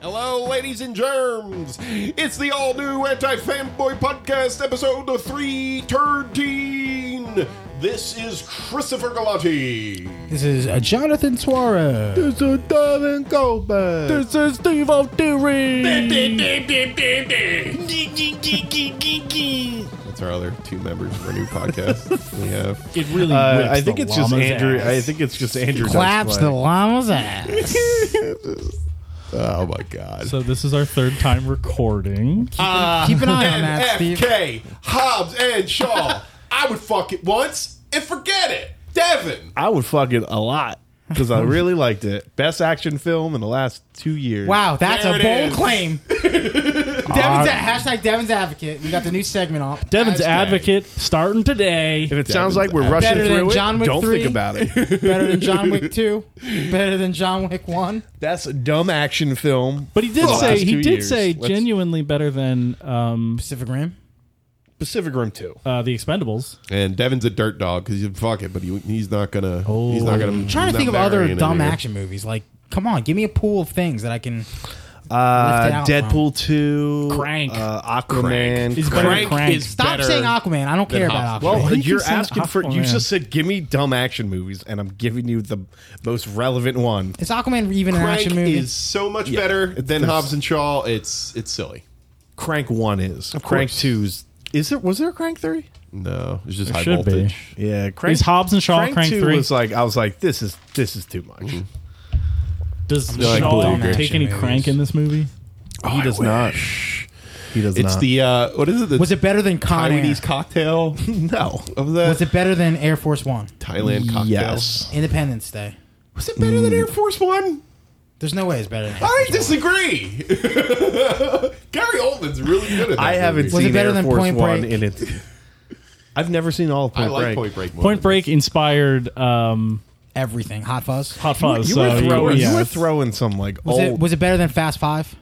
Hello, ladies and germs. It's the all new Anti Fanboy Podcast, episode 313. This is Christopher Galati. This is uh, Jonathan Suarez. This is Devin Goldberg. This is Steve O'Leary. That's our other two members of our new podcast. we have. It really. Uh, whips I think the it's just llama's Andrew. ass. I think it's just Andrew. Dice claps Clay. the llama's ass. Oh my God. So this is our third time recording. Keep an eye on that, Steve. MFK, Hobbs, and Shaw. I would fuck it once and forget it. Devin. I would fuck it a lot because I really liked it. Best action film in the last two years. Wow, that's There a it bold is. claim. Devin's a, hashtag Devin's advocate. We got the new segment off. Devin's Hashtag. advocate starting today. If it sounds like we're rushing Better than through it, John Wick don't 3. think about it. Better than John Wick two. Better than John Wick one. That's a dumb action film. But he did The say last he two did years. say Let's- genuinely better than um, Pacific Rim. Pacific Rim Two. uh, the Expendables. And Devin's a dirt dog because he'd fuck it, but he, he's not gonna. he's not gonna. I'm Oh. trying to think of other dumb action movies. Like, come on, give me a pool of things that I can. Lift it Uh, out, Deadpool Two. Crank. Uh, Aquaman. He's Crank. better than Crank. Stop saying Aquaman. I don't care about Aquaman. Hobbs. Well, Why do you you're keep saying asking for. You Aquaman? just said, "Give me dumb action movies," and I'm giving you the most relevant one. is Aquaman even an Crank action movie? is so much better than Hobbs and Shaw. It's it's silly. Crank One is. Crank course. Two's. Is there? Was there a Crank Three? No, it's just high should be. voltage. Yeah, Crank, Is Hobbs and Shaw Crank two three? Was like I was like, this is this is too Mm-hmm. much. Does I Shaw completely agree. take any Action crank in this movie? he does not. He does It's not. the uh, what is it? The was it better than Con Air? Taiwanese cocktail no. of that Was it better than Air Force One? Thailand cocktail? Yes. Independence Day. Was it better than Mm. Air Force One? There's no way it's better than. Air I Force disagree. Gary Oldman's really good at that. I haven't movie. Was it seen better Air than Force Point One Break? in it. I've never seen all of I Point like Break. Point Break. More Point than- Break inspired um, One. Everything. Hot Fuzz. Hot Fuzz. You so were throwing. yeah. You were throwing some like Was old. it was it better than Fast Five?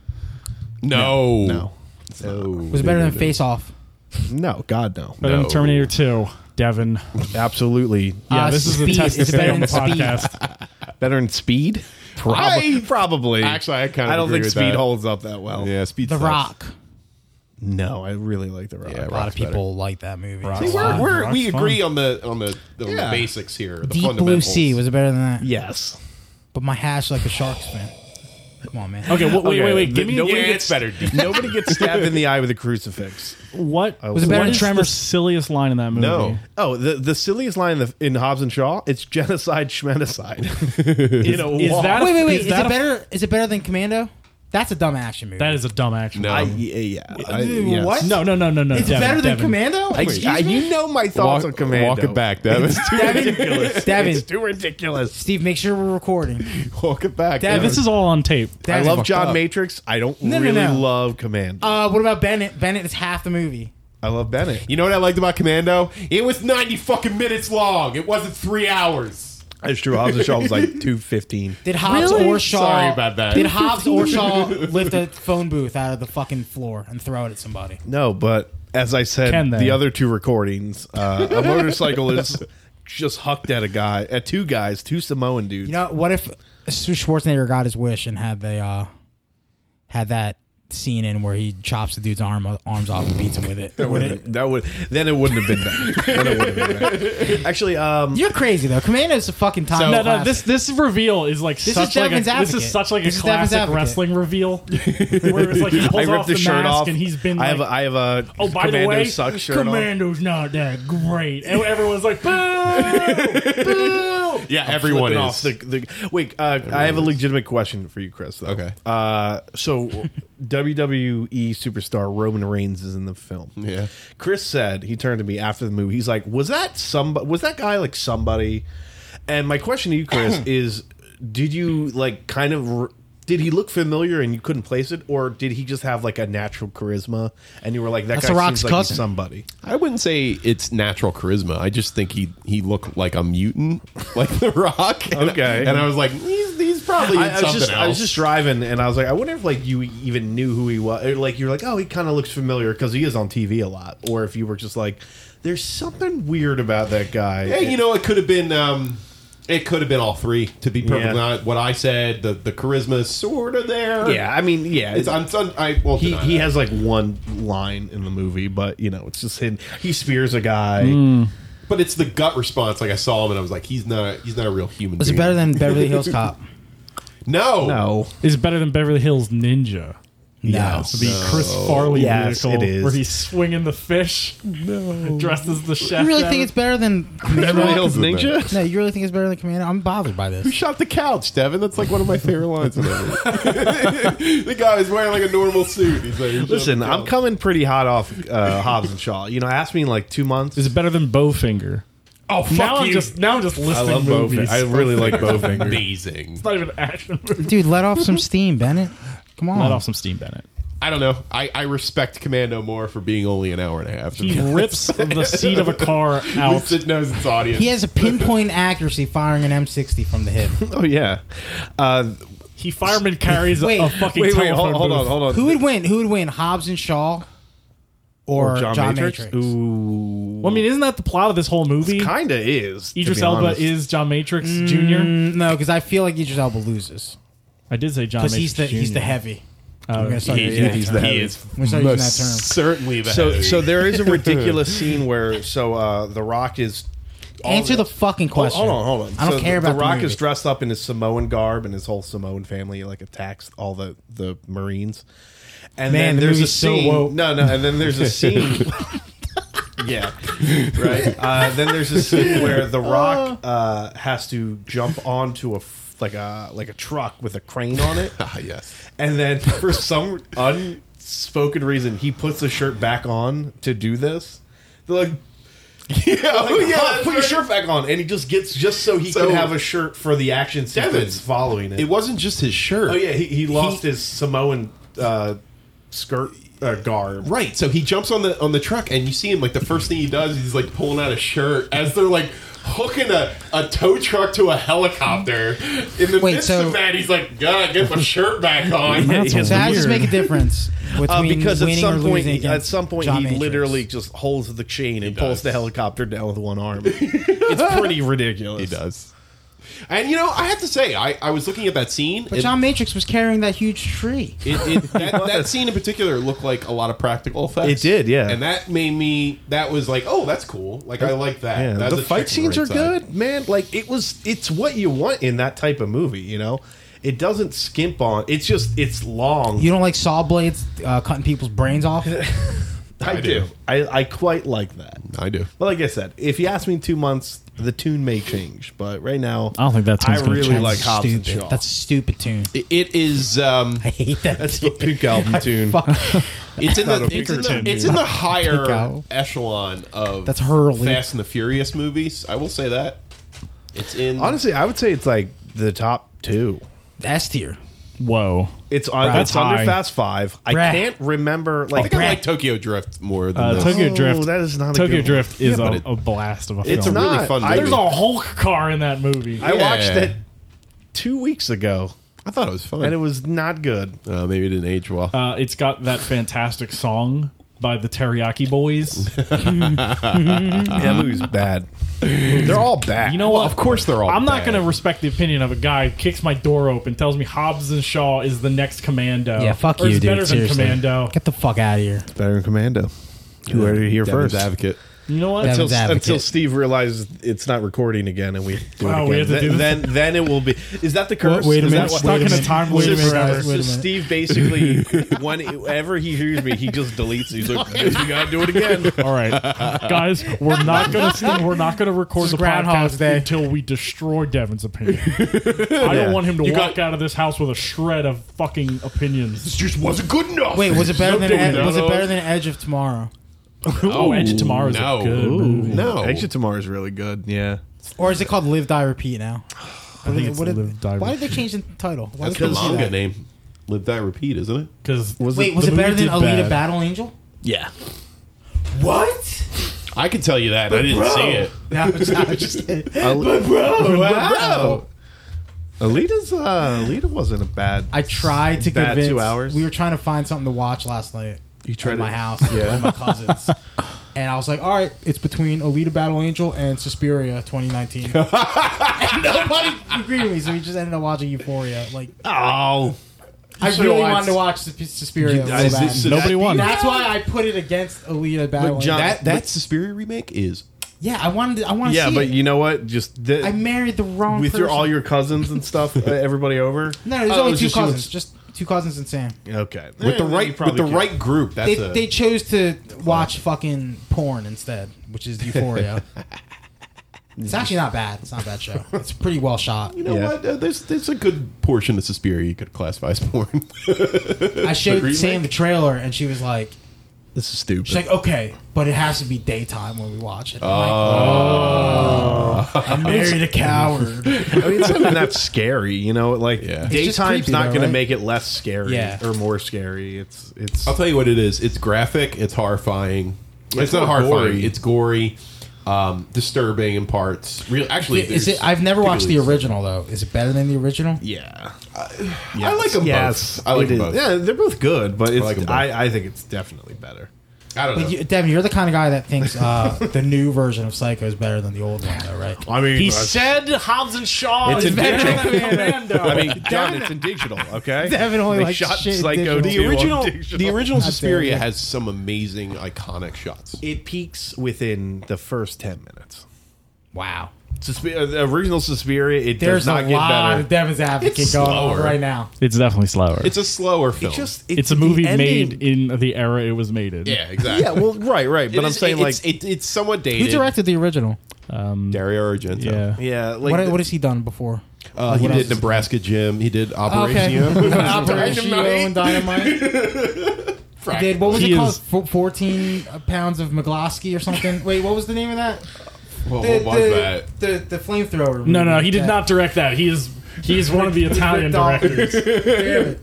No, no. no. Was it better than Face Off? No, God no. better No. than Terminator Two. Devin. Absolutely. Yeah, Uh, this is a Speed. test It's of better film than Speed. podcast. Better than Speed? Probably. I- probably. Actually, I kind of I don't agree think with Speed that. holds up that well. Yeah, Speed. The sucks. Rock. No, I really like the Rock. Yeah, A lot Rock's of people like that movie. better. See, we're, Rock's we're, we fun. agree on the on the, on Yeah. the basics here. The Deep Blue fundamentals. Sea was it better than that? Yes. But my hash like a shark's fin. Come on, man. Okay, wait, wait, wait, wait. Give me Nobody yeah, gets better. Deep. Nobody gets stabbed in the eye with a crucifix. What Was it better what than is The Tremors? silliest line in that movie. No. Oh, the the silliest line in, the, in Hobbs and Shaw, it's genocide, schmenicide. in a Is wall. that Wait, a, wait, wait. Is, that it a- better? Is it better than Commando? That's a dumb action movie. That is a dumb action. No. I, yeah, I- Dude, yes. what? No, no, no, no, no. It's Devin, better than Devin. Commando. I, Excuse I- me? you know my thoughts on Commando. Walk it back, Devin. ridiculous. Devin. It's too ridiculous. Steve, make sure we're recording. walk it back. Devin. This is all on tape. I Devin. love John up. Matrix. I don't No, no, really no. love Commando. Uh, what about Bennett? Bennett is half the movie. I love Bennett. You know what I liked about Commando? It was 90 fucking minutes long. It wasn't three hours. It's true. Hobbs and Shaw was like two fifteen. Did Hobbs Really? or Shaw? Sorry about that. Did Hobbs or Shaw lift a phone booth out of the fucking floor and throw it at somebody? No, but as I Can said, they? the other two recordings, uh, a motorcycle is just hucked at a guy, at two guys, two Samoan dudes. You know what if Schwarzenegger got his wish and had the uh, had that scene in where he chops the dude's arm arms off and beats him with it? Would it- that would then it wouldn't have been that. then it wouldn't have been that. Actually, um, You're crazy though. Commando's a fucking time. So- No, no. classic. This this reveal is like is such like a, Devin's this advocate. is such like This a is Devin's classic advocate. wrestling reveal. Where it's like he I pulls ripped off the, the, shirt mask off, and he's been. I have like, a, I have a oh, by commando the way, suck shirt on. Commando's not that great. And everyone's like, boo, boo. Yeah, Flipping off the, the wait. Uh, I have a legitimate question for you, Chris. Though. Okay. Uh, so WWE superstar Roman Reigns is in the film. Yeah. Chris said he turned to me after the movie. He's like, "Was that somebody? Was that guy like somebody?" And my question to you, Chris, is: Did you like kind of? r did he look familiar and you couldn't place it, or did he just have like a natural charisma and you were like, "That That's guy The Rock's seems like he's cousin. somebody"? I wouldn't say it's natural charisma. I just think he he looked like a mutant, like The Rock. And- Okay. And I was like, he's, he's probably in I, I was something just else. I was just driving and I was like, I wonder if like you even knew who he was. Or, like you're like, oh, he kind of looks familiar because he is on TV a lot. Or if you were just like, there's something weird about that guy. hey, you know, it could have been um, It could have been all three, to be perfectly Yeah. honest. What I said, the the charisma is sort of there. Yeah, I mean, yeah, It's, I'm, I won't he deny he that. has like one line in the movie, but you know, it's just him. He spears a guy. But it's the gut response. Like I saw him and I was like, he's not he's not a real human. Was it being. better than Beverly Hills Cop? No, No, Is it better than Beverly Hills Ninja? No. The Chris Farley Yes, vehicle it is. where he's swinging the fish, no. dressed as the chef. You really at think it. it's better than Commando? Beverly Hills is better. Ninja. No, you really think it's better than Commando? I'm bothered by Who this. shot the couch, Devin? That's like one of my favorite lines. in it. the guy is wearing like a normal suit. He's like, "Who shot Listen, the I'm couch?" coming pretty hot off uh, Hobbs and Shaw. You know, ask me in like two months. Is it better than Bowfinger? Oh, now I'm just now I'm just I listing love Bowfinger. movies. I really like Bowfinger. amazing. it's not even an action movie. Dude, let off some steam, Bennett. Come on. Let off some steam, Bennett. I don't know. I, I respect Commando more for being only an hour and a half. He rips the seat of a car out. It knows its audience. He has a pinpoint accuracy firing an M60 from the hip. oh yeah. Uh, He fireman carries a- Wait. a fucking wait, wait, telephone hold, hold on, booth. hold on. Who would win? Who would win? Hobbs and Shaw or, John, Matrix? Ooh, Well, I mean, isn't that the plot of this whole movie? kinda is. to Idris be Elba honest. is John Matrix Jr. Mm, No, because I feel like Idris Elba loses I did say John because Matrix he's the Jr. he's the heavy. Oh, We're gonna start He- using that he's term. the He heavy. is We started using most that term. certainly the So heavy. so there is a ridiculous scene where so uh, the Rock is. all Answer the fucking Hold- question. Hold on, hold on. I don't So care the, about the Rock movie. is dressed up in his Samoan garb, and his whole Samoan family like attacks all the the Marines. Man, And then the there's a movie's so scene. woke. no, no, and then there's a scene. yeah, right. Uh, then there's a scene where the Rock uh, has to jump onto a f- like a like a truck with a crane on it. Ah, yes. And then for some unspoken reason, he puts the shirt back on to do this. They're like, Yeah, oh, "Oh, yeah, that's put your right. shirt back on. And he just gets, just so he So- can have a shirt for the action sequence Devin, following it. It wasn't just his shirt. oh, yeah, he, he lost his Samoan uh, skirt uh, garb. Right. So he jumps on the on the truck, and you see him like the first thing he does, he's like pulling out a shirt as they're like hooking a, a tow truck to a helicopter. In the Wait, midst so- of that, he's like, "Gotta get my shirt back on." That's Yes. So how does this weird. make a difference between Uh, because at winning or some losing point, at against some point, John he Matrix? literally just holds the chain and does. pulls the helicopter down with one arm. it's pretty ridiculous. He does. And you know, I have to say, I, I was looking at that scene. But it- John Matrix was carrying that huge tree. It, it, that, that scene in particular looked like a lot of practical effects. It did, yeah. And that made me. That was like, oh, that's cool. Like I like that. Yeah, That's the a fight chicken scenes right are side. good, man. Like it was, it's what you want in that type of movie. You know, it doesn't skimp on. It's just it's long. You don't like saw blades uh, cutting people's brains off? I, I do. do. I, I quite like that. I do. But like I said, if you ask me in two months, the tune may change. But right now, I don't think that I tune's gonna really change. like That's Hobbs and stupid. Shaw. That's a stupid tune. It is. Um, I hate that. that's the pink album tune. Fuck. it's in the. Not a It's in the, Pinkerton. it's in the higher out. echelon of That's Hurley. Fast and the Furious movies. I will say that. It's in. Honestly, I would say it's like the top two. S tier. Whoa. It's on. That's That's it's under high. Fast Five. I Brad. can't remember. I Like think I like Tokyo Drift more than Uh, this. Tokyo Oh, Drift. that is not a Tokyo good one. Drift is but a, it- a blast of a It's film. really not. fun I- movie. There's a Hulk car in that movie. I watched Yeah. it two weeks ago, I thought it was fun. and it was not good. uh, maybe it didn't age well. Uh, it's got that fantastic song by the Teriyaki Boys. Yeah, that movie's bad. They're all bad. You know well, what? of course they're all. I'm not bad. going to respect the opinion of a guy who kicks my door open, tells me Hobbs and Shaw is the next Commando. Yeah, fuck or you, is dude. better than Seriously. Commando. Get the fuck out of here. better than Commando. Who heard it here Devil's first? Advocate. You know what? That's Until, Advocate. until Steve realizes it's not recording again, and we do Wow, it again. we have to then, do this? then, then it will be. Is that the curse? wait a Is that minute, what- wait Stuck in a a minute. time Wait a loop minute, forever. guys, wait a So minute. Steve basically, whenever he hears me, he just deletes. He's like, "Guess "We gotta do it again." All right, guys, we're not going to we're not going to record is the Groundhog's podcast Day. until we destroy Devin's opinion. I don't want him to walk out of this house with a shred of fucking opinions. Just wasn't good enough. Wait, was it better than doing Ed- that. was it better than Edge of Tomorrow? Oh, Edge of Tomorrow is no. a good Ooh. movie. No. Exit Tomorrow is really good. Yeah, Or is it called Live Die Repeat now? I think it's What did- Live Die why did they change the title? Why That's did the they do manga that? name. Live Die Repeat, isn't it? Because Wait, was it better than Alita Battle Angel? yeah. What? I can tell you that. I didn't see it. No, I'm just- I'm just kidding. bro, wow. Alita's uh, Alita wasn't a bad. I tried to Bad two convince. hours. We were trying to find something to watch last night. You tried at my to- house. Yeah. Yeah, my cousins. And I was like, all right, it's between Alita Battle Angel and Suspiria 2019. and nobody agreed with me, so we just ended up watching Euphoria. Like, Oh, I should've really watched- wanted to watch Sus- Suspiria. so guys, bad. this is- Nobody that won. That's why I put it against Alita Battle But Angel. John- That that Suspiria remake is yeah, I wanted. To, I want to yeah, see but it. you know what? Just the, I married the wrong with your person. all your cousins and stuff, uh, everybody over. No, there's Oh, it only was two just you and- cousins. Just two cousins and Sam. Okay, Eh, with the right with the right group. That's They, a, they chose to watch fucking porn instead, which is Euphoria. it's actually not bad. It's not a bad show. It's pretty well shot. you know Yeah. what? Uh, there's there's a good portion of Suspiria you could classify as porn. I showed remake? Sam the trailer, and she was like, This is stupid. she's like, okay, but it has to be daytime when we watch it. I'm like, oh, I married a coward. I mean, it's not even that scary, you know. Like Yeah. It's just daytime's creepy, not though, going right? to make it less scary Yeah. or more scary. It's it's I'll tell you what it is. It's graphic. It's horrifying. It's, not more horrifying. gory. It's gory, um, disturbing in parts. Real, actually, Is there's- it? I've never watched the particularly- original though. Is it better than the original? yeah. I like them yes, both. I like it them is. both. Yeah, they're both good, but it's, I, like 'em both. I, think it's definitely better. I don't know. But you, Devin, you're the kind of guy that thinks uh, the new version of Psycho is better than the old one, though, right? I mean, He said Hobbs and Shaw It's is a better digital. than Commando. I mean, John, it's in digital. Okay, Devin only They likes shot shit digital. Psycho two The on original- digital. the original damn Suspiria it. has some amazing iconic shots. it peaks within the first ten minutes. Wow. uh, Suspir- the original Suspiria, it There's does not a get lot better. of Devin's advocate It's going slower. on right now. It's definitely slower. It's, It's a slower film. a the movie ending- made in the era it was made in. yeah, exactly. Yeah, well, right, right. But It I'm is- saying it- like, it's, it, it's somewhat dated. Who directed the original? Dario Argento. Yeah. yeah, like What, the- what has he done before? Uh, he What else did is- Nebraska Jim. He did Okay. Operation. Operation and Dynamite. He did what was He it called? is- F- Fourteen pounds of McGlosky or something. Wait, what was the name of that? Well, The, what was the, that? The the flamethrower. No, no, movie. he did Yeah. not direct that. He is he is one of the Italian Ripped off. directors. Damn it.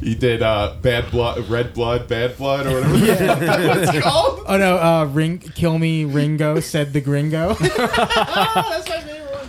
He did uh, Bad Blood, Red Blood, Bad Blood, or whatever. What's it called? Oh no, uh, Ring Kill Me Ringo said the Gringo. Oh, That's my favorite one.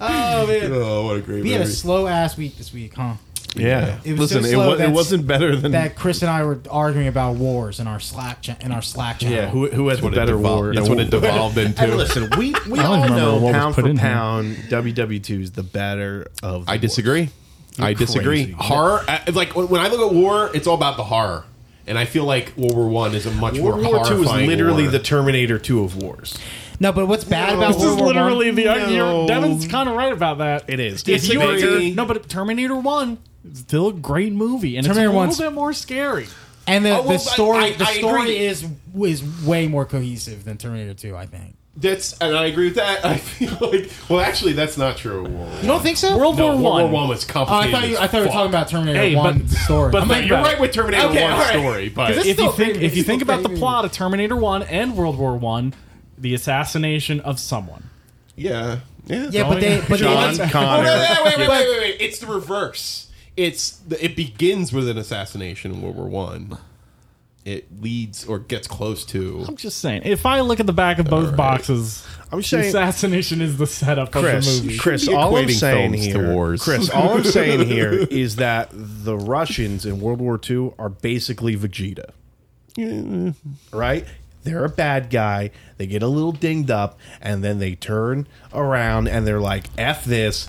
Oh man. Oh, what a great We movie. had a slow ass week this week, huh? yeah. It was Listen, so it, slow, wa- it that's- wasn't better than That Chris and I were arguing about wars in our Slack cha- in our Slack channel. Yeah, who, who has the what it better devolved- war? That's what it devolved And into. listen, we, we don't all remember what know was pound put for in here. pound, WW2 is the better of. I the disagree. I disagree. crazy. Horror, I- it's like when when I look at war, it's all about the horror, and I feel like World War One is a much World more War horrifying II is literally war. the Terminator 2 of wars. No, but what's bad about This is World War literally One- the No. you're, Devin's kind of right about that. It is. If you were Disagree. to- no, but Terminator One is still a great movie, and Terminator it's a One's- little bit more scary. and the, Oh, well, the story I- I- the I story agree. is is way more cohesive than Terminator Two. I think. That's, and I agree with that. I feel like, well, actually, that's not true. of World War You don't think so? World No, War World War One. One was Oh, I complicated. thought you, I thought we were talking about Terminator Hey, One but- story. but I'm think like, You're about right with Terminator Okay, One all right. story, but This- if still you think crazy. if you It's think still about the crazy. plot of Terminator One and World War One, the assassination of someone. yeah, yeah, yeah, but they but John they, Oh, no, no, Connor. no, wait, wait, wait, wait, wait. It's the reverse. It's the, it begins with an assassination in World War One. It leads or gets close to. I'm just saying. If I look at the back of both boxes, I'm the saying. assassination is the setup of Chris, the movie. Chris, be all I'm equating saying films to here, wars. Chris, all I'm saying here is that the Russians in World War II are basically Vegeta, right? They're a bad guy. They get a little dinged up, and then they turn around and they're like, "F this,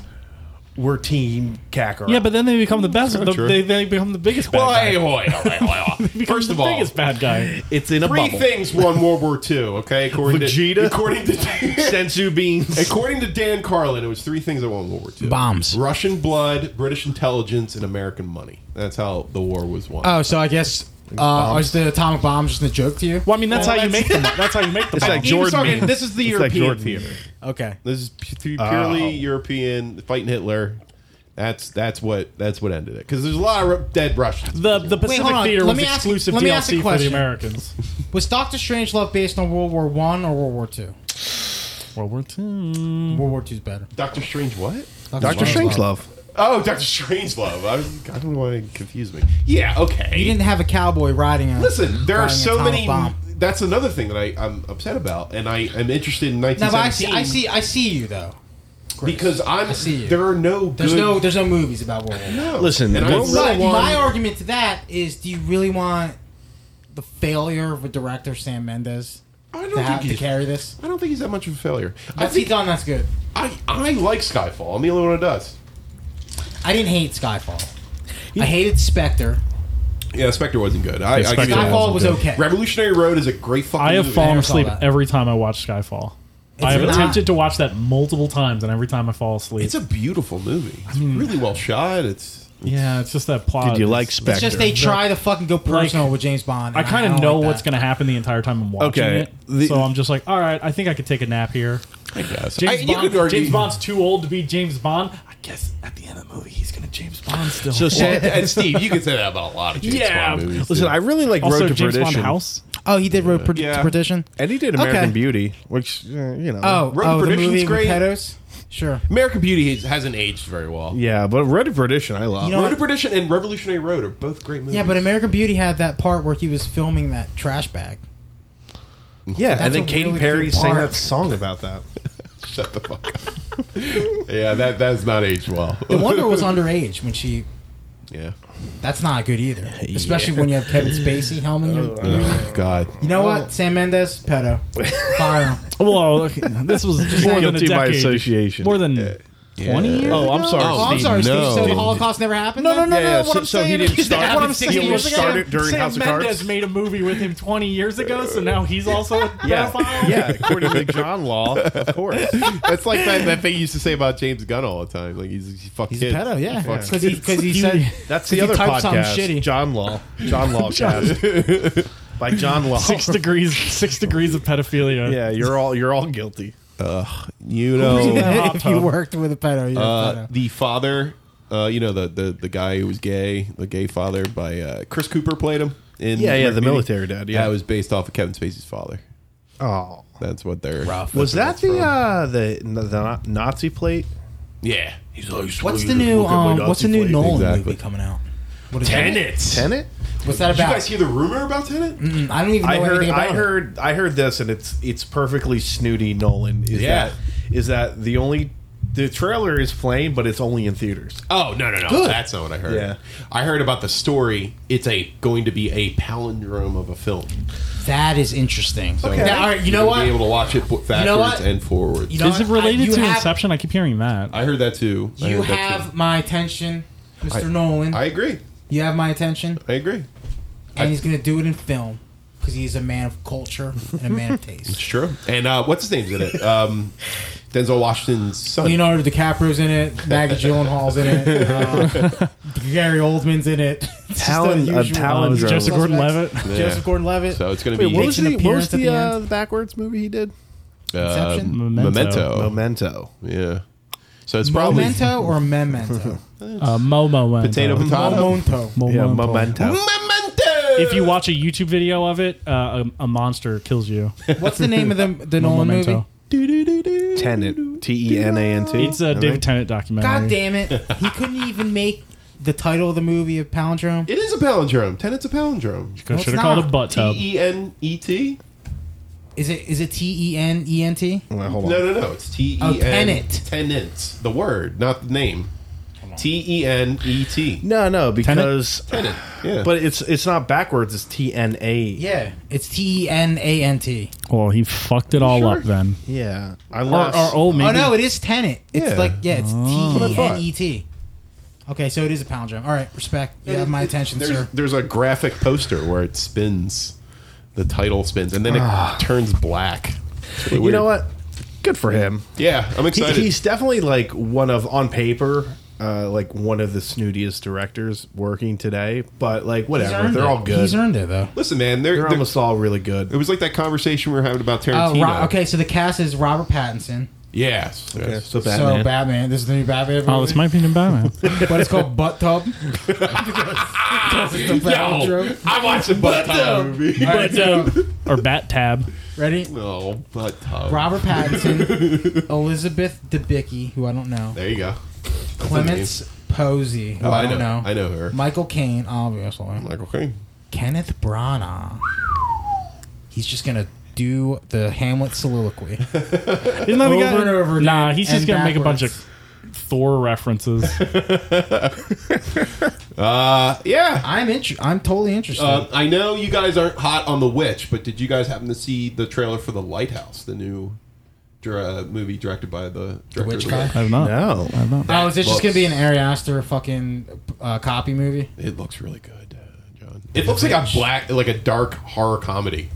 we're Team Kakarot." Yeah, but then they become the best. The, true. they, they become the biggest bad Well, guy. hey, boy, all right, well, first the of all, biggest bad guy. it's in a three bubble. things won World War II. Okay, according Vegeta? to according to Sensu beans. according to Dan Carlin, it was three things that won World War II: Bombs. Russian blood, British intelligence, and American money. That's how the war was won. oh, so I guess uh, is the atomic bomb just a joke to you? Well, I mean, that's Well, how you that's- make the. That's how you make the. It's like bomb. He was Jordan. talking- this is the It's like European Jordan. theater. Okay. This is pu- purely Oh. European fighting Hitler. That's that's what that's what ended it because there's a lot of dead Russians. The, the Pacific hold on. Theater Let was me ask- exclusive let me ask a DLC for the question. Americans. Was Doctor Strangelove based on World War One or World War Two? World War Two. World War Two's better. Doctor Strange, what? Doctor Strangelove. Oh, Doctor Strange love. I, was- I don't know why it confused me. Yeah, okay. You didn't have a cowboy riding a. Listen, there are riding an so atomic many. Bomb. That's another thing that I, I'm upset about, and I am interested in No, but 1917. I see, I see, I see you though. Chris. because I'm. see you. There are no. there's good, no, there's no movies about World War. One. no. Listen, and I World really War But want- my argument to that is, do you really want the failure of a director Sam Mendes I don't to, think have, to he's- carry this. I don't think he's that much of a failure. I That's he think done. That's good. I, I like Skyfall. I'm the only one who does. I didn't hate Skyfall. I hated Spectre. Yeah, Spectre wasn't good. I, I Yeah, give you Spectre that. Skyfall wasn't was good. okay. Revolutionary Road is a great fucking. I have movie. fallen never saw asleep that. every time I watch Skyfall. I have not- attempted to watch that multiple times, and every time I fall asleep. It's a beautiful movie. It's Hmm. really well shot. It's yeah, it's just that plot. Did you is- like Spectre? It's just they try to fucking go personal Like, with James Bond. I and kind don't of know like what's that. going to happen the entire time I'm watching Okay, it, the- so I'm just like, all right, I think I could take a nap here. I guess I, James, you Bond, could argue- James Bond's too old to be James Bond. I guess at the end of the movie, he's going to James Bond still. So Well, Sam, and Steve, you can say that about a lot of James Yeah. Bond movies. listen, dude. I really like also, Road to James Perdition. Bond House. Oh, he did Road Perd- Yeah. to Perdition. And he did American Okay. Beauty, which uh, you know. Oh, Road oh, to the Perdition's movie with great. pedos. Sure. American Beauty has- hasn't aged very well. yeah, but Red of Perdition, I love. You know Road what? to Perdition and Revolutionary Road are both great movies. Yeah, but American Beauty had that part where he was filming that trash bag. yeah, and That's then a Katy really Perry good sang part. that song about that. shut the fuck up. yeah, that that's not aged well. The Wonder was underage when she. yeah. That's not good either, especially when you have Kevin Spacey helming you. Oh, God. You know what? Sam Mendes, pedo. Fire him. Well, okay, this was more than a Guilty decade. by association. More than twenty years. Oh, I'm sorry. Oh, I'm Steve. sorry, Steve. So no. the Holocaust never happened? No, no, no, Yeah, yeah, no. What so- I'm so he saying didn't is start that- what I'm it. He saying only is started during Sam House of Mendes Cards. made a movie with him 20 years ago, so now he's also a Yeah, pedophile. yeah. According to John Law, of course. That's like that, that thing you used to say about James Gunn all the time. Like he's he fuck He's kids. a pedo, yeah. He fucks Because he, 'cause he said. That's the He other typed something podcast. shitty. John Law. John Law cast by John Law. Six degrees, six degrees of pedophilia. Yeah, you're all you're all guilty. you know Yeah. if you worked with a pedo, you're uh, a pedo. the father, uh, you know the, the the guy who was gay, the gay father by uh, Chris Cooper played him in Yeah, yeah, Red the Beauty. military dad. That Yeah. was based off of Kevin Spacey's father. Oh. That's what they're Was that that's the from. uh, the the Nazi plate? yeah. He's always What's the new, um, what's the new Nolan Exactly. movie coming out? What is Tenet? That? What's that Did you guys about? hear the rumor about Tenet? Mm, I don't even know I heard anything about I it. heard I heard this and it's it's perfectly snooty Nolan is Yeah. that is that the only the trailer is playing but it's only in theaters. Oh no no no! Good. That's not what I heard. Yeah. I heard about the story. It's a going to be a palindrome of a film. That is interesting. So Now, all right, you you're know gonna Be what? able to watch it fo- backwards know what? and forwards. You know Is it what? I- related you to have- Inception? I keep hearing that. I heard that too. I You heard that too. have my attention, Mr. Nolan. I agree. you have my attention, I agree. and he's going to do it in film because he's a man of culture and a man of taste. It's true. And uh, what's his name's in it? Um, Denzel Washington's son. Oh, Leonardo DiCaprio's in it. Maggie Gyllenhaal's in it. Uh, Gary Oldman's in it. It's just Talon- the a usual Talon- Um, Palindrome. Joseph Gordon-Levitt. suspects. Joseph Gordon-Levitt. so it's going to Wait, be what was Makes the an what appearance was at the, the uh, the backwards movie he did? uh, Inception? Memento. Memento. Memento. Yeah. So it's probably Memento or Memento? Uh, Momo. potato potato. Momento. Yeah, Memento. Memento. If you watch a YouTube video of it, uh, a, a monster kills you. What's the name of the the Nolan movie? Memento. Tenet. T E N A N T. It's a David Tennant documentary. God damn it! He couldn't even make the title of the movie a palindrome. It is a palindrome. Tenet's a palindrome. I No, should it's have called it not. butt tub. T E N E T. Is it is it T E N E N T? Wait, hold on. No, no, no. It's T E Oh, N. Tenet. Tenant. The word, not the name. T E N E T. No, no, because Tenant. Yeah. but it's it's not backwards. It's T N A. Yeah, it's T E N A N T. Well, he fucked it all sure? up then. yeah. I Or, lost. or oh, maybe. Oh no, it is Tenet. It's Yeah. like yeah, it's Oh. T E thought. N E T. Okay, so it is a palindrome. All right, respect. You have my attention, there's, sir. There's a graphic poster where it spins. The title spins, and then Ah. it turns black. It's really you know weird. what? Good for him. Yeah, I'm He, excited. he's definitely like one of on paper, uh, like one of the snootiest directors working today. But like whatever, they're it. all good. He's earned it though. Listen, man, they're, they're they're- almost all really it good. was like that conversation we were having about Oh, Tarantino. Ro- okay, so the cast is Robert Pattinson. Yes. Okay, yes. so So Batman. Batman. This is the new Batman. Movie. Oh, this might be new Batman. but it's called Butt Tub. Because it's a palindrome. Yo, I watched a butt tub movie. All right, so, or Bat Tab. ready? No, butt tub. Robert Pattinson, Elizabeth Debicki, who I don't know, There you go. Clements Posey, who Oh, I I know. don't know, I know her. Michael Caine, obviously, Like, okay. Kenneth Branagh. He's just gonna do the Hamlet soliloquy. Isn't that the Over guy? and over again Nah, he's just and gonna make a bunch of backwards. Thor references. Uh, yeah. I'm inter- I'm totally interested. Uh, I know you guys aren't hot on The Witch, but did you guys happen to see the trailer for The Lighthouse, the new dra- movie directed by the director of Witch The guy? I have not. No. oh, is it just looks- gonna be an Ari Aster fucking uh, copy movie? It looks really good, uh, John. It looks like a black, like a dark horror comedy.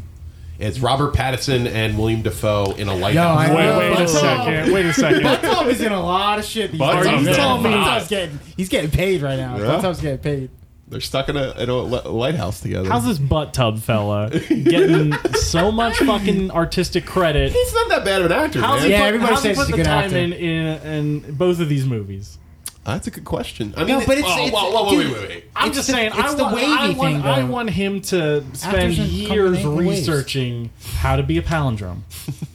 It's Robert Pattinson and William Dafoe in a lighthouse. I- Wait, Uh, wait a Butts up. second. Wait a second. Buttub is in a lot of shit these Buttup's days. in You a telling me lot. Buttup's getting, he's getting paid right now. Yeah. Buttup's getting paid. They're stuck in a, in a li- lighthouse together. How's this butt tub fella getting so much fucking artistic credit? He's not that bad of an actor, How's man. he Yeah, put, everybody how's he says put he's the a good time actor. in, in in both of these movies? That's a good question. I mean, No, but it- it's- oh, it's- whoa, whoa, whoa, dude, wait, wait, wait. I'm It's just the- saying, I, it's the want, wavy I, want, thing, I though. want him to spend are years coming in waves. researching how to be a palindrome,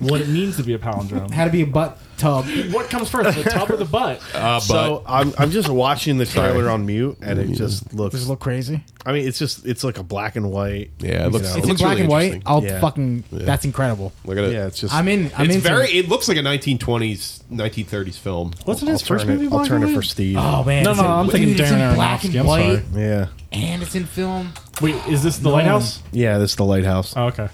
what it means to be a palindrome. How to be a butt tub. What comes first, the tub or the butt? Uh, So I'm, I'm just watching the trailer on mute, and it just Does looks. it look crazy? I mean, it's just it's like a black and white. yeah, it looks. It's it It's in looks black really and white. interesting. I'll Yeah. fucking. That's incredible. Look at it. Yeah, it's just. I'm in. I'm it's in. very. It looks like a 1920s, 1930s film. Wasn't I'll his first turn it, movie I'll black turn and it for white? Steve. Oh man. No, it's no, in- I'm thinking dude, it's in Darren black Aronofsky, and I'm white, sorry. Yeah, and it's in film. Wait, is this the lighthouse? yeah. That's the lighthouse. Oh, okay.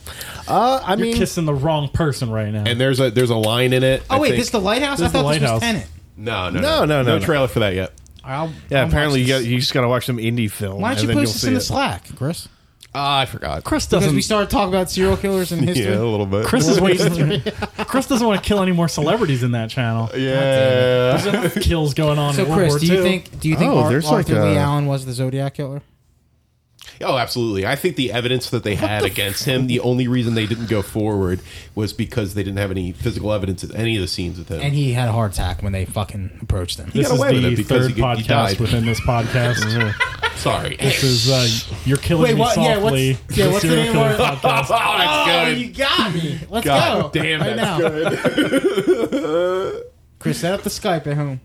Uh, I mean, Kissing the wrong person right now. And there's a there's a line in it. Oh I wait, think. this the lighthouse. This I is the thought this was Lighthouse. Tenant. no no No, no, no, no no. trailer for that yet. I'll, yeah. I'll apparently, watch you, got, this. you just got to watch some indie film. Why don't you and then post you'll this see in the it. Slack, Chris? Ah, I forgot. Chris Because doesn't. we started talking about serial killers and history. Yeah, a little bit. Chris is waiting. Chris doesn't want to kill any more celebrities in that channel. Yeah. There's enough kills going on. So in World Chris, War do you II. think do you think Oh, Ar- there's Arthur like Lee a- Allen was the Zodiac killer? Oh, absolutely. I think the evidence that they had against him, the only reason they didn't go forward was because they didn't have any physical evidence at any of the scenes with him. And he had a heart attack when they fucking approached him. this got is away with it the because third he get- he died. podcast within this podcast? Sorry. this is uh, you're killing Wait, me what? Yeah, what's, softly. yeah, what's the serial name killer of it? oh, podcast. that's you good. got me. Let's God go. damn, right that's now. Chris, set up the Skype at home.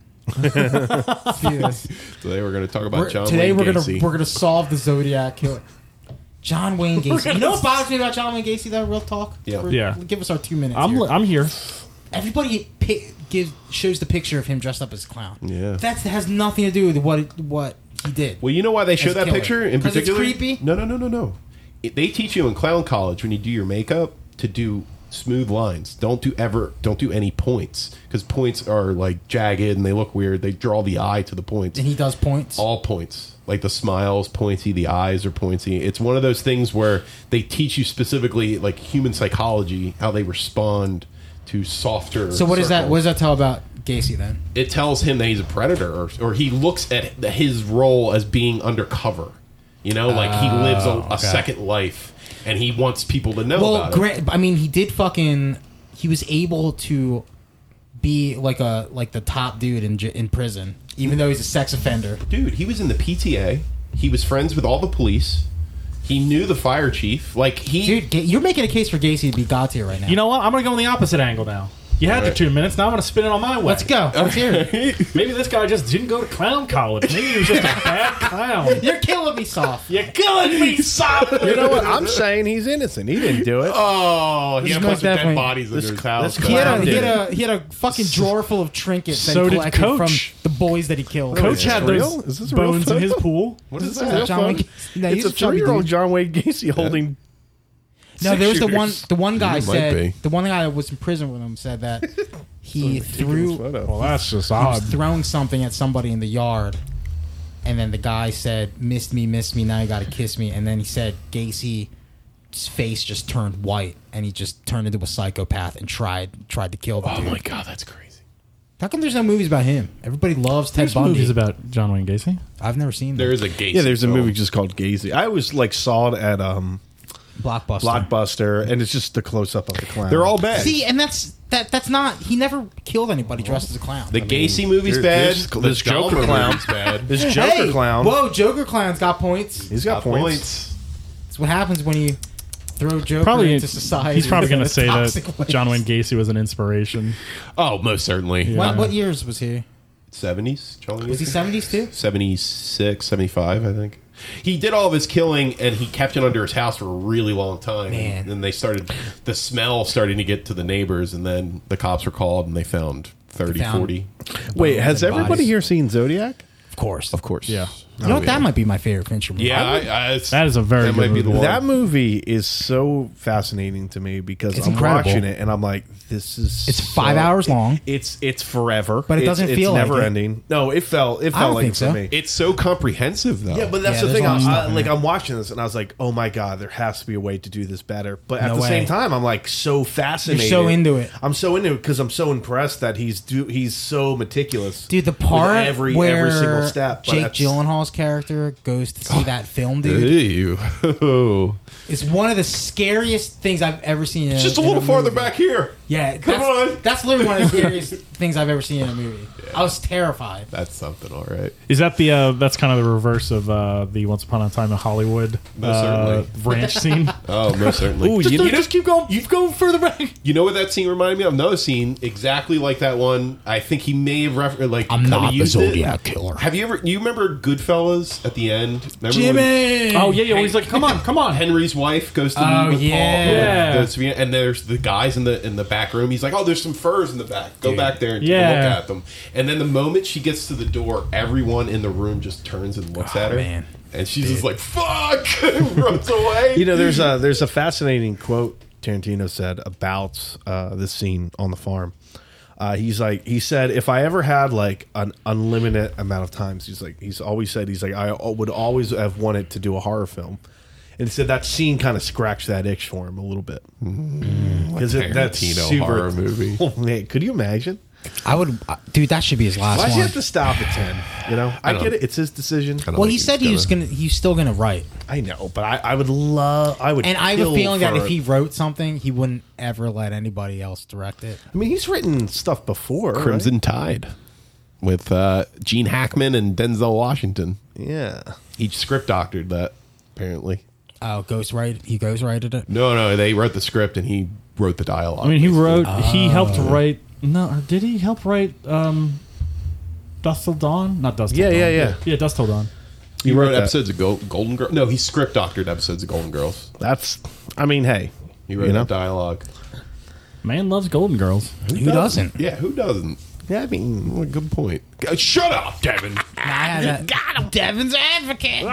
Let's do this. Today we're going to talk about We're- John today Wayne we're Gacy. gonna we're gonna solve the Zodiac killer. John Wayne Gacy. You know what bothers me about John Wayne Gacy? That real talk. Yeah. For- Yeah. Give us our two minutes. I'm here. I'm here. Everybody pi- gives shows the picture of him dressed up as a clown. Yeah. That's, that has nothing to do with what it- what he did. Well, you know why they show As that killer. picture in 'Cause it's particular? creepy? No, no, no, no, no. It, they teach you in clown college when you do your makeup to do smooth lines. Don't do ever. Don't do any points because points are like jagged and they look weird. They draw the eye to the points. and he does points. All points, like the smiles pointy, the eyes are pointy. It's one of those things where they teach you specifically like human psychology how they respond to softer. so what does that? circles What does that tell about Gacy then? it tells him that he's a predator or, or he looks at the- his role as being undercover you know like he Ah, lives a, a second life and he wants people to know Well, about it Grant, I mean, he did fucking. He was able to be like a like the top dude in j- in prison, even though he's a sex offender. dude he was in the pta he was friends with all the police he knew the fire chief like he Dude, Ga- you're making a case for Gacy to be God tier right now. You know what? I'm gonna go on the opposite angle now. You had Alright. the two minutes. Now I'm gonna spin it on my way. let's go. Let's hear it. Maybe this guy just didn't go to clown college. Maybe he was just a bad clown. You're killing me soft. You're killing me softly. You know what? I'm saying he's innocent. He didn't do it. oh he had a most bunch of dead definitely- bodies in this- his house this He had, a, Clown he, did had a, he had a fucking drawer full of trinkets So that did he collected Coach. from the boys that he killed. Coach had real? those Is this a real bones in his photo? pool. what is Is that that John Wayne Gacy? No, it's he's a a chubby three-year-old dude. John Wayne Gacy holding. No, there was the one. The one guy You might said be. the one guy that was in prison with him said that he threw Oh Photo. that's just he was throwing something at somebody in the yard, and then the guy said, "Missed me, missed me. Now you got to kiss me." And then he said, Gacy's face just turned white, and he just turned into a psychopath and tried tried to kill the oh dude. my god that's crazy How come there's no movies about him? Everybody loves Ted There's Bundy. movies about John Wayne Gacy. I've never seen there them. is a Gacy Yeah, there's a film. movie just called Gacy. I was like saw it at um Blockbuster. Blockbuster, and it's just the close up of the clown. they're all bad See, and that's that. That's not. He never killed anybody dressed as a clown. the Gacy movie's there- bad. there's- The there's Joker Dahmer clown. movie's bad. this Joker Hey, clown. Whoa, Joker clown's got points. He's got, points. That's what happens when you throw Joker Probably into society. He's probably in gonna a say toxic way. that John Wayne Gacy was an inspiration. Oh, most certainly. What, what years was he? Seventies. Was he seventies too? 76, 75, I think. He did all of his killing and he kept it under his house for a really long time. Man. And then they started, the smell starting to get to the neighbors, and then the cops were called and they found 30, They found- 40. Wait, has Bodies. everybody here seen Zodiac? Of course. Of course. Yeah. You Oh, know what? That might be my favorite Fincher movie. Yeah, I, I, That is a very That good might be the movie. one. That movie is so fascinating to me because It's I'm incredible. watching it and I'm like, this is It's so- five hours long. It's it's forever, But it It's- doesn't it's feel like never it. ending. No, it felt it felt don't like think it so. for me. it's so comprehensive though. yeah, but that's Yeah, the there's thing. a lot I, of I, stuff in like it. I'm watching this and I was like, oh my god, there has to be a way to do this better. But at No the same way. time, I'm like so fascinated. You're so into it. I'm so into it because I'm so impressed that he's do he's so meticulous. Dude, the with part every where every single step. but Jake that's- Gyllenhaal's character goes to see that film, dude, Ew. is one of the scariest things I've ever seen. In Just a in little farther movie. back here. Yeah, Come that's- on. That's literally one of the scariest things I've ever seen in a movie. I was terrified. That's something, all right. Is that the uh, that's kind of the reverse of uh, the Once Upon a Time in Hollywood Most uh, certainly. ranch scene? Oh, most certainly. Ooh, Just- you, You just keep going. You go further back. you know what that scene reminded me of? Another scene exactly like that one. I think he may have referenced like kinda used it. killer. Have you ever? You remember Goodfellas at the end? Remember when Jimmy. Oh yeah, yeah. He's like, come on, come on. Henry's wife goes to Oh, meet with yeah. Paul. Yeah. The Savannah- and there's the guys in the in the back room. He's like, "Oh, there's some furs in the back. Go back there and take a Yeah. look at them." And then the moment she gets to the door, everyone in the room just turns and looks at her. man. And she's just like, "Fuck!" and runs away. you know, there's a there's a fascinating quote Tarantino said about uh, this scene on the farm. Uh, he's like he said, if I ever had like an unlimited amount of times, he's like he's always said he's like I al- would always have wanted to do a horror film, and he said that scene kind of scratched that itch for him a little bit because that's Mm, Tarantino super horror movie. Oh, man, could you imagine? I would, uh, dude. That should be his last Why does he one. have to stop at ten? You know, I, don't get know. it. It's his decision. I don't well, think he said he was gonna- gonna. He's still gonna write. I know, but I, I would love. I would. And I have a kill feeling that for if it. he wrote something, he wouldn't ever let anybody else direct it. I mean, he's written stuff before. right? Crimson Tide with uh, Gene Hackman and Denzel Washington. Yeah. He script doctored that apparently. Oh, ghostwrite. He ghostwrited it. No, no, they wrote the script and he wrote the dialogue. I mean, he wrote. He helped write. No, or did he help write? Um, Dust Till Dawn. Not Dust. Till Yeah, Dawn. yeah, yeah. Yeah, Dust Till Dawn. he wrote wrote that. episodes of Go- Golden Girls. No, he script doctored episodes of Golden Girls. That's, I mean, hey. He wrote You know? the dialogue. Man loves Golden Girls. Who doesn't? Yeah, who doesn't? Yeah, I mean, Well, good point. Uh, Shut up, Devin. got him. Devin's advocate.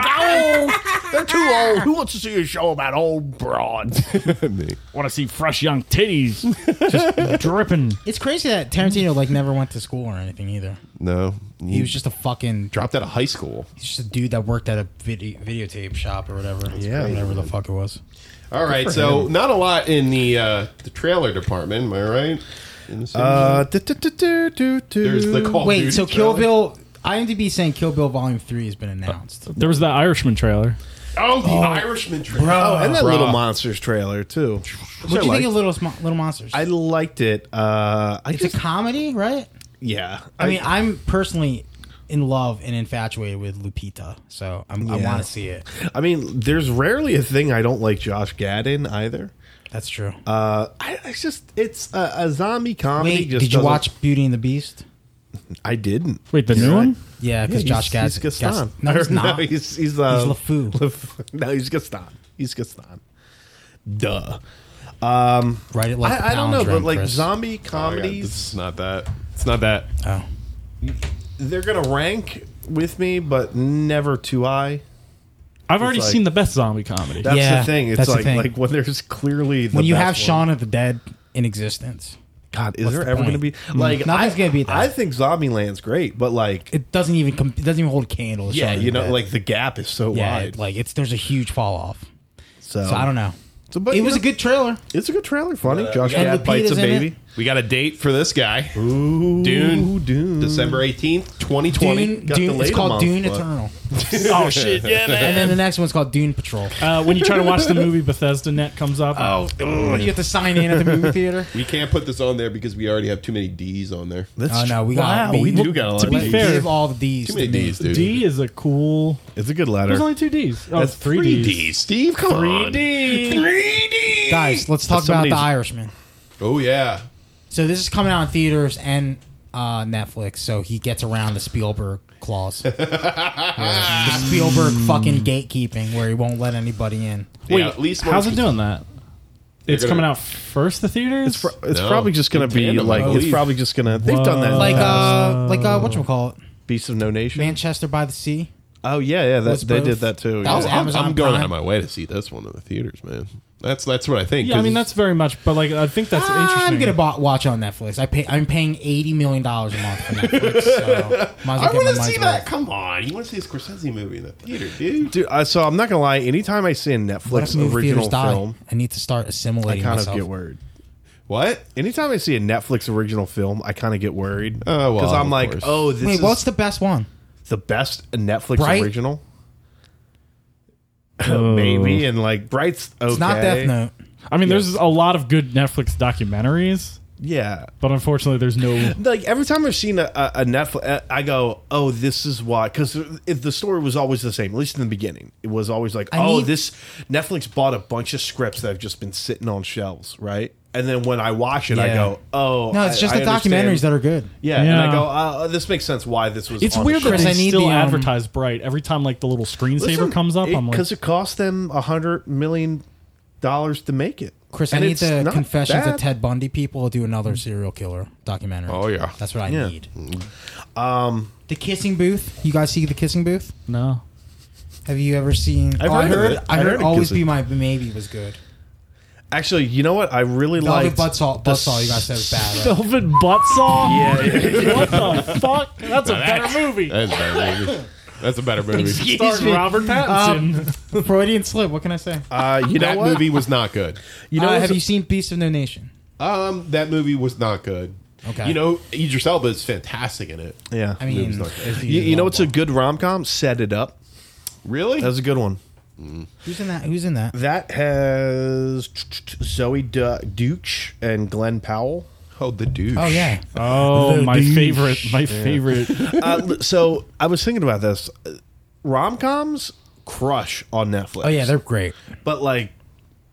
they're too old. Who wants to see a show about old broads? Want to see fresh young titties just dripping. It's crazy that Tarantino like never went to school or anything either. no, He was just a fucking dropped out of high school. he's just a dude that worked at a video, videotape shop or whatever. Yeah. whatever the fuck it was. All right, so not a lot in the uh, the trailer department. Am I right? In the series? Uh, do, do, do, do, do, do. There's the Call of Wait, Duty so Kill trailer. Bill? IMDb is saying Kill Bill Volume Three has been announced. There was that Irishman trailer. Oh, the Irishman trailer. Oh, and that Bruh. Little Monsters trailer, too. What do you think I of liked. Little Smo- Little Monsters? I liked it. Uh, I it's just, a comedy, right? yeah. I mean, I'm personally in love and infatuated with Lupita, so I'm, I Yeah. want to see it. I mean, there's rarely a thing I don't like Josh Gad in either. That's true. Uh, I, it's just, it's a, a zombie comedy. Wait, just did you doesn't- watch Beauty and the Beast? I didn't. Wait, the new right. one? Yeah, because Yeah, Josh Gad. he's, he's Gaston. Gas- no, he's Or, not. No, he's he's, uh, He's LeFou. Lef- no, he's Gaston. He's Gaston. Duh. Write it like the I, I don't know, palindrome, but like Chris. zombie Oh my God, this comedies, is not that. It's not that. Oh. they're gonna rank with me, but never too high. I've already like- seen the best zombie comedy. That's Yeah, the thing. It's that's the like thing. like when there's clearly the when you have best one. Shaun of the Dead in existence, God, is what's there the ever point? Mm-hmm. gonna be like Nothing's I, gonna beat that. I think Zombieland's great, but like it doesn't even comp- it doesn't even hold a candle. to yeah, Shaun of you the know, Dead. like the gap is so yeah, wide. like it's there's a huge fall off. so, So I don't know. So, but it you was know, a good trailer. It's a good trailer. Funny. Josh and Gad bites a Lupita's in it. baby. We got a date for this guy. Ooh, Dune. Dune. December 18th, 2020. Dune, got Dune, delayed it's a called month, Dune but- Eternal, oh shit, yeah, and then the next one's called Dune Patrol. Uh, when you try to watch the movie Bethesda Net comes up. Oh, you have to sign in at the movie theater. we can't put this on there because we already have too many D's on there. That's Oh no, we wow, got we we, do got a lot to of be these. fair- give all the D's. Too many to me. D's, dude. D is a cool. It's a good ladder. There's only two D's. Oh, That's three Three D's. D's, Steve. Come on. D. Three D's. Guys, let's talk about Somebody's- the Irishman. Oh yeah. So this is coming out in theaters and uh, Netflix. So he gets around the Spielberg clause, Yeah, the Spielberg fucking gatekeeping, where he won't let anybody in. Wait, Wait, at least how's one- it doing that? It's gonna- coming out first the theaters. It's, pro- it's No. probably just gonna be Tandem, I like it's believe. probably just gonna. They've done that in the Like past. uh, like uh, what you call it, Beast of No Nation. Manchester by the Sea. Oh yeah, yeah. That, Was they both- did that too. That yeah. was I'm, Amazon I'm going Prime. out of my way to see this one in the theaters, man. That's that's what I think. Yeah, I 'cause mean that's very much, but like I think that's interesting. I'm gonna bo- watch on Netflix. I pay. I'm paying eighty million dollars a month for Netflix. So might as well I get want my to money's see worth. that. Come on, you want to see a Scorsese movie in the theater, dude? Dude, I, so I'm not gonna lie. Anytime I see a What if Netflix movie original theaters die? film, I need to start I assimilating kind myself. of get worried. What? Anytime I see a Netflix original film, I kind of get worried. Oh, well, because I'm of like, course. oh, this Wait, is what's the best one? the best Netflix Bright? Oh. original. Maybe and like Bright's okay. It's not Death Note. I mean, there's a lot of good Netflix documentaries, Yeah, but unfortunately, there's no. like every time I've seen a, a, a Netflix, I go, "Oh, this is why." Because the story was always the same, at least in the beginning. It was always like, I "Oh, need- this Netflix bought a bunch of scripts that have just been sitting on shelves, right?" And then when I watch it, I Yeah. go, "Oh, No, it's just I, the I documentaries understand." that are good. yeah, And I Yeah. go, uh, "This makes sense why this was." It's on weird the that Chris, they I need still the, um, advertise Bright every time like the little screen saver comes up. I'm like, because it cost them a hundred million dollars to make it. Chris, And I need it's the not Confessions bad. of Ted Bundy people to do another serial killer documentary. Oh, yeah. that's what I Yeah. Um, need. Um, the kissing booth. You guys see the kissing booth? no, Have you ever seen? I've oh, I heard of heard. it. I I've heard. heard of Always Kissing- be my maybe was good. Actually, you know what? I really uh, Velvet like Buzzsaw. Buzzsaw. You guys said was bad. Right? Velvet Butt Saw. what the fuck? That's a better movie. That's a better movie. That's a better movie. Starring Robert Pattinson. Um, Freudian slip. What can I say? Uh, you know that what? movie was not good. You Uh, know, have what's- you seen Beast of No Nation? Um, that movie was not good. Okay. You know, Idris Elba is fantastic in it. yeah. I mean, Movie's not good. there's You, the you know, it's a Lollipop. good rom com. Set it up. Really? That was a good one. who's in that? Who's in that? That has Zoe Du- Deutch and Glenn Powell. oh, the douche. Oh yeah, Oh, The my douche. favorite, my favorite. Uh, l- so I was thinking about this. Rom coms crush on Netflix. oh yeah, they're great. but like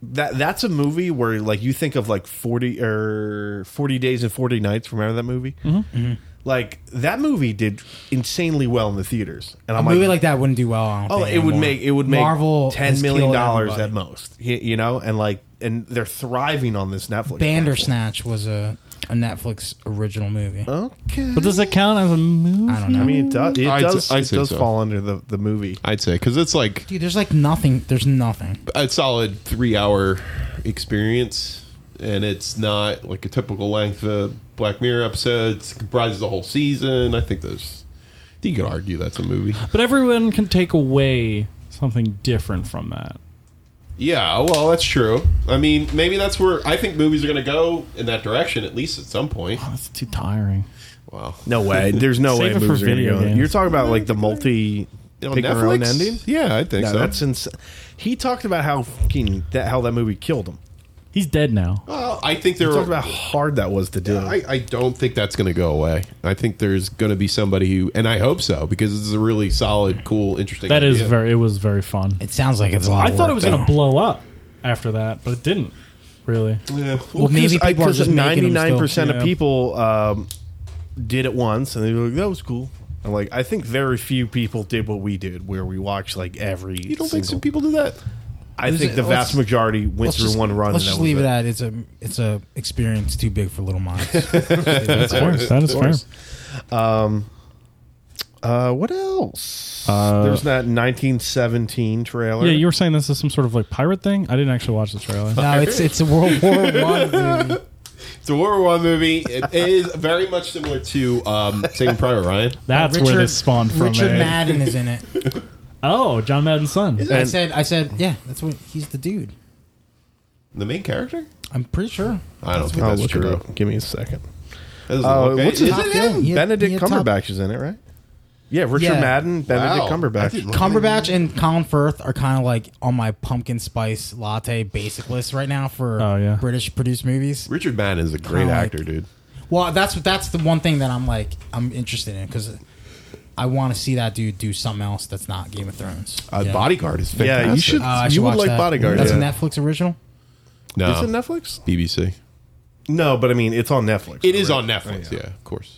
that that's a movie where like you think of like 40 or 40 days and 40 nights remember that movie Mm-hmm. like that movie did insanely well in the theaters and i'm A movie like, like that wouldn't do well. I don't oh think, it would anymore. make it would make Marvel ten has million killed dollars everybody. at most y- you know and like and they're thriving on this netflix Bandersnatch was a, a Netflix original movie. platform. okay But does it count as a movie? I don't know. Oh, i mean it does it I'd does, say- I'd it say does so. fall under the the movie I'd say because it's like Dude, there's like nothing. There's nothing. a solid three-hour experience, and it's not like a typical length of Black Mirror episode. It comprises the whole season. I think there's. I think you could argue that's a movie. But everyone can take away something different from that. Yeah, well, that's true. I mean, maybe that's where I think movies are going to go in that direction, at least at some point. That's too tiring. Wow. no way there's no Save way it for movies are gonna video go games. you're talking about like the multi On pick your own ending Yeah, I think No, so. that's ins- he talked about how fucking that how that movie killed him. He's dead now. Well, I think there He are. talked about how hard that was to do. I, I don't think that's going to go away. I think there's going to be somebody who, and I hope so, because this is a really solid, cool, interesting. That is idea. very. It was very fun. It sounds like it's a lot. I of thought work, it was going though. to blow up after that, but it didn't. Really. Yeah. Uh, Well, maybe people are just making them ninety-nine percent of Yeah. people um, did it once, and they were like, "That was cool." And like, I think very few people did what we did, where we watched like every. You don't think single- some people do that? I think the Let's- vast majority went Let's through just, one run. let's and just that was leave it at it's a it's a experience too big for little minds. Of course, that is fair. Uh, what else? Uh, There's that 1917 trailer. Yeah, you were saying this is some sort of like pirate thing. I didn't actually watch the trailer. no, it's it's a World War One movie. It's a World War One movie. It is very much similar to um, Saving Private Ryan. That's where this spawned from. Richard eh? Madden is in it. Oh, John Madden's son. I And- said I said yeah, that's what he's the dude. The main character? I'm pretty sure. I don't think I'll that's Oh, look it true. Oh, up. Give me a second. That doesn't Uh, look- what's is his it Top him? Gun. He had- Benedict he had top- Cumberbatch is in it, right? Yeah, Richard Yeah. Madden, Benedict Wow. I Cumberbatch. didn't- Cumberbatch and Colin Firth are kind of like on my pumpkin spice latte basic list right now for Oh, yeah. British produced movies. Richard Madden is a great Kinda like- actor, dude. Well, that's that's the one thing that I'm like I'm interested in because I want to see that dude do something else that's not Game of Thrones. Uh, you know? Bodyguard is fantastic. Yeah, you should- Uh, I should You would watch like that. Bodyguard, That's yeah. a Netflix original. No, Is it Netflix? BBC. No, but I mean, it's on Netflix. It is right? on Netflix. Oh, yeah. of course.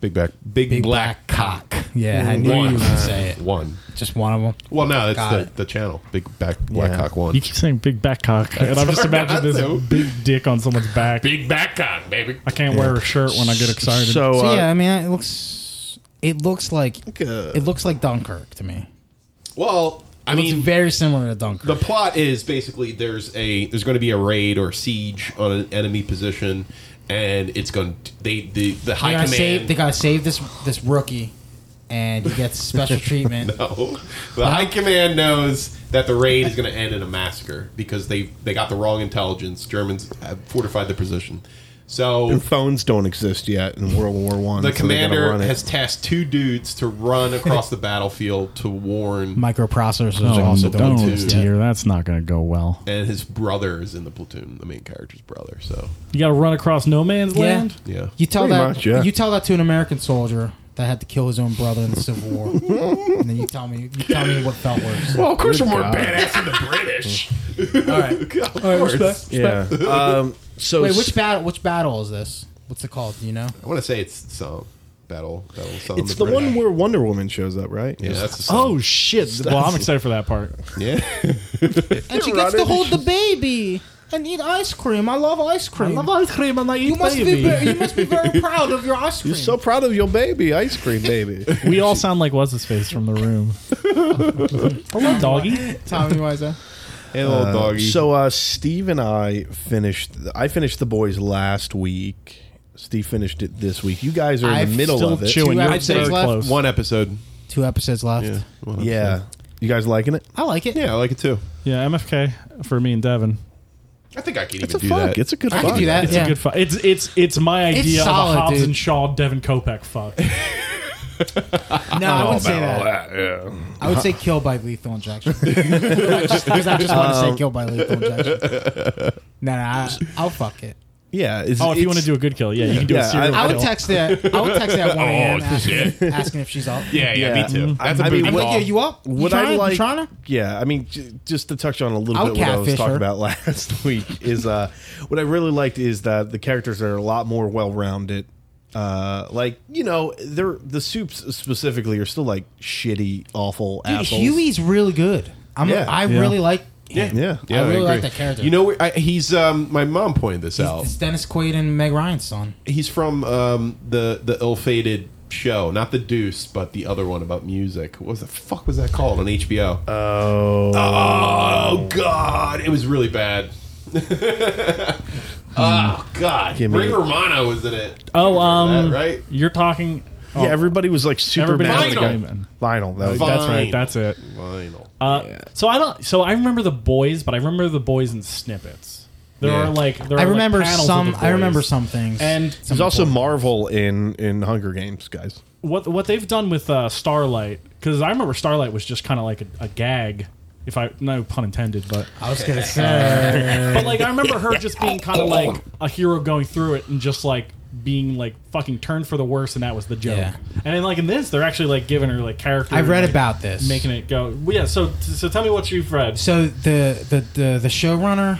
Big back, big, Big Black, black, Cock. Yeah, I knew one. you would say it. One. Just one of them. Well, no, that's Got the, it. the channel. Big back, black Yeah. cock one. You keep saying big back cock, and I'm just imagining this That's- big dick on someone's back. big back cock, baby. I can't wear a shirt when I get excited. So, So uh, yeah, I mean, it looks it looks like uh, it looks like Dunkirk to me. Well, I looks mean, very similar to Dunkirk. the plot is basically there's a there's going to be a raid or siege on an enemy position, and it's going to, they the the high they gotta command. save. They gotta save this this rookie, and he gets special treatment. No. The high command knows that the raid is going to end in a massacre because they they got the wrong intelligence. Germans have fortified the position. So Phones don't exist yet in World War One. the so they gotta commander run it. has tasked two dudes to run across the battlefield to warn Microprocessors Oh, also don't, don't. do dear, That's not going to go well. and his brother is in the platoon, the main character's brother. So, You got to run across no man's Yeah. land. yeah. You tell Pretty that. much, yeah. You tell that to an American soldier that had to kill his own brother in the Civil War, and then you tell me. You tell me what felt worse. Well, of course you're more badass than the British. All right. of course. yeah. um, so Wait, which battle? Which battle is this? What's it called? Do you know? I want to say it's some battle battle song. it's the one where Wonder Woman shows up, right? yeah, that's the song. Oh shit! well, I'm excited for that part. yeah. And she gets to hold the baby and eat ice cream. I love ice cream. ice cream and I you must be. Very, you must be very proud of your ice cream. So proud of your baby, ice cream baby. we all sound like what's his face from the room. Hello, doggy. Tommy Wiseau. Hey, little doggy. So uh, Steve and I finished. I finished the boys last week. Steve finished it this week. You guys are in I've the middle Still of it. chewing. Two You're episodes very left. close. one episode. Two episodes left. Yeah. One episode. Yeah, you guys liking it? I like it. Yeah, I like it too. Yeah, MFK for me and Devin. I think I could It's a fuck. It's a good. I fuck. could do that. It's yeah. a good fuck. It's it's it's my idea of solid, a Hobbs dude. and Shaw Devin Kopeck fuck. no, Oh, I wouldn't say that. I would say kill by lethal injection. Because I just want to say kill by lethal injection. No, no, I, I'll fuck it. Yeah. It's, Oh, if you it's- want to do a good kill, yeah, you can do Yeah, a serial I kill. would text that. I would text that one Oh, asking, shit. asking if she's up. Yeah, yeah, Yeah. me too. Mm-hmm. I- That's a I big mean, what- call. Yeah, you up? You What I trying? like, You trying to? yeah, I mean, j- just to touch on a little I would bit what I was catfish talking her. about last week is uh, what I really liked is that the characters are a lot more well-rounded. Uh, like you know, they're the soups specifically are still like shitty, awful Dude, assholes. Huey's really good. I'm, Yeah. I Yeah. really like. Yeah, Yeah. I really agree. like that character. You know, where- I, he's um, my mom pointed this out. It's Dennis Quaid and Meg Ryan's son. He's from um, the the ill-fated show, not the Deuce, but the other one about music. What was the fuck was that called on HBO? Oh, oh God, it was really bad. oh God, Give me Ring Hmm. it. Romano was in it. Oh, um, That, right? You're talking. yeah, everybody was like super Everybody mad. has Everybody's a Vinyl. gay man. Lionel, that was Vinyl. That's Vinyl. right. That's it. Vinyl. Uh, So I don't. So I remember the boys, but I remember the boys in snippets. There Yeah. are like. There I are, like, remember panels of some. the I remember boys. some things. And Some There's also important- Marvel in in Hunger Games, guys. what what they've done with uh, Starlight because I remember Starlight was just kind of like a, a gag, if I no pun intended, but I was gonna say. but like I remember her just being kind of like a hero going through it and just like being like fucking turned for the worse and that was the joke. Yeah. And then like in this, they're actually like giving her like character. I read like, about this. making it go. Well, yeah. So so tell me what you've read. So the the the, the showrunner,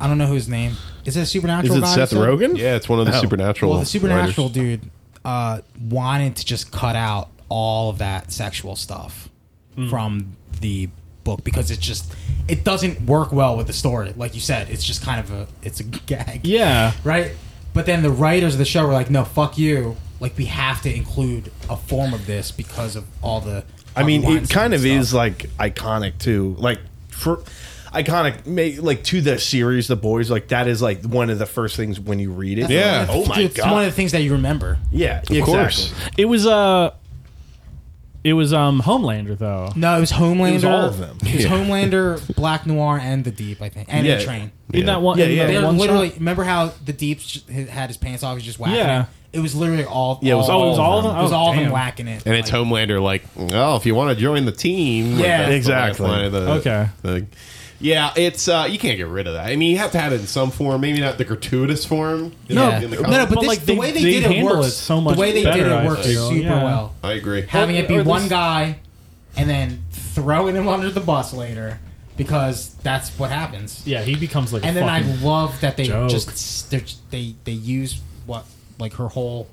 I don't know his name. Is it a supernatural? guy you said? Yeah, it's one of the Oh. supernatural. Well, the supernatural writers. dude uh, wanted to just cut out all of that sexual stuff from the book because it's just it doesn't work well with the story. Like you said, it's just kind of a it's a gag. Yeah. Right? But then the writers of the show were like, no, fuck you. Like, we have to include a form of this because of all the. I mean, Harvey it Weinstein kind of stuff. is like iconic too. Like for iconic, may, like to the series, the boys. Like that is like one of the first things when you read it. Yeah. Oh my It's one god. of the things that you remember. yeah. Of course. It was uh it was um Homelander though. No, it was Homelander. It was all of them. It was Yeah. Homelander, Black Noir, and The Deep, I think. And Yeah. the train. In that one, Yeah, in yeah. that They one literally, shot? remember how The Deep sh- had his pants off? He was just whacking Yeah. it? It was literally all. Yeah, it was Oh, it was all all of them. It was Oh, all of them damn. whacking it. And it's Like, Homelander, like, oh, if you want to join the team, like, Yeah. that's the Exactly. last line of the- Okay. the- yeah, it's uh, you can't get rid of that. I mean, you have to have it in some form, maybe not the gratuitous form. you know, Yeah. in the No, comic. no, but, But, this, like, the they- way they, they did it handle works. it so much the way they better, did I it works feel. super Yeah. well. I agree. Having it Or be at one least- guy, and then throwing him under the bus later because that's what happens. Yeah, he becomes like. and a then I fucking, love that they joke. just they're- they they use what like her whole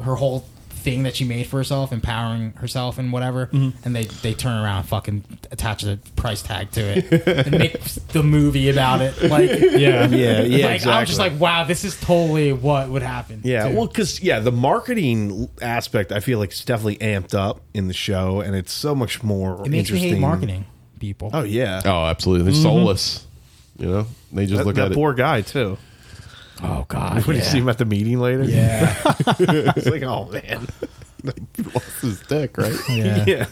her whole thing that she made for herself, empowering herself and whatever, Mm-hmm. and they they turn around and fucking attach a price tag to it and make the movie about it. Like Yeah. Yeah, yeah, like, I'm just exactly. like, wow, this is totally what would happen. Yeah, too. well, because yeah, the marketing aspect I feel like is definitely amped up in the show, and it's so much more. it makes me hate interesting. marketing people. Oh yeah, Oh, absolutely. They're soulless. You know, they just that, look that at poor guy too. Oh god, When you see him at the meeting later, yeah, it's like oh man, it. Lost his dick, right? yeah. yeah,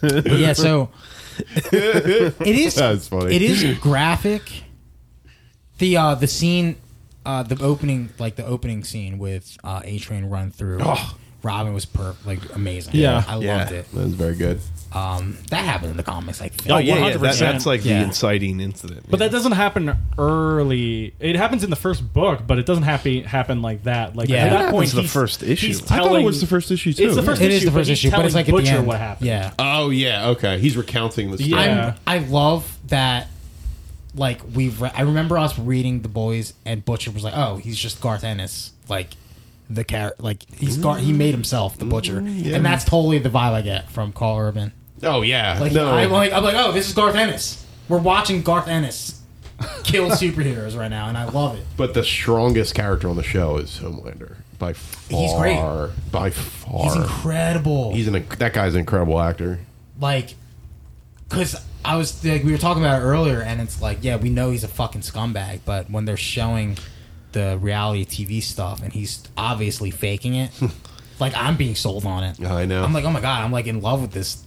But yeah, so it is. Oh, That's funny. It is graphic. The uh, the scene, uh, the opening, like the opening scene with uh, A Train run through. Robin was per like amazing. Yeah. I Yeah. loved it. That was very good. Um, that happened in the comics. Like, Oh, oh yeah, yeah, yeah, that- that's like Yeah. the inciting incident. But that doesn't happen early. It happens in the first book, but it doesn't happen happen like that. Like Yeah. at That that happens point, in the he's- first issue. he's I I thought it telling- was the first issue too. It's the first it issue. is the but he's first issue, but telling it's like at the Butcher end. what happened. Yeah, Oh yeah, okay. He's recounting the story. Yeah. I'm, I love that. Like we've, re- I remember us reading the boys, and Butcher was like, "Oh, he's just Garth Ennis, like the car, like he's Gar- he made himself the Butcher," Mm, and that's totally the vibe I get from Carl Urban. Oh yeah. Like no. I'm like, I'm like, oh, this is Garth Ennis. We're watching Garth Ennis kill superheroes right now, and I love it. but the strongest character on the show is Homelander by far. He's great. By far. He's incredible. He's an that guy's an incredible actor. like because i was like we were talking about it earlier and it's like yeah we know he's a fucking scumbag but when they're showing the reality tv stuff and he's obviously faking it like i'm being sold on it I know. i'm like oh my god i'm like in love with this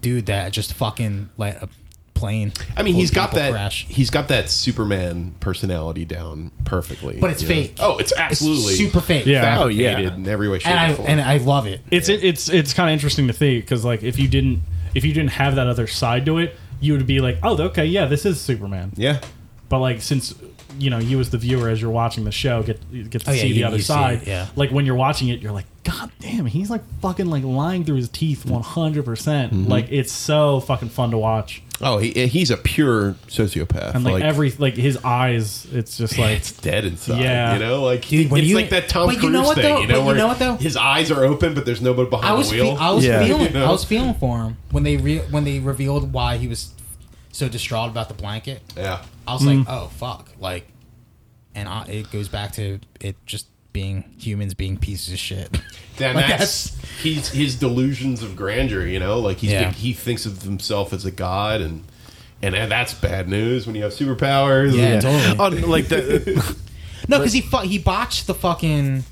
dude that just fucking let a plane I mean, full he's of got people that. crash. He's got that Superman personality down perfectly. But it's you know? fake. Oh, it's It's absolutely super fake Yeah. fabricated Oh, yeah. in every way, shape, and and, i form. and i love it It's it's it's kind of interesting to think because like if you didn't if you didn't have that other side to it, you would be like, oh, okay, yeah, this is Superman. yeah, But like since you know you as the viewer as you're watching the show get you get to Oh, yeah, see you- the other you see side. it, yeah. Like when you're watching it, you're like, God damn, he's like fucking like lying through his Mm-hmm. teeth 100. percent Like it's so fucking fun to watch. oh, he, he's a pure sociopath. And like, every like his eyes, it's just like it's dead inside. Yeah. you know, like Dude, when it's you- like that Tom but Cruise you know what, thing. though? You know, But you where know what, though? His eyes are open, but there's nobody behind I was the fe- wheel. I was Yeah. feeling You know? I was feeling for him when they re- when they revealed why he was so distraught about the blanket. yeah, I was like, oh fuck, like, and I, it goes back to it just being humans being pieces of shit. Then Like, that's, he's his delusions of grandeur. You know, like he's Yeah. he thinks of himself as a god, and and that's bad news when you have superpowers. Yeah, and- totally. Oh, like that. no, because he fu- he botched the fucking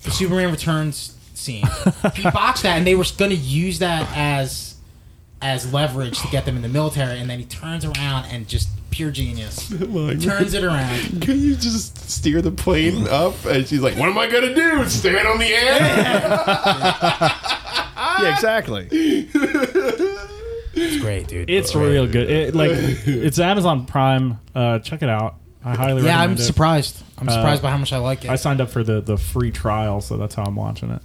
Superman Returns scene. he botched that, and they were going to use that as as leverage to get them in the military. And then he turns around and just pure genius turns it around. Can you just steer the plane up? And she's like, "What am I gonna do? Stand on the air?" yeah, exactly. It's great, dude. It's real good. It, like it's Amazon Prime. Uh, check it out. I highly yeah, recommend I'm it. Uh, surprised. I'm surprised by how much I like it. I signed up for the, the free trial, so that's how I'm watching it.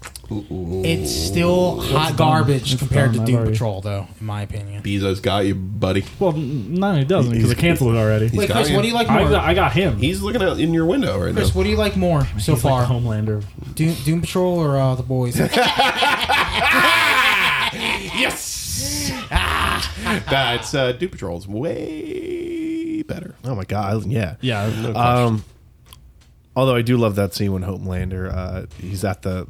it's still hot garbage It's compared done. to I've Doom already- Patrol, though, in my opinion. Bezos got you, buddy. Well, n- no, it doesn't because it canceled it already. Wait, got Chris, you. what do you like I more? got, I got him. He's looking out in your window right Chris, now. what do you like more so He's like far? the Homelander. Doom, Doom Patrol or uh, the boys? Yes, that's uh, Doom Patrol's way better. Oh my god. Yeah. Yeah, Um, although I do love that scene when Homelander, uh, he's at the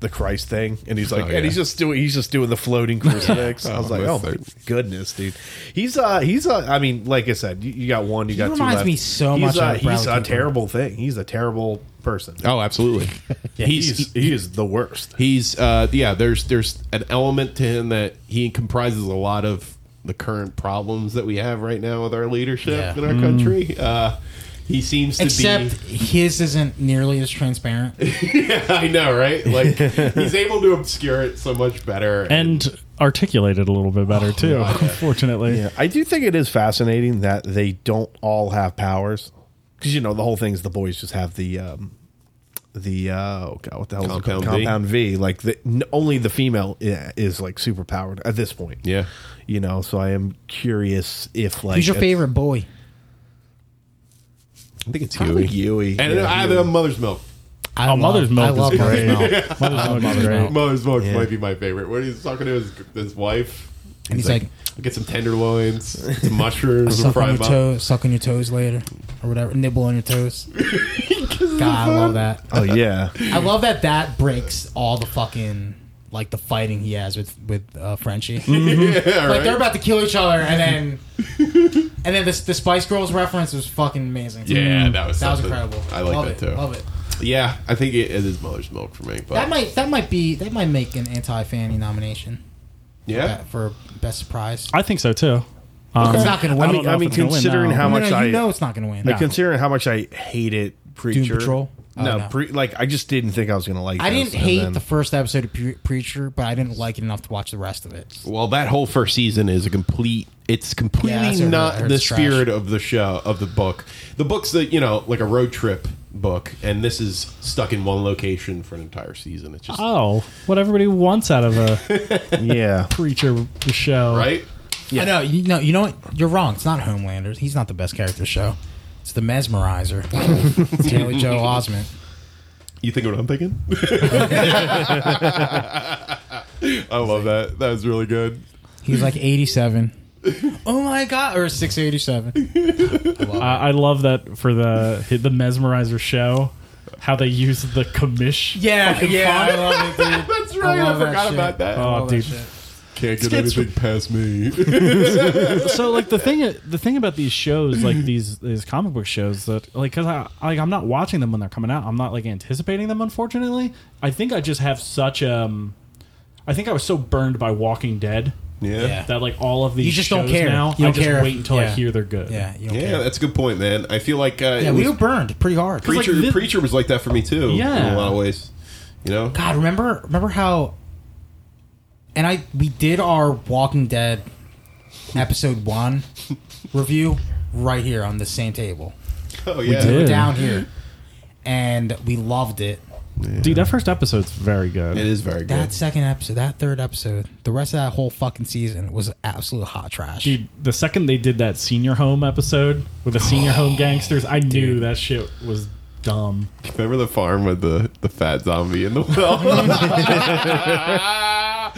the Christ thing, and he's like, Oh, yeah. and he's just doing, he's just doing the floating crucifix. I was Oh, like, that's oh my goodness, dude. He's uh, he's uh, I mean, like I said, you, you got one, you got two. reminds left. me so he's much Uh, of he's Bradley a Cooper. terrible thing. He's a terrible person. Oh, absolutely. He's he is the worst. He's uh yeah, there's there's an element to him that he comprises a lot of the current problems that we have right now with our leadership Yeah. Mm. in our country. Uh he seems to Except his isn't nearly as transparent. be I know, right? Like he's able to obscure it so much better. and articulated a little bit better too. yeah. Unfortunately, Yeah, I do think it is fascinating that they don't all have powers because you know the whole thing is the boys just have the um, the uh, oh god what the hell is it Compound called? V. compound V like the, n- only the female i- is like super powered at this point. yeah. you know, so I am curious if like Who's your it's- favorite boy? I think it's Probably Huey. Huey. And uh, Yeah, I have Huey. a mother's milk. I Oh, Mother's Milk I is love Mother's great. Milk. Mother's Milk is great. Mother's Milk might be my favorite. When he's talking to his, his wife, And he's like, "I'll get some tenderloins, some mushrooms, and suck on fry your them up. toes, suck on your toes later, or whatever. Nibble on your toes. God, I love that. Oh yeah, I love that. That breaks all the fucking like the fighting he has with with uh, Frenchie. Mm-hmm. Yeah, Like they're right? about to kill each other, and then and then this the Spice Girls reference was fucking amazing. Yeah, Mm-hmm. that was Mm. that was something. incredible. I like love that it, too. Love it. Yeah, I think it, it is Mother's Milk for me. But That might that might be that might make an anti Fanny nomination Uh, yeah, for best surprise. I think so too. Um, it's not gonna win. I don't mean, know I if mean, it's gonna win, considering no. how no, much no, I you know it's not gonna win. like, considering how much I hated Preacher. Patrol? Oh, no, no. Pre- like I just didn't think I was gonna like. I this, didn't and hate then- the first episode of Pre- Preacher, but I didn't like it enough to watch the rest of it. Well, that whole first season is a complete. It's Yeah, completely that's what I not heard. the It's trash. spirit of the show of the book. The book's that you know, like a road trip book, and this is stuck in one location for an entire season. It's just Oh, what everybody wants out of a yeah. preacher show, right. I know. You know. You know what? You're wrong. It's not Homelanders. He's not the best character of the show. It's the Mesmerizer, Taylor Joe Osment. You think what I'm thinking? I love that. That was really good. He's like 87. oh my god, or 687. I, I love that for the the mesmerizer show. How they use the commish. Yeah, yeah. I love it, dude. That's right. I, love that forgot shit. about that. Oh, Love that dude. shit. Can't get gets- anything past me. so like the thing the thing about these shows like these these comic book shows that like because i like i'm not watching them when they're coming out i'm not like anticipating them unfortunately i think i just have such um i think i was so burned by walking dead yeah. Yeah. that like all of these You just don't shows care. now You don't i just care. wait until i Yeah. hear they're good Yeah, you don't Yeah, care. that's a good point, man. I feel like uh, yeah, it we was were burned pretty hard. preacher. like thi- preacher was like that for me too. in Yeah. a lot of ways. You know, God, remember remember how and I we did our Walking Dead episode 1 review right here on the same table. oh yeah, did. Down here. And we loved it. dude that first episode's very good it is very good. That second episode, that third episode, the rest of that whole fucking season was absolute hot trash. Dude, the second they did that senior home episode with the senior home gangsters, I knew that shit was dumb. Remember the farm with the, the fat zombie in the well? that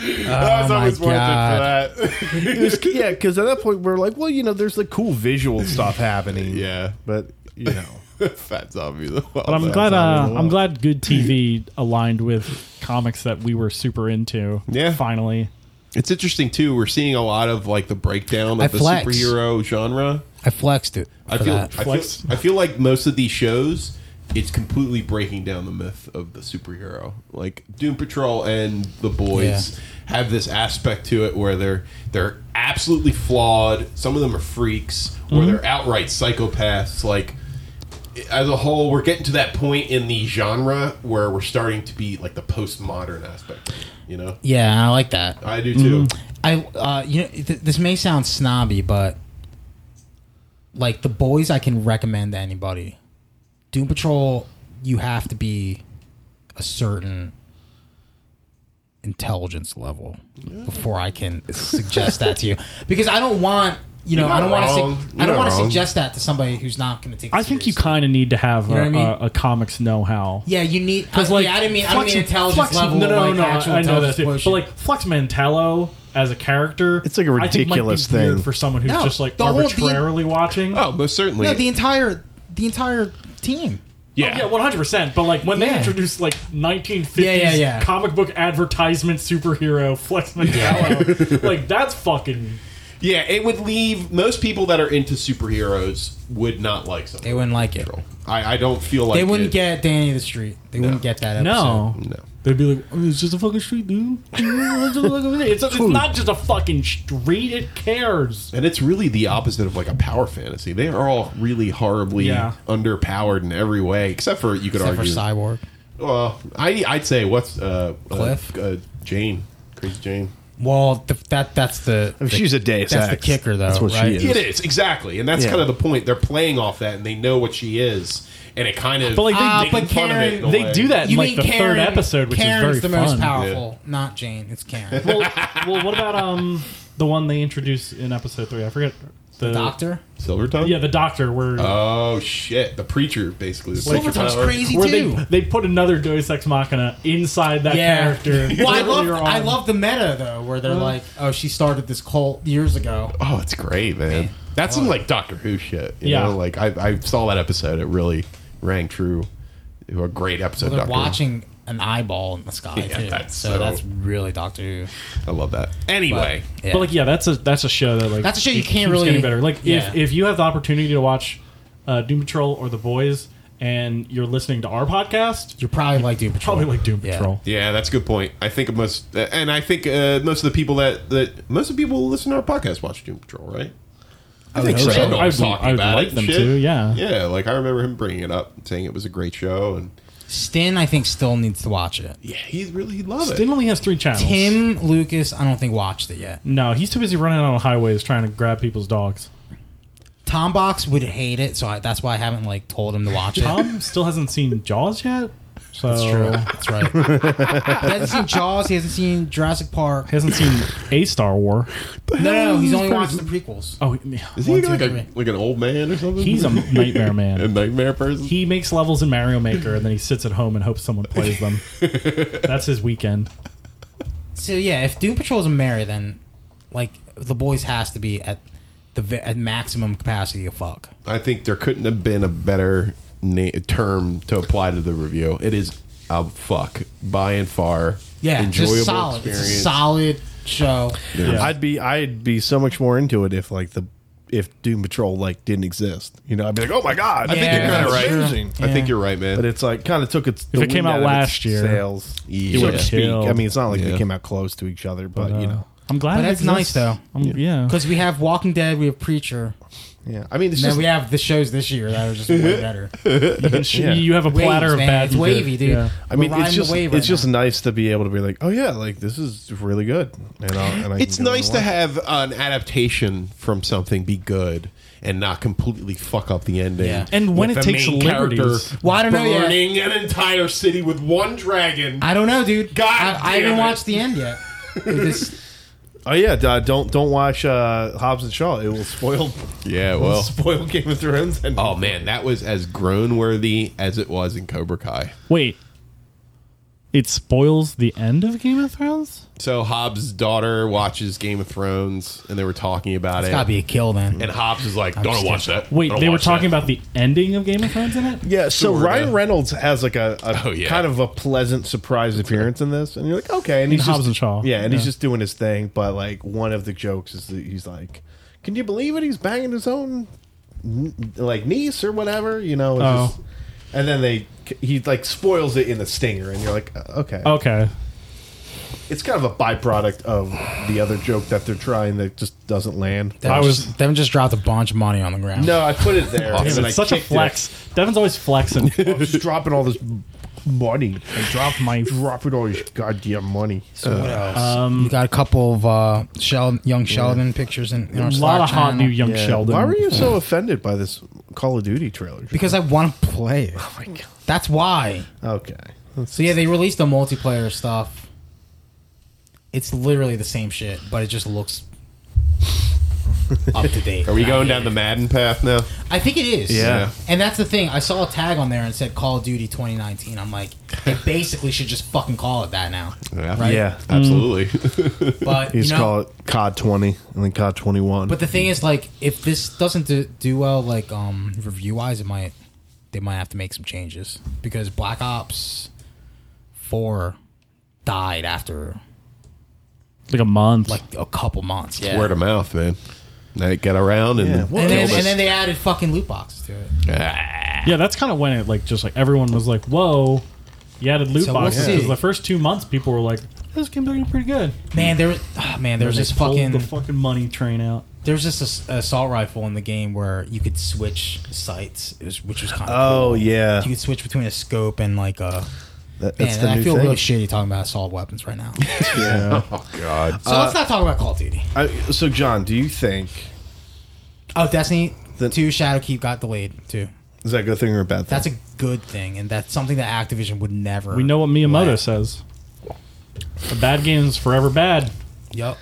was Oh my always God. worth it for that. yeah, because at that point we are like, well, you know, there's the cool visual stuff happening. yeah, but you know, fat zombie in the well. But I'm glad. Uh, I'm glad good TV aligned with comics that we were super into. Yeah. finally. It's interesting too. We're seeing a lot of like the breakdown of I the flex. superhero genre. I flexed it. I for feel, I that. feel. Flex. I feel like most of these shows, it's completely breaking down the myth of the superhero. Like Doom Patrol and The Boys have this aspect to it where they're they're absolutely flawed. Some of them are freaks, Mm-hmm. or they're outright psychopaths. Like as a whole, we're getting to that point in the genre where we're starting to be like the postmodern aspect. of it, You know, yeah, I like that. I do too. I uh, you know th- this may sound snobby, but like the boys, I can recommend to anybody. Doom Patrol, you have to be a certain intelligence level before I can suggest that to you, because I don't want you know You're I don't want to not wrong. su- I You're don't not want to wrong. suggest that to somebody who's not going to take. It I think you seriously. kind of need to have know a, what I mean? a, a comics know-how. Yeah, you need. Because like, yeah, I didn't mean I don't mean Flux- intelligence Flux- level. No, no, like, no. actual I know that intelligence too. But quotient. like Flex Mantello as a character, It's like a I think might be ridiculous weird thing. for someone who's No, just like the whole- the- arbitrarily watching. Oh, most certainly. no, the entire the entire team. Yeah, yeah, one hundred percent. But like when they Yeah. introduced like nineteen fifties Yeah, yeah, yeah. comic book advertisement superhero Flex Mantello, like that's fucking. Yeah, it would leave most people that are into superheroes would not like something. They wouldn't like it. I, I don't feel like They wouldn't it- get Danny of the Street. They wouldn't get that episode. No, no. they'd be like, "Oh, "It's just a fucking street, dude. it's, it's not just a fucking street. It cares." And it's really the opposite of like a power fantasy. They are all really horribly Yeah. underpowered in every way, except for you could Except for argue. Cyborg. well, I I'd say what's uh, uh, Cliff? uh, Jane, Crazy Jane. Well, th- that that's the, I mean, the- she's a deus That's the ex. kicker, though. That's what she right? is. It is exactly, and that's Yeah. kind of the point. They're playing off that, and they know what she is, and it kind of But like they, Ah, they, but fun of it in a they way. do that in You like mean the Karen? third episode, which Karen's is very the fun. most powerful, not Jane. It's Karen. well, well, what about um the one they introduced in episode three? I forget the, Doctor? Silver tongue. Yeah, the doctor where Uh, Oh shit! The preacher basically. The preacher Silvertongue's power. crazy where too. they, they put another Deus Ex Machina inside that yeah. character. well, I love earlier I on. love the meta though, where they're like, oh, she started this cult years ago. Oh, it's great, man. That's Oh. some like Doctor Who shit. You Yeah. know? like I, I saw that episode. It really rang true. A great episode. They're Doctor Who. watching an eyeball in the sky Yeah, too. that's so, so- that's really Doctor Who. I love that. Anyway, Yeah. But like, yeah, that's a that's a show that like That's a show it you can't keeps really- getting better. Like yeah. if if you have the opportunity to watch uh, Doom Patrol or The Boys and you're listening to our podcast, you probably like Doom Patrol. probably like Doom Yeah. Patrol. yeah, that's a good point. I think most, and I think uh, most of the people that that most of the people who listen to our podcast watch Doom Patrol, right? I, think hope so. Randall was I would- talking I would about like it and them shit. to, yeah. yeah. Like I remember him bringing it up, and saying it was a great show, and Stin, I think, still needs to watch it. yeah, he really he loved Stin it. only has three channels. Tim Lucas, I don't think watched it yet. No, he's too busy running on highways trying to grab people's dogs. Tom Box would hate it, so I, that's why I haven't like told him to watch it. Tom still hasn't seen Jaws yet. So That's true. That's right. he hasn't seen Jaws. He hasn't seen Jurassic Park. He hasn't seen a Star War. No, no, no he's only watched the prequels. Oh, Is he One, like two, a three. like an old man or something? he's a nightmare a man. nightmare person. He makes levels in Mario Maker and then he sits at home and hopes someone plays them. That's his weekend. So yeah, if Doom Patrol is a Mary, then like the boys has to be at the ve- at maximum capacity of fuck. I think there couldn't have been a better na- term to apply to the review. It is a fuck by and far. Yeah, enjoyable just solid. experience. It's a solid show. Yeah. I'd be I'd be so much more into it if like the if Doom Patrol like didn't exist. You know, I'd be like, oh my god, I I think Yeah, you're kind of that's right. true. I think Yeah. you're right, man. But it's like kind of took its. the it came wind out of its last year, sales. Yeah. So to speak. Killed. I mean, it's not like Yeah. they came out close to each other, but, you know, I'm glad. But it that's nice, exists. though. I'm- yeah. Because we have Walking Dead, we have Preacher, yeah. I mean, it's and then just we have the shows this year that are just way better. You- You have a Waves, platter of man. bad. It's wavy, dude. Yeah. I mean, We're riding it's the just wave it's right just now. nice to be able to be like, oh yeah, like this is really good. And, I'll, and I It's can go nice and to watch it. have an adaptation from something be good and not completely fuck up the ending. Yeah. And when With it the takes main character liberties. Well, I don't know yet. burning an entire city with one dragon. I don't know, dude. God I, I damn haven't it. watched the end yet. This- Oh yeah, d- uh, don't don't watch uh, Hobbs and Shaw. It will spoil yeah, well. spoil Game of Thrones. And Oh man, that was as groan worthy as it was in Cobra Kai. Wait. It spoils the end of Game of Thrones? So Hobbs' daughter watches Game of Thrones, and they were talking about it's it. gotta be a kill, then. And Hobbs is like, "Don't just watch that." Wait, Don't they were watch talking that." about the ending of Game of Thrones in it? yeah. So Sorta. Ryan Reynolds has like a, a Oh, yeah. kind of a pleasant surprise appearance in this, and you're like, okay, and he's Hobbs just, and Shaw. Yeah, and he's Yeah. just doing his thing. But like one of the jokes is that he's like, can you believe it? He's banging his own n- like niece or whatever, you know. it's Oh. just- and then they he like spoils it in the stinger, and you're like, "Uh, okay, Okay. it's kind of a byproduct of the other joke that they're trying that just doesn't land. Devin I was- just, Devin just dropped a bunch of money on the ground. No, I put it there. Damn, and Oh, It's then I such a kicked it. flex. Devin's always flexing. I'm just dropping all this money. I dropped my. Dropping all this goddamn money. So what else? you got a couple of uh, Shel- young Sheldon pictures in, in A our Slack lot of hot channel. new young Sheldon. Why were you so offended by this Call of Duty trailer? Because I want to play it. oh my god. That's why. Okay. That's- So yeah, they released the multiplayer stuff. It's literally the same shit, but it just looks up to date. Are we going down the Madden path now? I think it is. Yeah. And that's the thing. I saw a tag on there and said Call of Duty 2019. I'm like, it basically should just fucking call it that now. Yeah, Right? Yeah. absolutely. But Mm. He's you know, call it COD 20 and then COD 21. But the thing is, like, if this doesn't do, do well, like, um, review wise, it might they might have to make some changes because Black Ops Four died after Like a month. like a couple months. Yeah. Word of mouth, man. They get around and Yeah, what- and, then, Killed us. and then they added fucking loot boxes to it. Ah. yeah, that's kind of when it, like, just like everyone was like, whoa. You added loot So we'll boxes. see. Because the first two months, people were like, this game's looking pretty good. Man, there, was- ah, man, there was They this pulled fucking the fucking money train out. there was this ass- assault rifle in the game where you could switch sights, it was- which was kind of oh, yeah. you could switch between a scope and like a. That- Man, that's and the I new feel thing. really shitty talking about assault weapons right now. so Yeah. Oh god. let's not talk about Call of Duty. I, so, John, do you think. Oh, Destiny The- 2 Shadowkeep got delayed too. Is that a good thing or a bad thing? That's a good thing, and that's something that Activision would never. We know what Miyamoto let. says. A bad game's forever bad. Yep.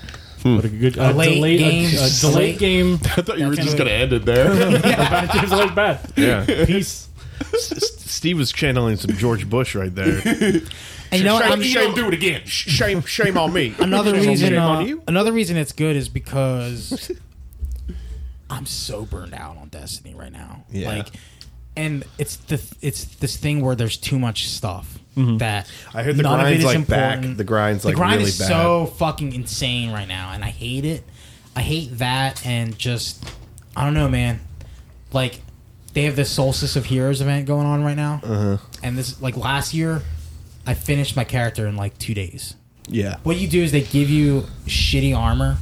But a good a Late delayed, game. a, a delayed game. I thought you were just gonna end it there. bad game's always bad. Yeah. Peace. Steve was channeling some George Bush right there. And you know what? I'm, do it again. shame, shame on me. another Shame on me. reason. Shame on uh, you. another reason it's good is because I'm so burned out on Destiny right now. Yeah. Like, and it's the it's this thing where there's too much stuff Mm-hmm. that I heard the none of it grind's, is like, back. important. The grind's, like, the grind really is so fucking insane right now, and I hate it. I hate that, and just I don't know, man. Like. They have this Solstice of Heroes event going on right now, Uh-huh. and this like last year, I finished my character in like two days Yeah. what you do is they give you shitty armor,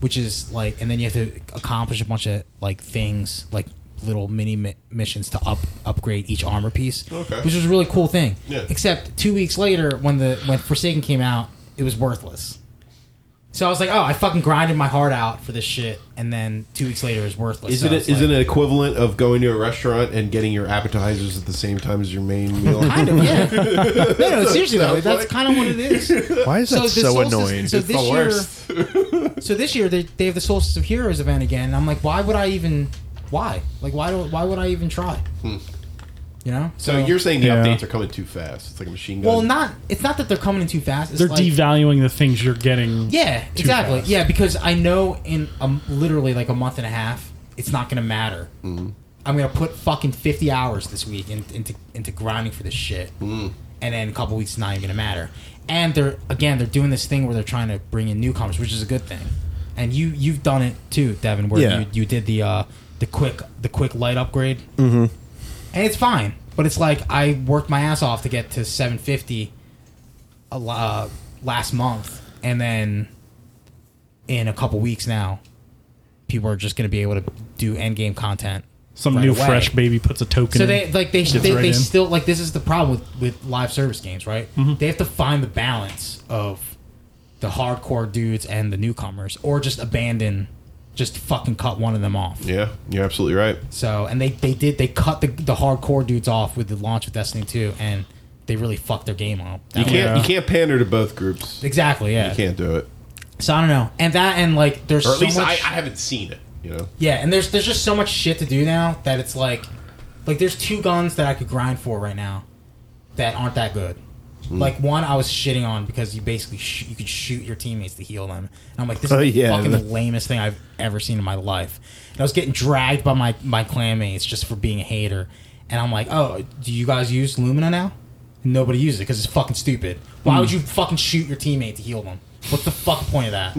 which is like, and then you have to accomplish a bunch of like things, like little mini mi- missions to up upgrade each armor piece, Okay. which was a really cool thing. Yeah. Except two weeks later, when the when Forsaken came out, it was worthless. So I was like, oh, I fucking grinded my heart out for this shit, and then two weeks later, it was worthless. Isn't So it it's isn't like- it equivalent of going to a restaurant and getting your appetizers at the same time as your main meal? Kind of, yeah. no, no, seriously though, Sounds that's like- kind of what it is. Why is that this so solstice- annoying? So the this year, worst. so this year they, they have the Solstice of Heroes event again. And I'm like, why would I even? Why? Like, why do? Why would I even try? You know. Hmm. So you're saying the Yeah. updates are coming too fast? It's like a machine gun. well, not. It's not that they're coming in too fast. It's They're like, devaluing the things you're getting. Yeah, exactly. fast. Yeah, because I know in um, literally like a month and a half, it's not gonna matter. Mm-hmm. I'm gonna put fucking 50 hours this week in, into into grinding for this shit, Mm-hmm. and then a couple weeks it's not even gonna matter. And they're again, they're doing this thing where they're trying to bring in newcomers, which is a good thing. And you you've done it too, Devin, where Yeah. you, you did the uh, the quick the quick light upgrade, Mm-hmm. and it's fine. But it's like I worked my ass off to get to 750 a lo- uh, last month, and then in a couple weeks now, people are just going to be able to do end game content. Some right new away. fresh baby puts a token. So in. they like they they, right they in. still like this is the problem with with live service games, right? They have to find the balance of the hardcore dudes and the newcomers, or just abandon, just fucking cut one of them off. yeah, you're absolutely right. So and they they did they cut the the hardcore dudes off with the launch of Destiny two, and they really fucked their game up. You can't Yeah. you can't pander to both groups. exactly, yeah. You can't do it. So I don't know, and that and like there's Or at so least much. I, I haven't seen it. You know. Yeah, and there's there's just so much shit to do now that it's like like there's two guns that I could grind for right now that aren't that good. Hmm. Like one I was shitting on because you basically sh- you could shoot your teammates to heal them. And I'm like this is Oh, the yeah. fucking the lamest thing I've ever seen in my life. And I was getting dragged by my my clanmates just for being a hater. And I'm like, "Oh, do you guys use Lumina now?" Nobody uses it because it's fucking stupid. Why Hmm. would you fucking shoot your teammate to heal them? What's the fuck point of that?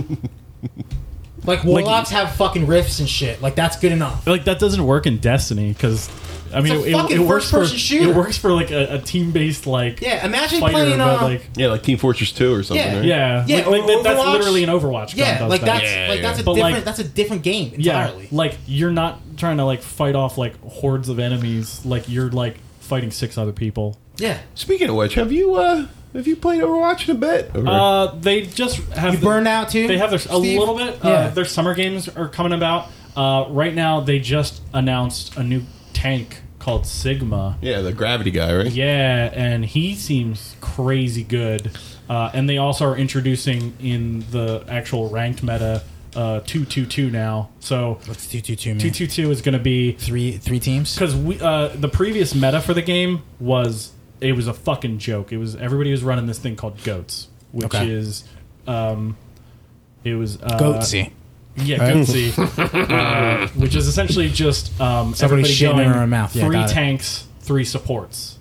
like warlocks have fucking rifts and shit. Like that's good enough. like that doesn't work in Destiny because I mean It's a it, it, fucking it works for first-person shooter. it works for like a, a team based like Yeah, imagine fighter, playing. but Uh, like Yeah, like Team Fortress Two or something. Yeah. right? yeah, Yeah, like, like that- that's Overwatch- literally an Overwatch. gun yeah, does like that. that's Yeah, like yeah. that's a But, like- different that's a different game yeah, entirely. like you're not trying to like fight off like hordes of enemies. Like you're like fighting six other people. yeah, Speaking of which, have you uh have you played Overwatch in a bit? Or- Uh, they just have you burned out too. They have their a Steve? little bit. Yeah, Uh, their summer games are coming about. Uh, right now, they just announced a new tank called Sigma. yeah, the gravity guy, right? Yeah, and he seems crazy good. Uh, and they also are introducing in the actual ranked meta uh, two two two now. So what's two two two two man? two two is going to be Three three teams. because we uh, the previous meta for the game was it was a fucking joke. It was everybody was running this thing called goats, which Okay. is um, it was uh, Goatsy. yeah, Gutsy, uh, which is essentially just um, Somebody everybody shitting in going her mouth. Yeah, three got it. tanks, three supports.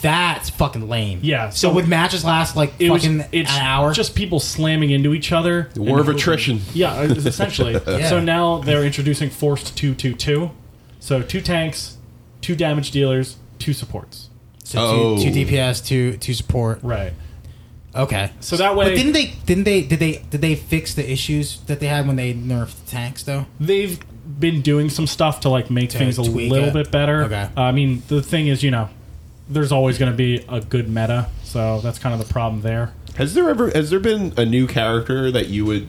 That's fucking lame. Yeah, So, so- would matches last like It fucking was it's an hour? just people slamming into each other. The War of Attrition. Yeah, it's essentially. Yeah. So now they're introducing forced two two two. So two tanks, two damage dealers, two supports. so two, Oh. two DPS, two two support. Right. Okay. So that way- but didn't they? Didn't they? Did they? Did they fix the issues that they had when they nerfed tanks though? they've been doing some stuff to like make things a tweak little it. bit better. Okay. Uh, I mean, the thing is, you know, there's always going to be a good meta, so that's kind of the problem there. Has there ever has there been a new character that you would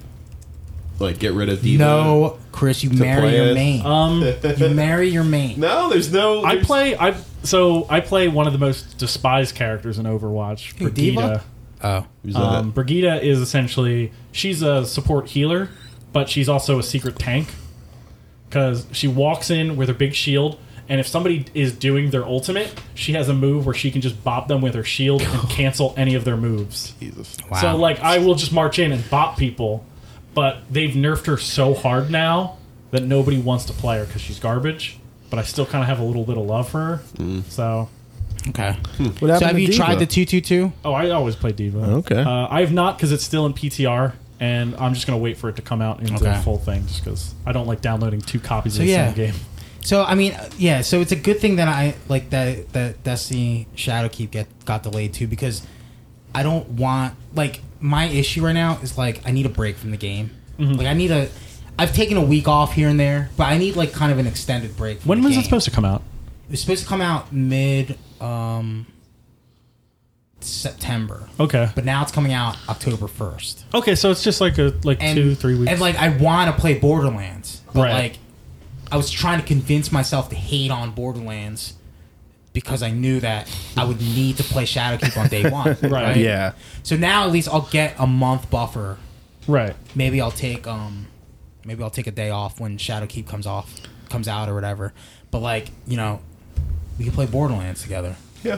like get rid of? Diva? No, Chris, you marry play your it. main. Um, you marry your main. no. There's no. I there's- play I so I play one of the most despised characters in Overwatch, Who, Diva? Perdita. Oh, Who's Um, that? Brigida is essentially she's a support healer, but she's also a secret tank because she walks in with her big shield, and if somebody is doing their ultimate, she has a move where she can just bop them with her shield and cancel any of their moves. Jesus. wow. So like I will just march in and bop people, but they've nerfed her so hard now that nobody wants to play her because she's garbage. But I still kind of have a little bit of love for her. Mm. So okay. What So have you tried the the? two two two? oh, I always play Diva. Okay. uh, I have not because it's still in PTR, and I'm just gonna wait for it to come out into the Okay. full thing just because I don't like downloading two copies So, of the yeah. same game. So I mean, uh, yeah. So it's a good thing that I like that that Destiny Shadowkeep get got delayed too because I don't want like my issue right now is like I need a break from the game. Like I need a. I've taken a week off here and there, but I need like kind of an extended break. From When the was it game. supposed to come out? It was supposed to come out mid um, September, Okay. but now it's coming out October first. Okay, so it's just like a like And two three weeks. And like I want to play Borderlands, but Right. like I was trying to convince myself to hate on Borderlands because I knew that I would need to play Shadowkeep on day one. right. Yeah. So now at least I'll get a month buffer. right. Maybe I'll take um, maybe I'll take a day off when Shadowkeep comes off, comes out or whatever. But like you know, we can play Borderlands together. Yeah.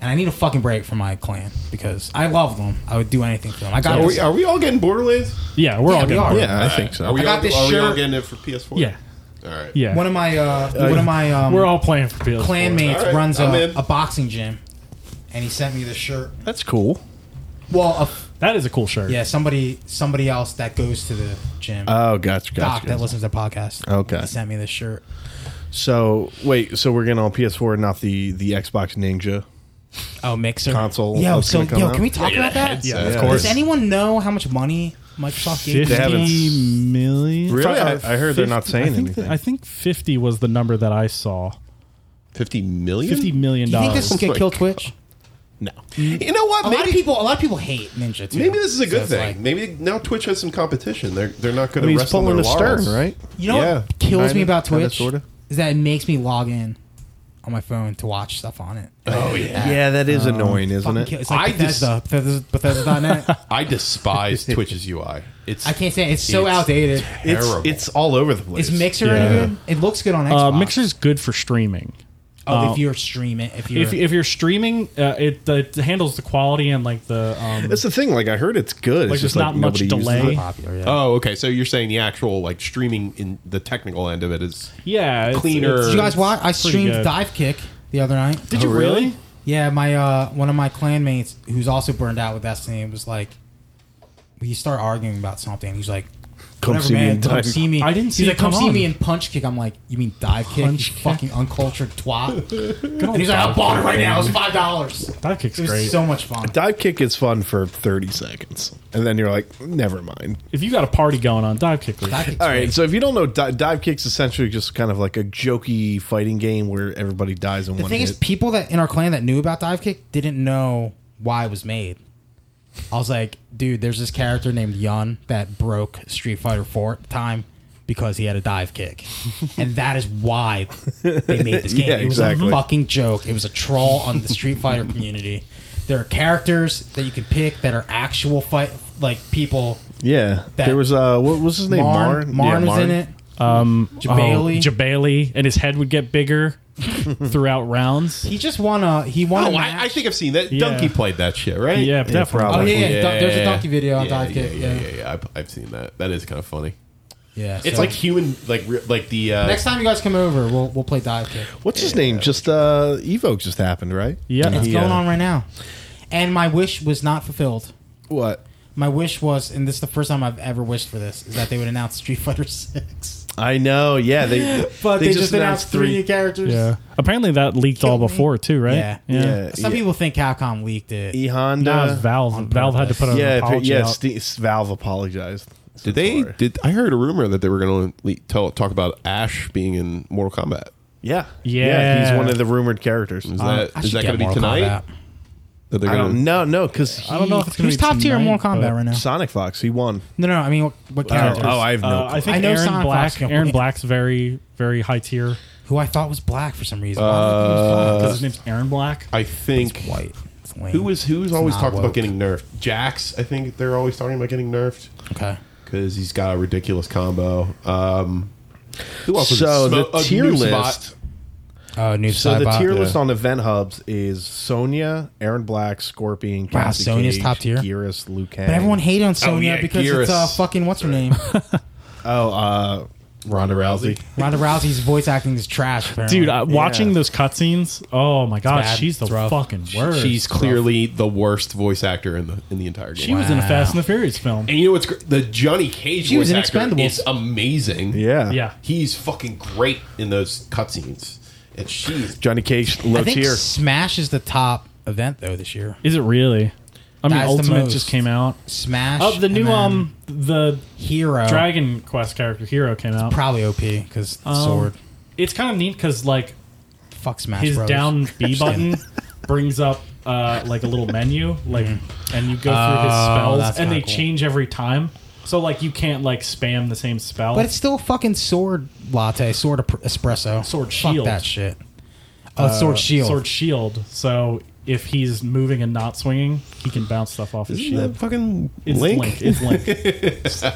And I need a fucking break from my clan because I love them. I would do anything for them. I got Are this- we, are we all getting Borderlands? Yeah, we're Yeah, all we getting are. bored. Yeah, I think so. Are we, I got all, this are we all shirt. getting it for PS4? Yeah, All right. yeah. one of my uh, one of my um, we're all playing for PS4. clan mates All right, runs I'm a, in. a boxing gym, and he sent me this shirt. That's cool. Well, a, That is a cool shirt. yeah, somebody somebody else that goes to the gym, Oh, gotcha, Doc gotcha. that listens to the podcast. Okay. he sent me this shirt. so wait, so we're getting on PS4, not the the Xbox Ninja. Oh, mixer Console Yo, that's so gonna come yo, out? can we talk about that? Yeah, of Does anyone know how much money Microsoft gave? They this haven't- game? Fifty million. Really? I, Uh, I heard they're not 50 saying I think anything. that- I think fifty was the number that I saw. 50 million? Fifty million You think this dollars. will get Oh my kill God. Twitch? no. You know what? A lot of Maybe, people, a lot of people hate Ninja. Too. maybe this is a So good it's thing. like- maybe now Twitch has some competition. They're they're not I going mean, he's to rest on pulling their the stern, laurels. right? you know Yeah, what kills kinda, me about kinda, Twitch sorta. is that it makes me log in on my phone to watch stuff on it. Oh yeah. Yeah, that is annoying, isn't Fucking it? kill- It's I like just- Bethesda, Bethesda, Bethesda.net. I despise Twitch's UI. It's I can't say it. it's so It's- outdated. terrible. It's, it's all over the place. Is Mixer Yeah. any good? It looks good on Uh, Xbox. Mixer's good for streaming. oh, if you're streaming, if you're If, if you're streaming, uh, it, it handles the quality and like the um, That's the thing. Like I heard it's good. Like, it's just there's like not much nobody uses delay. it. popular, yeah. Oh, okay. So you're saying the actual like streaming in the technical end of it is yeah it's- Cleaner. it's- Did you guys watch? I streamed good. Dive Kick the other night. Did you Oh, really? really? Yeah, my uh, one of my clanmates who's also burned out with Destiny was like, we start arguing about something. He's like, Come "Whatever, see me man, in come Dive- see me." I didn't see He's it like, "Come come see on." me in Punch Kick." I'm like, "You mean Dive Kick? Punch you Kick. fucking uncultured twat." and he's like, "I bought it right now. It's five dollars." Dive Kick's It was great. so much fun. Dive kick is fun for 30 seconds, and then you're like, never mind. if you got a party going on, dive kick. Dive Kick's All right, great. so if you don't know, di- dive kick's essentially just kind of like a jokey fighting game where everybody dies in The one thing hit. is, people that in our clan that knew about Dive Kick didn't know why it was made. I was like, dude, there's this character named Yun that broke Street Fighter 4 at the time because he had a dive kick. and that is why they made this game. Yeah, it was exactly. a fucking joke. It was a troll on the Street Fighter community. There are characters that you can pick that are actual fight like people. yeah, that- there was uh, what was his name? Marn, Marn, Yeah, Marn was in it. Um, Jabali. oh, Jabali, and his head would get bigger throughout rounds. He just won a he won a Oh, match. I, I think I've seen that. Yeah. Donkey played that shit, right? Yeah, definitely. Oh probably. yeah, yeah, Yeah. Dun- there's a donkey video on yeah, Dive Kick. Yeah, yeah, yeah. yeah. I've, I've seen that. That is kind of funny. Yeah, It's so- like human, like re- like the uh, next time you guys come over, we'll we'll play dive kick. What's his name? Just uh, Evoke just happened, right? Yeah. And It's he, going uh, on right now, and my wish was not fulfilled. What? My wish was, and this is the first time I've ever wished for this, is that they would announce Street Fighter Six. I know. Yeah, they But they, just, announced three new characters. Yeah. Apparently that leaked all Killed me. before too, right? Yeah. Yeah. Some people think Capcom leaked it. E Nah, Honda. Valve. on Valve had to put purpose. an yeah, pa- apology yeah. out. Ste Valve apologized. Did they? Sorry. Did I heard a rumor that they were going to tell, talk about Ash being in Mortal Kombat? Yeah. Yeah. He's one of the rumored characters. Is Uh, that I is should that get going to be Mortal tonight? Kombat. That they're I gonna, don't know. No, because I don't know if it's gonna Who's be top tier in Mortal tonight, Kombat but- right now? Sonic Fox. He won. No, no, no. I mean, what, what Oh, characters? oh, I have no. Uh, I clue. think I know Aaron Sonic Fox Black. can Aaron win. Black's very, very high tier Uh, Who I thought was black for some reason. Why did I think he was black? because his name's Aaron Black. I Uh, think He's white. It's It's lame. Who was who's always not talked about woke. getting nerfed? Jax, I think they're always talking about getting nerfed Okay. because he's got a ridiculous combo. Um, who else? was it? So the Smo- uh, tier Noob list. Uh, new So the tier yeah. list on event hubs is Sonya, Aaron Black, Scorpion, Wow, Cassie Sonya's Cage, top tier. Geras, Liu Kang. But everyone hated on Sonya Oh, yeah, because it's uh, Geras. fucking what's her name? Oh, uh, Ronda Rousey. Ronda Rousey's voice acting is trash. Apparently. Dude, I, watching those cutscenes, oh my god, bad. she's the It's rough. fucking worst. She's clearly the worst voice actor in the in the entire game. she was in a Wow. Fast and the Furious film. and you know what's gr- the Johnny Cage She was voice in actor Expendables. is amazing. Yeah. Yeah, he's fucking great in those cutscenes, and she's Johnny Cage, low I think tier. Smash is the top event though this year. is it really? I mean, That's the Ultimate most. just came out. Smash. Oh, the and new then um, the hero Dragon Quest character Hero came out. probably OP because Um, sword. It's kind of neat because like Fuck Smash his Bros. down B button brings up uh, like a little menu, like, and you go through his Mm. Oh, spells, that's and they kinda cool. change every time. So like you can't like spam the same spell. But it's still fucking sword latte, sword ap- espresso, Sword Fuck shield. Uh, that shit. Oh, sword shield. sword shield. So if he's moving and not swinging, he can bounce stuff off his shield. fucking It's link. It's link.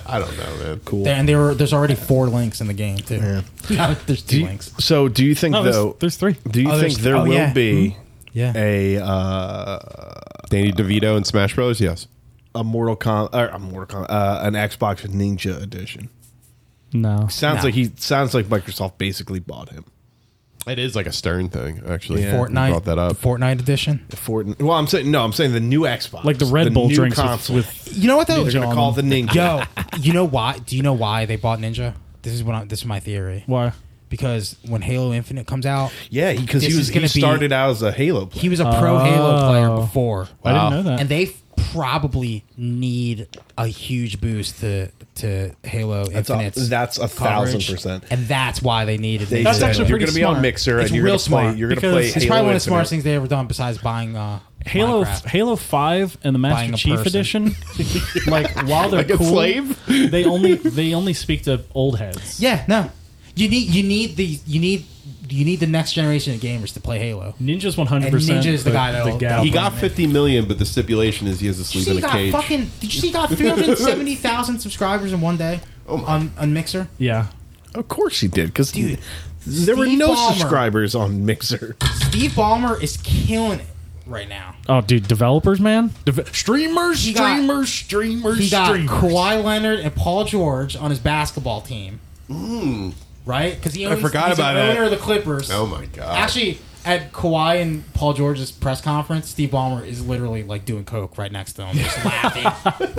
I don't know, man. Cool. There- and there were, there's already four links in the game too. there's two Do you- links. so do you think, No, though, there's, there's three. do you Oh, think there's- there oh, will yeah. be Hmm. Yeah. a uh, Danny DeVito in Smash Bros. Yes. a Mortal Com or a Mortal Com uh, an Xbox Ninja edition? No. Sounds No. like he sounds like Microsoft basically bought him. It is like a Stern thing, actually. Yeah. You Fortnite. brought that up. The Fortnite edition. The Fortin- well, I'm saying no, I'm saying the new Xbox, Like the Red Bull new drinks with, console. with You know what though? they're gonna call it the Ninja. Yo, you know why? Do you know why they bought Ninja? This is what I, this is my theory. why? Because when Halo Infinite comes out, Yeah, because This is he was gonna he be- started out as a Halo player. he was a pro Halo player Oh. before, I didn't know that. and they f- probably need a huge boost to to Halo That's a- Infinite's that's a coverage, thousand percent. and that's why they needed. They Ninja. That's said, actually you're pretty gonna be on smart. Mixer It's and you're real gonna play. smart, You're gonna because play. it's it's Halo probably one of the Infinite. smartest things they ever done besides buying uh, Halo Minecraft. Halo Five and the Buying Master a Chief person. edition. like while they're Like a cool, slave? they only they only speak to old heads. Yeah, no. You need you need the you need you need the next generation of gamers to play Halo. Ninja's one hundred percent. And Ninja's the guy that'll- gal. He He got 50 million, but the stipulation is he has to Did you sleep see in he a got cage. fucking? Did you see he got three hundred seventy thousand subscribers in one day Oh on on Mixer? yeah. Of course he did, because Dude, there were Steve no Ballmer. subscribers on Mixer. Steve Ballmer is killing it right now. Oh, dude, developers, man. streamers, He got- streamers, streamers, He got streamers. Kawhi Leonard and Paul George on his basketball team. Right? Because he owns, Mm. forgot he's about the that. owner of the Clippers. Oh my god! Actually, at Kawhi and Paul George's press conference, Steve Ballmer is literally like doing coke right next to him, just laughing,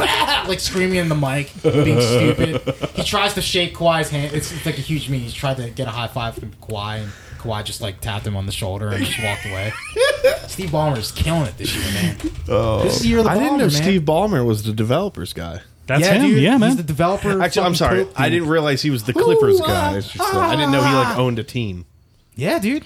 like screaming in the mic, being stupid. He tries to shake Kawhi's hand. It's, it's like a huge meme. He tried to get a high five from Kawhi, and Kawhi just like tapped him on the shoulder and just walked away. Steve Ballmer's killing it this year, man. Oh. this year, the I didn't Ballmer, know man. Steve Ballmer was the developers guy. That's yeah, him. dude, yeah, man. He's the developer. Actually, I'm fucking sorry, Pope I dude. didn't realize he was the Clippers Ooh, ah, guy. It's just like- I didn't know he like owned a team. Yeah, dude.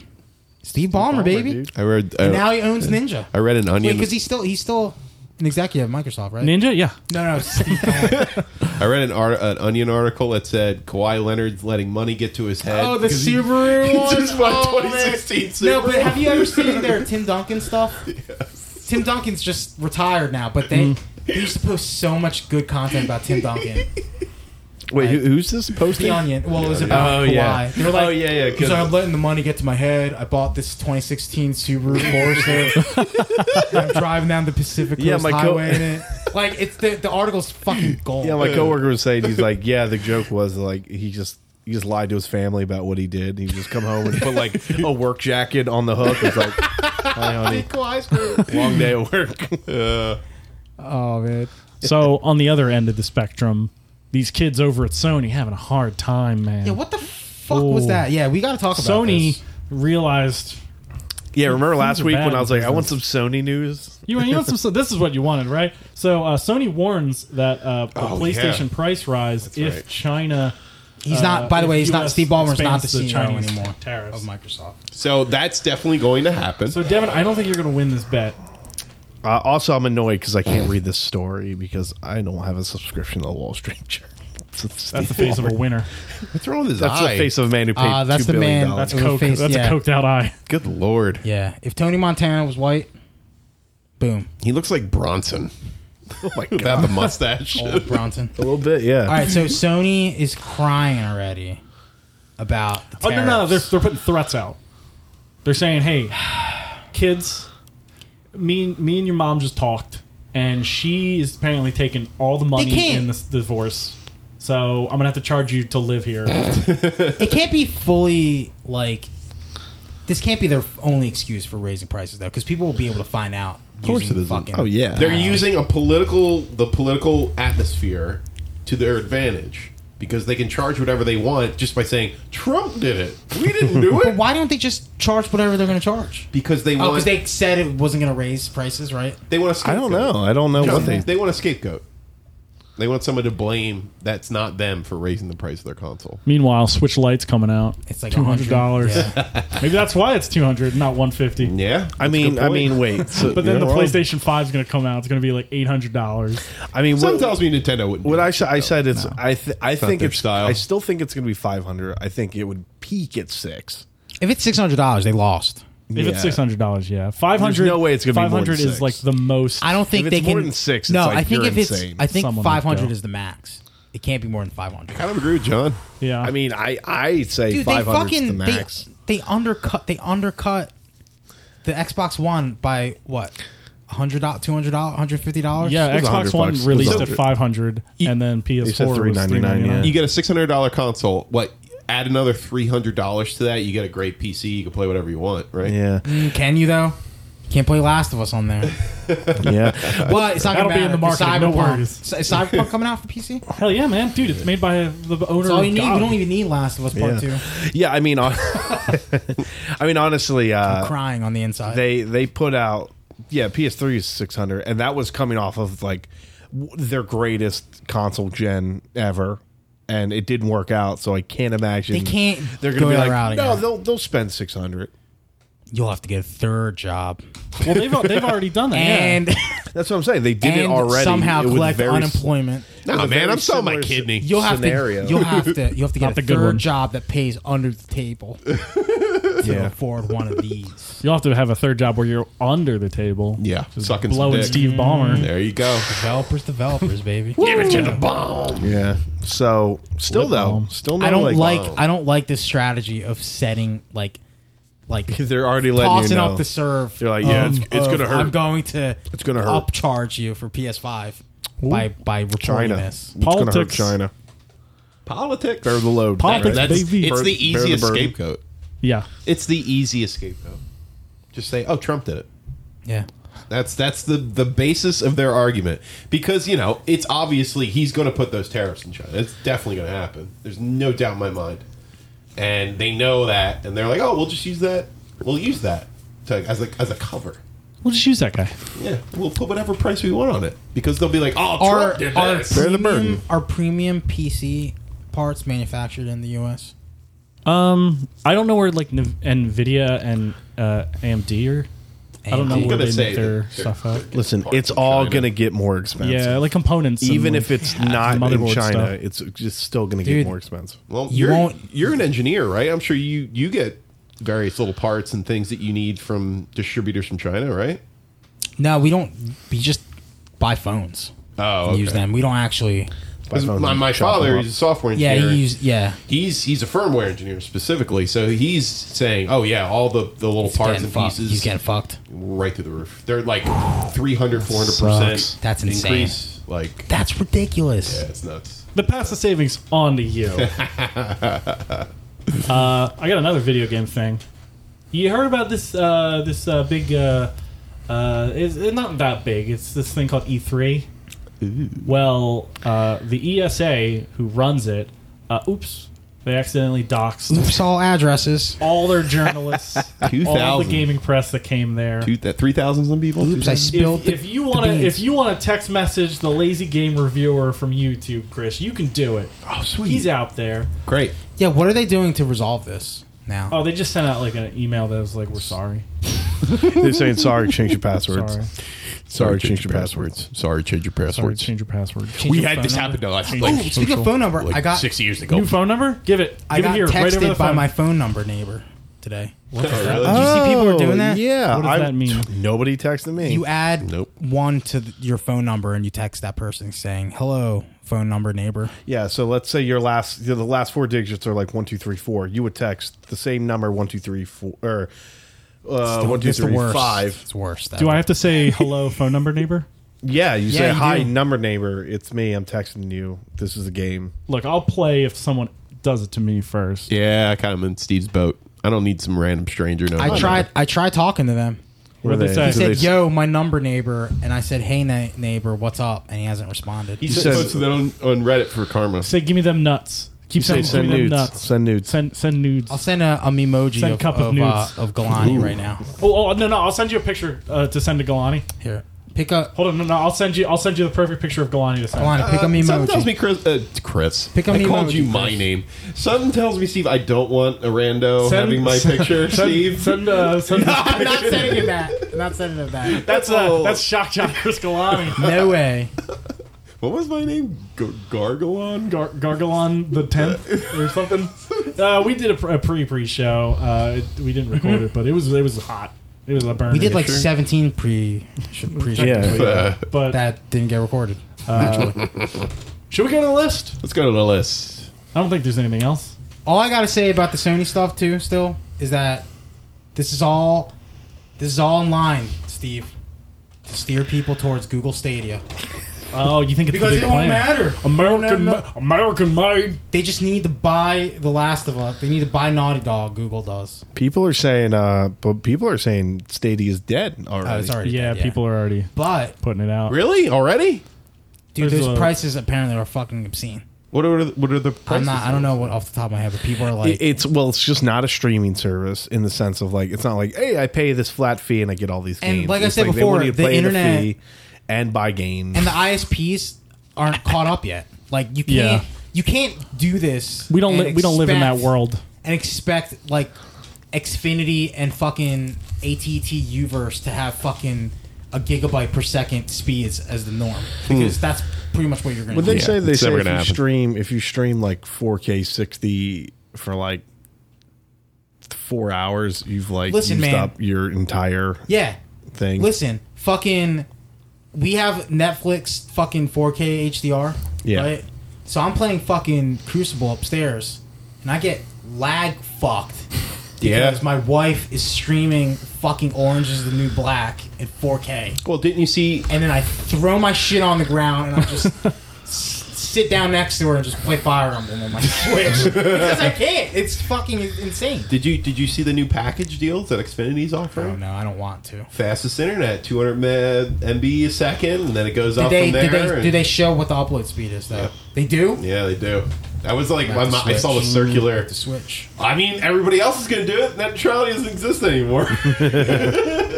Steve Ballmer, Ballmer, baby. dude. I read. I, And now he owns Ninja. I read an onion. because he's still he's still an executive at Microsoft, right? Ninja, yeah. No, no, Steve Ballmer. I read an, art, an onion article that said Kawhi Leonard's letting money get to his head. oh, the because he- Subaru one. This is my Oh, man. 2016 Subaru. No, but have you ever seen their Tim Duncan stuff? Tim Duncan's just retired now, but they they used to post so much good content about Tim Duncan. Wait, who, who's this posting? The Onion. Well, it was about Oh, Kawhi. yeah. They were like, Oh, yeah, yeah, 'cause- Because I'm letting the money get to my head. I bought this 2016 Subaru Forester. I'm driving down the Pacific Coast Yeah, my co- Highway in it. Like it's the the article's fucking gold. Yeah, my coworker was saying he's like, yeah, the joke was like he just he just lied to his family about what he did. He just come home and put like a work jacket on the hook. It's like, hi honey, Kawhi's group. long day at work. Oh man. So on the other end of the spectrum, these kids over at Sony having a hard time, man. Yeah, what the fuck Ooh. was that? Yeah, we got to talk about Sony this. realized Yeah, remember last are week bad when I was in like, I want some Sony news. you want, you want some. So this is what you wanted, right? So uh, Sony warns that uh, a Oh, PlayStation yeah. price rise if right. China. He's uh, not. By the if way, he's not. US Steve Ballmer's not the expands CEO Chinese anymore Oh Tariffs. of Microsoft. so that's definitely going to happen. So Devin, I don't think you're going to win this bet. Uh, also, I'm annoyed because I can't read this story because I don't have a subscription to the Wall Street Journal. That's the face of a winner. What's wrong with his That's eye? the face of a man who paid Ah, that's two the billion man. dollars. That's It was a coke. face- that's yeah. a coked out eye. Good lord! Yeah, if Tony Montana was white, Boom. He looks like Bronson. Oh my god, Oh, without the mustache. Old Bronson. A little bit, yeah. All right, so Sony is crying already about the Oh no, no, they're tariffs. they're putting threats out. They're saying, "Hey, kids, me and- me and your mom just talked, and she is apparently taking all the money can't. in this divorce. So I'm gonna have to charge you to live here." it can't be fully like this can't be their only excuse for raising prices though because people will be able to find out of course it using isn't. fucking Oh, yeah. They're using a political the political atmosphere to their advantage because they can charge whatever they want just by saying Trump did it. We didn't do but it why don't they just charge whatever they're going to charge because they oh want because they said it wasn't going to raise prices right they want a I scapegoat. don't know. I don't know No, what they, they. they want a scapegoat. They want someone to blame that's not them for raising the price of their console. Meanwhile, Switch Lite's coming out. it's like two hundred dollars. yeah. Maybe that's why it's two hundred, not one fifty. Yeah, I mean, I mean, wait. so- But then the you're wrong. PlayStation Five is going to come out. It's going to be like eight hundred dollars. I mean, Someone what, tells me Nintendo wouldn't. what do I, it. sh- I said it's. I th- I not think their it's. style. I still think it's going to be five hundred. I think it would peak at six. if it's six hundred dollars they lost If Yeah. it's six hundred dollars, yeah, five hundred. no way it's gonna be more five than hundred is six. like the most. I don't think If they it's more can than six, no it's like I think you're if it's insane. I think Someone would five hundred go. is the max it can't be more than five hundred kind of agree with John. yeah, I mean, I I say dude they five hundred fucking the max. They, they undercut they undercut the Xbox One by what hundred dollars two hundred dollars hundred fifty dollars yeah, It was Xbox 100 One bucks. It was released at 100. five hundred, and then said PS4 was 399, yeah. You get a six hundred dollar console. What? Add another three hundred dollars to that, you get a great PC. You can play whatever you want, right? yeah, Mm, can you though You can't play Last of Us on there yeah. but it's not That'll gonna be in the market, Cyberpunk no worries. Is- is Cyberpunk coming out for PC that's Hell oh, yeah, man, dude! It's made by the owner. all of you need God. we don't even need Last of Us Part yeah. Two Yeah, I mean, on, I mean, honestly, uh, crying on the inside they they put out yeah PS3 is 600 and that was coming off of like w- their greatest console gen ever and it didn't work out so I can't imagine They can't they're gonna go be that like route no again." they'll they'll spend 600 you'll have to get a third job Well, they've they've already done that. and that's what I'm saying they did it and already somehow It was collect very s- unemployment No, With a man, very I'm selling my similar s- kidney. You'll have scenario. to. You'll have to. You'll have to get Not a the good third one. job that pays under the table to yeah. afford one of these. You'll have to have a third job where you're under the table. yeah, sucking some blowing dick. Steve Ballmer. There you go. Developers, developers, baby. Give it to the bomb. yeah so still though bomb. still no I don't like. oh. wow. I don't like this strategy of setting like, like they're already letting you tossing know up the serve. You're like, yeah, it's- it's gonna of, hurt. I'm going to. It's gonna hurt. Upcharge you for PS5 by by reporting China this. It's gonna hurt Politics. China Politics. bear the load Politics, That's, baby. It's Bear the the easiest burden. scapegoat. Yeah, It's the easiest scapegoat. Just say, "Oh, Trump did it." Yeah. That's that's the the basis of their argument because you know it's obviously he's going to put those tariffs in China. It's definitely going to happen. There's no doubt in my mind, and they know that, and they're like, "Oh, we'll just use that. We'll use that to, as a as a cover. we'll just use that guy. Yeah, we'll put whatever price we want on it because they'll be like, "Oh, Are Trump did are this." the premium, burden. are premium PC parts manufactured in the U.S. Um, I don't know where like Nv- Nvidia and uh, AMD are. I don't know AMD. I'm where gonna they say make their that- stuff at. listen Parts it's in all China. gonna get more expensive Yeah, like components. and, even like, if it's half the not in motherboard China, stuff. it's just still going to Dude. get more expensive. Well, You you are won't- you're an engineer, right? I'm sure you you get various little parts and things that you need from distributors from China, right? No, we don't. We just buy phones. Oh, and Use okay. them. We don't actually. 'Cause phone My, and my chop father them up. is a software Yeah, engineer. he used. Yeah, he's he's a firmware engineer specifically, so he's saying, "Oh yeah, all the, the little He's parts getting and fucked. pieces He's getting fucked. right through the roof. They're like 300 400 percent. Sucks. That's insane. Increase. Like That's ridiculous. yeah, it's nuts. the pass the savings on to you. uh, I got another video game thing. You heard about this? Uh, this uh, big. Uh, uh, it's, it's not that big. It's this thing called E3. Well, uh, the ESA who runs it. Uh, oops, they accidentally doxed Oops, all addresses. all their journalists, all the 2,000. gaming press that came there. Two that 3000 some people. Oops, I spilled. If, the- if you want to, beans. if you want to text message the lazy game reviewer from YouTube, Chris, you can do it. Oh, sweet. He's out there. Great. yeah, what are they doing to resolve this now? Oh, they just sent out like an email that was like, "We're sorry." They're saying, sorry, change your passwords. Sorry. Sorry, change your Sorry, change your Sorry, passwords. change your password. we had this happen to us Oh, like, speaking of phone number, like I got six years ago. New phone number? Give it. Give I it got here. right over texted the by phone. my phone number neighbor. today. really? Did you see people were doing that? Oh, Yeah. What does I- that mean? Nobody texted me. You add Nope. one to th- your phone number and you text that person saying, "Hello, phone number neighbor." yeah. So let's say your last, you know, the last four digits are like one, two, three, four. You would text the same number, one, two, three, four, or Oh, uh, one, two, It's the three, worst. five. It's worse. That Do I way. have to say hello, phone number, neighbor? Yeah. You Yeah, say, you hi, do. number neighbor. It's me. I'm texting you. This is a game. Look, I'll play if someone does it to me first. Yeah, I kind of am in Steve's boat. I don't need some random stranger. No, I tried. I tried talking to them. What Were they they- say? He said, s- "Yo, my number neighbor," and I said, "Hey, na- neighbor, what's up?" And he hasn't responded. He You said, said- posted that on, on Reddit for karma. Say, give me them nuts. Keep Say saying, send give me them nudes. nuts. Send nudes. Send send nudes. I'll send a, a emoji Send of, cup of of, uh, nudes. of Galani right now. oh, oh, no, no. I'll send you a picture uh, to send to Galani. Here, pick up Hold on, no, no. I'll send you. I'll send you the perfect picture of Galani to send. Galani. Pick up Uh, me Something tells emoji. me Chris. Uh, Chris. Pick up I an called emoji, you my Chris. name. Something tells me, Steve, I don't want a rando Send- having my picture. Steve, Send, uh, send I'm not sending him that. I'm not sending him that. that's uh, Oh. that's shock jock Chris Galani. No way. what was my name? G- Gargalon. Gar- Gargalon the tenth or something. Uh, we did a, pre- a pre pre show. Uh, it- we didn't record Mm-hmm. it, but it was it was hot. It was a burn. We did like 17 pre pre Yeah. Uh, but that didn't get recorded. should we go to the list? let's go to the list. I don't think there's anything else. all I gotta say about the Sony stuff too, still, is that this is all this is all online, Steve, to steer people towards Google Stadia Oh, you think it's because the it big don't plan. matter. American, No, ma- no. American made. They just need to buy The Last of Us. They need to buy Naughty Dog. Google does. People are saying, uh, but people are saying Stadia is dead Oh, already. it's already Yeah, dead, people are already But putting it out. Really? Already? dude, There's those a- prices apparently are fucking obscene. What are the, what are the prices? I'm not. I don't know what off the top of my head, but people are like, It- It's well, it's just not a streaming service in the sense of like it's not like hey, I pay this flat fee and I get all these And games. like I It's said they before, want you to the pay internet- and buy games. and the ISPs aren't caught up yet. Like you can't. Yeah. You can't do this. We don't. and Li- we don't live in that expect- world. and expect like Xfinity and fucking AT&T Uverse to have fucking a gigabyte per second speeds as the norm because that's pretty much what you're gonna Would they do. say they it's say never if you gonna happen. stream if you stream like 4K 60 for like four hours, you've like Listen, used man. up your entire Yeah, thing. listen, fucking, we have Netflix fucking 4K HDR. Yeah. Right? So I'm playing fucking Crucible upstairs, and I get lag fucked. Yeah. Because my wife is streaming fucking Orange is the New Black in 4K. Well, didn't you see? and then I throw my shit on the ground and I just s- sit down next to her and just play Fire Emblem on my Switch because I can't. It's fucking insane. Did you did you see the new package deals that Xfinity's offering? Oh no, I don't want to. Fastest internet, 200 meg MB a second, and then it goes Do up they, from there. do they and- do they show what the upload speed is though? They do. Yeah, they do. That was like my, have to I saw the switch. circular. The Switch. I mean, everybody else is going to do it. Neutrality doesn't exist anymore.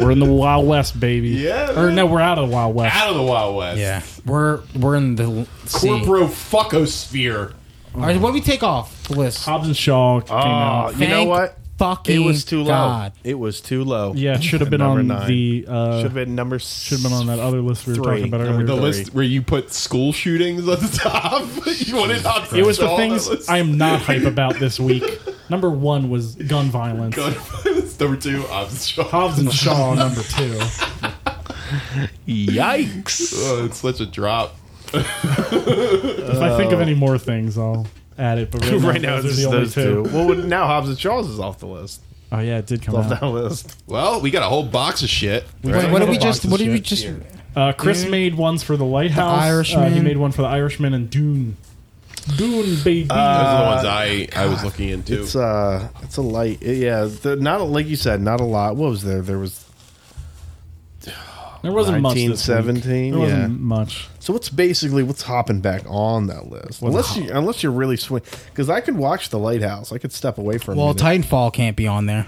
We're in the Wild West, baby. Yeah, Or man. no, we're out of the Wild West. Out of the Wild West. Yeah, we're we're in the corporate. Corporo fuckosphere. All right, what do we take off the list? Hobbs and Shaw came Ah, out. you know Thank what? Fucking It was too low. God. It was too low. Yeah, it should have been Number on nine. the. Should Uh, have been number. Should Should have been on that other list we were Three. talking about Number earlier. The Three. list where you put school shootings at the top. you wanted Hobbs and it was the Shaw. things That was- I am not hype about this week. Number one was gun violence. Gun violence. Number two, Hobbs and Shaw. Hobbs and Shaw number two. Yikes! Oh, it's such a drop. If I think of any more things, I'll add it. But right now, right now, those it's are just the only those two. two. Well, now Hobbs and Shaw's is off the list. Oh yeah, it did come Off out. that list. Well, we got a whole box of shit. Wait, Right. what did Another we box just? of What did we shit. just? Uh, Chris Dune. made ones for the Lighthouse. The Uh, he Irishman. made one for the Irishman and Dune. Dune, baby. Those are the ones I, I was looking into. It's uh, it's a light. Yeah, the, not a, like you said, not a lot. What was there? There was there wasn't much. Nineteen 1917, There wasn't yeah. much. so. What's basically what's hopping back on that list? Unless you unless you're really swing, because I could watch the lighthouse. I could step away from. Well, it. Titanfall can't be on there.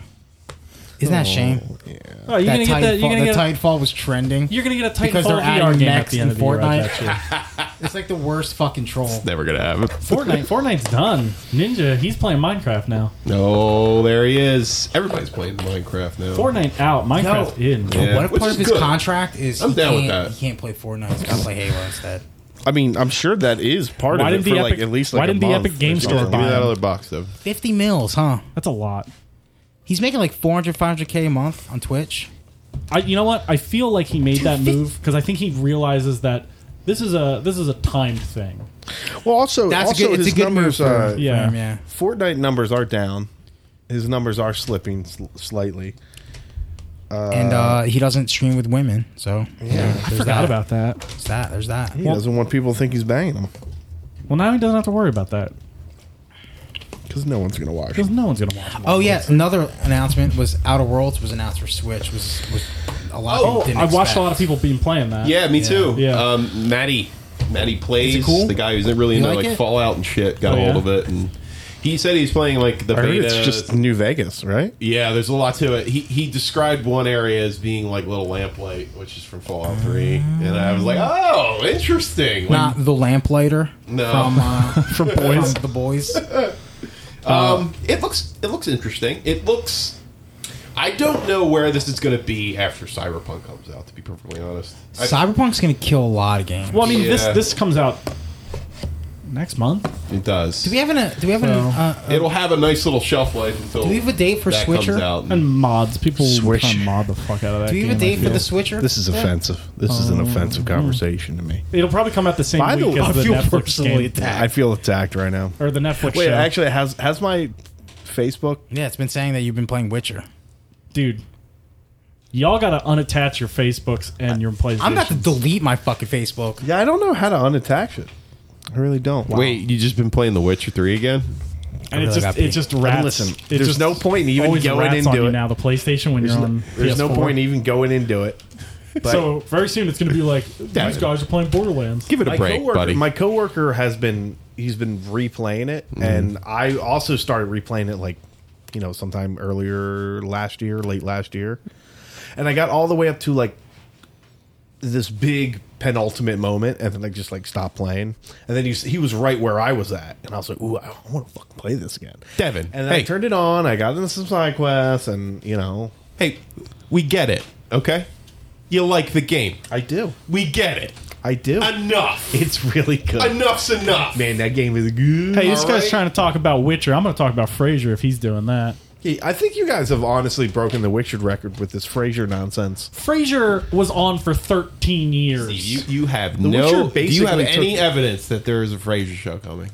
Isn't that a shame? Oh, you're that gonna get that. Titanfall, You're gonna the get. a- Titanfall was trending. You're gonna get a because Titanfall they're adding VR game at mechs the end in of the year. I Fortnite. bet you. It's like the worst fucking troll. Never going to happen. Fortnite. Fortnite's done. Ninja. He's playing Minecraft now. Oh, there he is. Everybody's playing Minecraft now. Fortnite out. Minecraft in. Yeah. what if which part is of his good. contract is I'm he, down with can't, that. he can't play Fortnite? He's got to play Halo instead. I mean, I'm sure that is part Why of it didn't for the like Epic- at least. why Like a didn't the month Epic or Game Store something. buy Give me it? that other box, though. 50 mils, huh? That's a lot. He's making like 400, 500k a month on Twitch. I, you know what? I feel like he made that move because I think he realizes that this is a this is a timed thing. Well, also, That's also a good. It's his a good numbers. move. For, uh, for yeah. him, yeah. Fortnite numbers are down. His numbers are slipping sl- slightly. and uh, he doesn't stream with women, so yeah. there's Forgot that. about that. There's that. There's that. He doesn't want people to think he's banging them Well, now he doesn't have to worry about that because no one's gonna watch. because him. no one's gonna watch him. Oh yeah, another announcement was Outer Worlds was announced for Switch. Was was a lot. Oh, of people didn't I watched expect. a lot of people being playing that. Yeah, me too. Yeah. Um, Matty. Matty plays cool? the guy who's really into like like, it? Fallout and shit. Got Oh, a hold yeah? of it, and he said he's playing like the I heard beta. it's just New Vegas, right? yeah, there's a lot to it. He he described one area as being like little lamplight, which is from Fallout Three, and I was like, oh, interesting. Like, Not the lamplighter No. from uh, from boys. from the boys. Um, it looks it looks interesting. It looks. I don't know where this is going to be after Cyberpunk comes out. To be perfectly honest, I- Cyberpunk's gonna kill a lot of games. Well, I mean, this Yeah. this comes out next month. it does. do we have an? uh, Do we have an? No. Uh, uh, It'll have a nice little shelf life until do we have a date for that Switcher? comes out. And mods, people Swish. kind of mod the fuck out of that. do we have a game, I date for the feel. Switcher? This is offensive. This is an offensive conversation to me. It'll probably come out the same I week don't- as the feel Netflix personally game attacked. I feel attacked right now. or the Netflix Wait, show. actually, has has my Facebook? yeah, it's been saying that you've been playing Witcher. dude, y'all gotta unattach your Facebooks and your PlayStation. I'm about to delete my fucking Facebook. Yeah, I don't know how to unattach it. I really don't. Wait, you just been playing The Witcher Three again? And it's really just gotta it's just But rats. listen, It there's just no point in even always going rats on into you it. now. The PlayStation when There's, you're no, on. there's no PS4. point even going into it. But So very soon it's gonna be like these guys are playing Borderlands. Give it a my break, coworker, buddy. my coworker has been he's been replaying it, and I also started replaying it like you know sometime earlier last year, late last year, and I got all the way up to like this big penultimate moment, and then I just like stopped playing, and then he was, he was right where I was at, and I was like, ooh, I want to fucking play this again, Devin, and then I hey. turned it on, I got into some side quests, and you know hey, we get it. Okay, you like the game. I do, We get it. I do, Enough. it's really good. Enough's enough. Man, that game is good. Hey, this All guy's right. trying to talk about Witcher. I'm gonna talk about Frasier if he's doing that. Yeah, I think you guys have honestly broken the Witcher record with this Frasier nonsense. Frasier was on for 13 years. You you have Witcher no. Do you have basically any took- evidence that there is a Frasier show coming?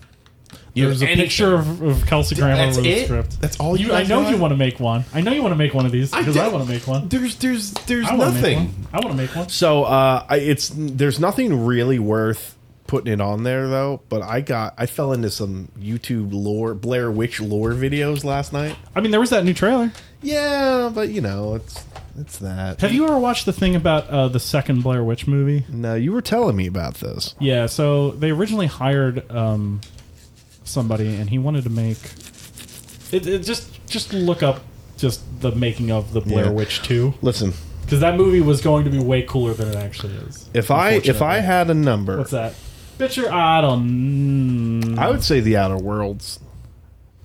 You There's have a any- picture of, of Kelsey Grammer That's with a it. script. That's all you. You, I guys know have? you want to make one. I know you want to make one of these because I, do- want to make one. There's there's there's I want to make one. nothing. I want to make one. So uh, I, it's there's nothing really worth putting it on there though. But I got I fell into some YouTube lore Blair Witch lore videos last night. I mean, there was that new trailer. Uh, Yeah, but you know it's it's that. Have you ever watched the thing about uh, the second Blair Witch movie? No, you were telling me about this. Yeah, so they originally hired um, somebody, and he wanted to make it, it. Just just look up just the making of the Blair Yeah. Witch Two Listen, because that movie was going to be way cooler than it actually is. if I if I had a number, What's that? Bitcher, I don't. I would say The Outer Worlds.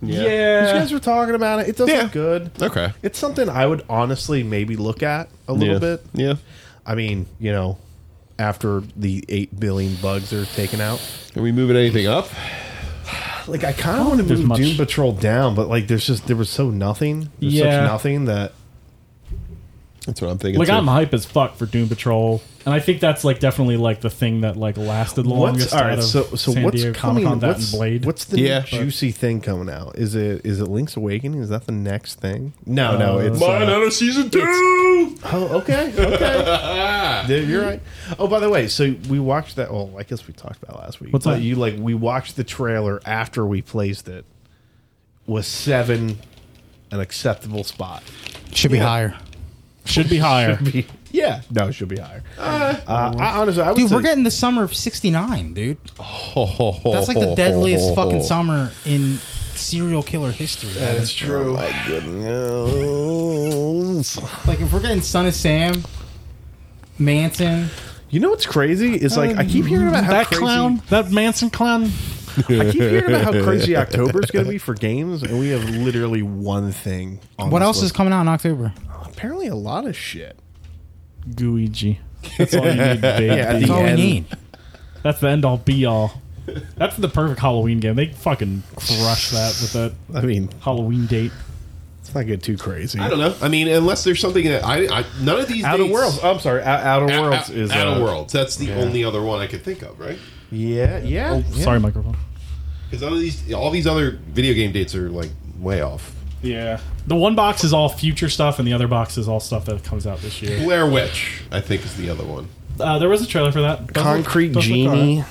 Yeah. You guys were talking about it. It does Yeah. look good. Okay. It's something I would honestly maybe look at a little bit. Yeah. I mean, you know, after the eight billion bugs are taken out, Are we moving anything up? like I kind of want to there's move much- Doom Patrol down, but like there's just there was so nothing, there's Yeah. such nothing that That's what I'm thinking. Like too. I'm hype as fuck for Doom Patrol, and I think that's like definitely like the thing that like lasted the longest. what's all right. out of So so San what's Diego coming? Comic-Con, that What's, and Blade? what's the Yeah. juicy thing coming out? Is it is it Link's Awakening? Is that the next thing? No, no, Uh, it's Mine uh, out of season two. oh okay okay. Yeah, You're right. Oh, by the way, so we watched that. Well, I guess we talked about it last week. What's but that? You like we watched the trailer after we placed it. Was seven an acceptable spot? Should be higher, should be higher. yeah, no, it should be higher. Uh, I, honestly, I would dude. say, We're getting the summer of '69, dude. That's Oh, like the deadliest fucking summer in serial killer history. man. That's true. Like if we're getting Son of Sam, Manson, You know what's crazy? Is like I keep hearing about how that crazy, clown, that Manson clown. I keep hearing about how crazy October is going to be for games, and we have literally one thing. On what this else is list. coming out in October? apparently a lot of shit? Guigi. That's all you need, babe. Yeah, at That's the all we end. need. That's the end all be all. That's the perfect Halloween game. They fucking crush that with that I mean, Halloween date. It's not get too crazy. I don't know. I mean, unless there's something that I, I none of these Outer dates- Worlds. I'm sorry. Out, Outer Out- Worlds Out- is Outer uh, Worlds. That's the only other one I could think of, right? Yeah, yeah. Oh, yeah. sorry, microphone. Because none of these, all these other video game dates are like way off. Yeah, the one box is all future stuff, and the other box is all stuff that comes out this year. Blair Witch, I think, is the other one. Uh, there was a trailer for that. Doesn't look- Concrete doesn't look alright. Genie,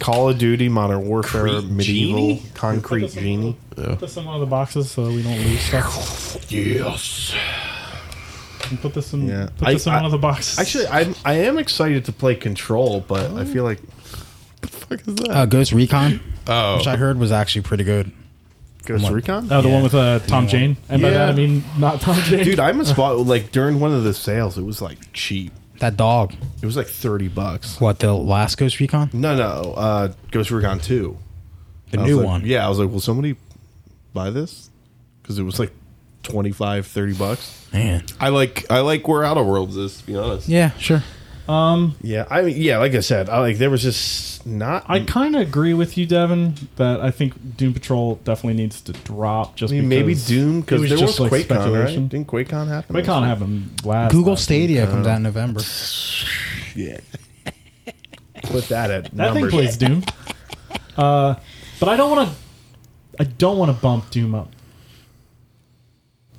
Call of Duty, Modern Warfare, Crete Medieval, Genie? Concrete Genie. Put this in one of the boxes so we don't lose stuff. Yes. And put this in. Yeah. Put I- this in I- one of the boxes. Actually, I'm I am excited to play Control, but I feel like what the fuck is that? Uh, Ghost Recon, Oh, which I heard was actually pretty good. Ghost Recon. Oh, the Yeah. one with uh, Tom Jane, and by that I Yeah. mean not Tom Jane. Dude, I'm a spot like during one of the sales, it was like cheap. That dog. It was like thirty bucks. What the last Ghost Recon? No, no, uh, Ghost Recon Two, The I was new like- one. Yeah, I was like, will somebody buy this? Because it was like 25, 30 bucks. Man. I like I like where Outer Worlds is. To be honest, Yeah, sure. Yeah, I mean, yeah, like I said, I, like there was just not. I kind of agree with you, Devin, that I think Doom Patrol definitely needs to drop. Just I mean, maybe because Doom it because there was just, like, QuakeCon, speculation. right? Didn't QuakeCon happen? QuakeCon happened last. Google last week. Stadia Oh. comes out in November. Yeah. Put that at That numbers. thing plays Doom. Uh, but I don't want to. I don't want to bump Doom up.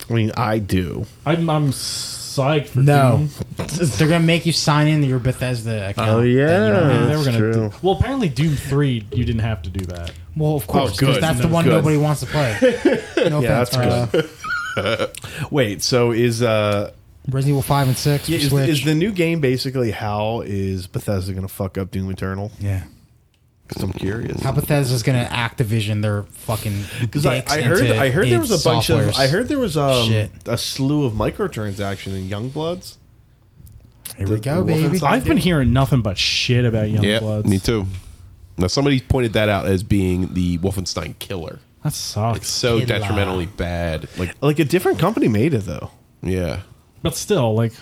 I mean, I do. I'm I'm psyched for No. Doom. They're going to make you sign in your Bethesda account. Oh, yeah. Then you're on. Yeah, they were gonna. That's true. do- well, apparently Doom Three, you didn't have to do that. Well, of course. 'cause good. That's the one Oh, Good. nobody wants to play. No Yeah, offense. that's good. Wait, so is uh Resident Evil 5 and 6. yeah, Yeah, is, Switch. is the new game basically how is Bethesda gonna fuck up Doom Eternal? yeah. Because I'm curious. How Bethesda's going to Activision their fucking. Because I, dicks I heard into I heard there was id a bunch of softwares. I heard there was um, Shit. a slew of microtransaction in Youngbloods. Here we go, the Wolfenstein baby. I've been hearing nothing but shit about Young Bloods. me too. Now somebody pointed that out as being the Wolfenstein killer. That sucks. So Killer. detrimentally bad. Like, Like a different company made it though. yeah. But still, like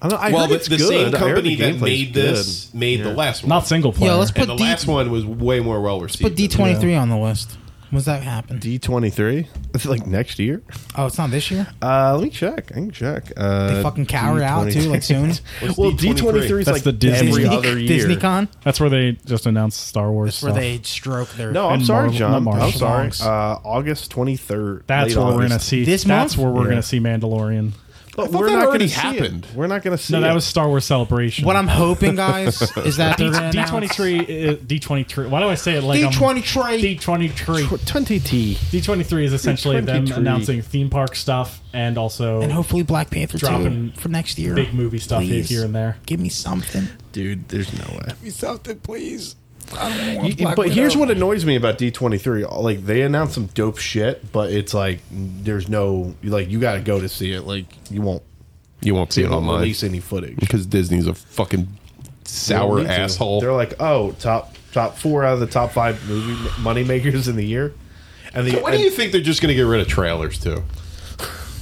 I, don't, I well, heard the, it's the good. same I heard company the that gameplay's made this good. made the last one. not single player. Yo, let's put and the D- last one was way more well received. Put D23 on the list. When's that happen? D twenty three. It's like next year. oh, it's not this year? Uh, let me check. I can check. Uh, They fucking cower out, too, like soon. well, D twenty three is That's like the Disney- every Disney- other year. DisneyCon? That's where they just announced Star Wars. That's where stuff. they stroke their. No, I'm And sorry, Marvel- John. not I'm Marvel. sorry. Songs. Uh, August twenty third. That's where we're gonna see. This that's month? where we're Yeah. gonna see Mandalorian. But thought we're that not already gonna see it. happened. We're not gonna see. No, that it. was Star Wars Celebration. What I'm hoping, guys, is that D they're gonna twenty announce- three D twenty three. Why do I say it like D23. D twenty three? twenty t. D twenty three is essentially them D23. announcing theme park stuff and also and hopefully Black Panther Dropping two for next year. big movie stuff Please. here and there. Give me something. Dude, there's no way. Give me something, please. I don't want You- but here's what annoys me about D23. Like they announced some dope shit, but it's like there's no like you got to go to see it. Like you won't You won't see they it won't online release any footage. because Disney's a fucking They don't sour need to. asshole. They're like, oh, top top four out of the top five movie money makers in the year. And the Why do and- you think they're just going to get rid of trailers too?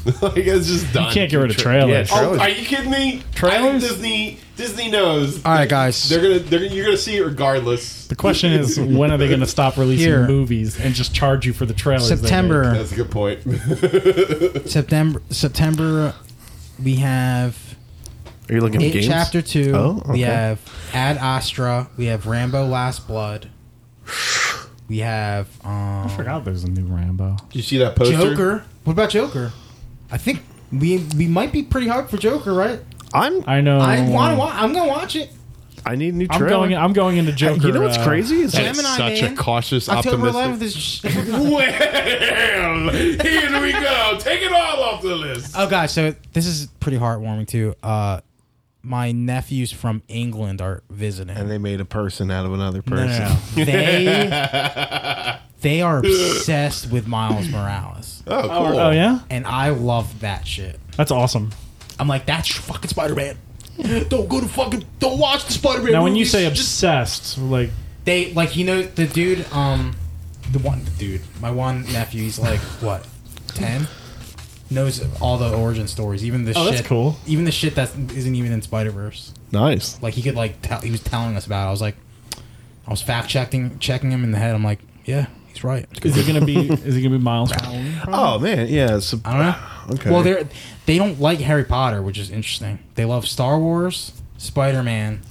like it's just done. You can't get rid of trailers. yeah, tra- Oh, are you kidding me? Trailers? I think Disney Disney knows. All right, guys. They're gonna they're gonna, you're gonna see it regardless. the question is, when are they going to stop releasing Here. movies and just charge you for the trailers? they make? September, That's a good point. September, September. We have are you looking at it games? chapter two. Oh, okay. We have Ad Astra. We have Rambo: Last Blood. We have um, I forgot there's a new Rambo. you see that poster? Joker. What about Joker? I think we we might be pretty hyped for Joker, right? I'm I know. I Um, want to. I'm gonna watch it. I need a new I'm trailer. going. I'm going into Uh, Joker. you know what's uh, crazy is That is Gemini such Man. a cautious, October optimistic. 11th is. sh- Well, here we go. Take it all off the list. oh gosh, so this is pretty heartwarming too. Uh, my nephews from England are visiting. and they made a person out of another No, person. no, no. they they are obsessed with Miles Morales, Oh, cool. Oh yeah, and I love that shit. that's awesome. I'm like, that's fucking Spider Man. Don't go to fucking. Don't watch the Spider Man. Now, when you say obsessed, like they like you know the dude um the one the dude my one nephew he's like what 10 knows all the origin stories even the Oh, shit that's cool. even the shit that isn't even in spider-verse Nice. like he could like tell he was telling us about it. i was like i was fact checking checking him in the head i'm like yeah he's He's right. Is it gonna be? Is it gonna be Miles? Powell? Oh man, yeah. It's a, I don't know. Ah, Okay. Well, they're they don't like Harry Potter, which is interesting. They love Star Wars, Spider Man,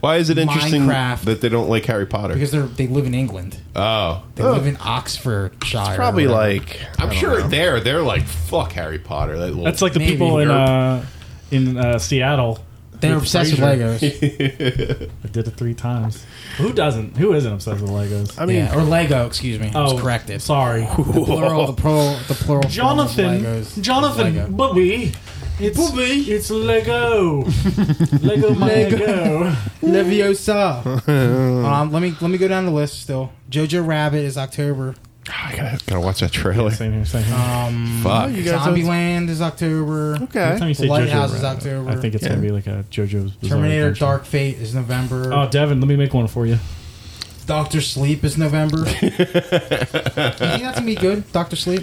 Why is it interesting Minecraft. that they don't like Harry Potter? because they're they live in England. oh, They live in Oxfordshire. or probably whatever. like I'm sure there they're like fuck Harry Potter. That little That's like the Maybe. people in uh, in uh, Seattle. they're obsessed with Legos. I did it three times. Who doesn't? Who isn't obsessed with Legos? I mean, yeah, or Lego. Excuse me. I was corrected. Sorry, The plural. The plural. The plural. form of Jonathan. Legos is Lego. Jonathan, Bubby. It's Bubby. It's Lego. Lego my Lego. Leviosa. um, let me let me go down the list. Still, Jojo Rabbit is October. I gotta, gotta watch that trailer. Same here. Same here. Um, Fuck. you guys don't- Zombieland is October. Every time okay. you say Lighthouse JoJo is Rabbit, October. I think it's gonna be like a JoJo's Bizarre Terminator Adventure. Dark Fate is November. Oh, Devin, let me make one for you. Doctor Sleep is November. you think that's gonna be good, Doctor Sleep?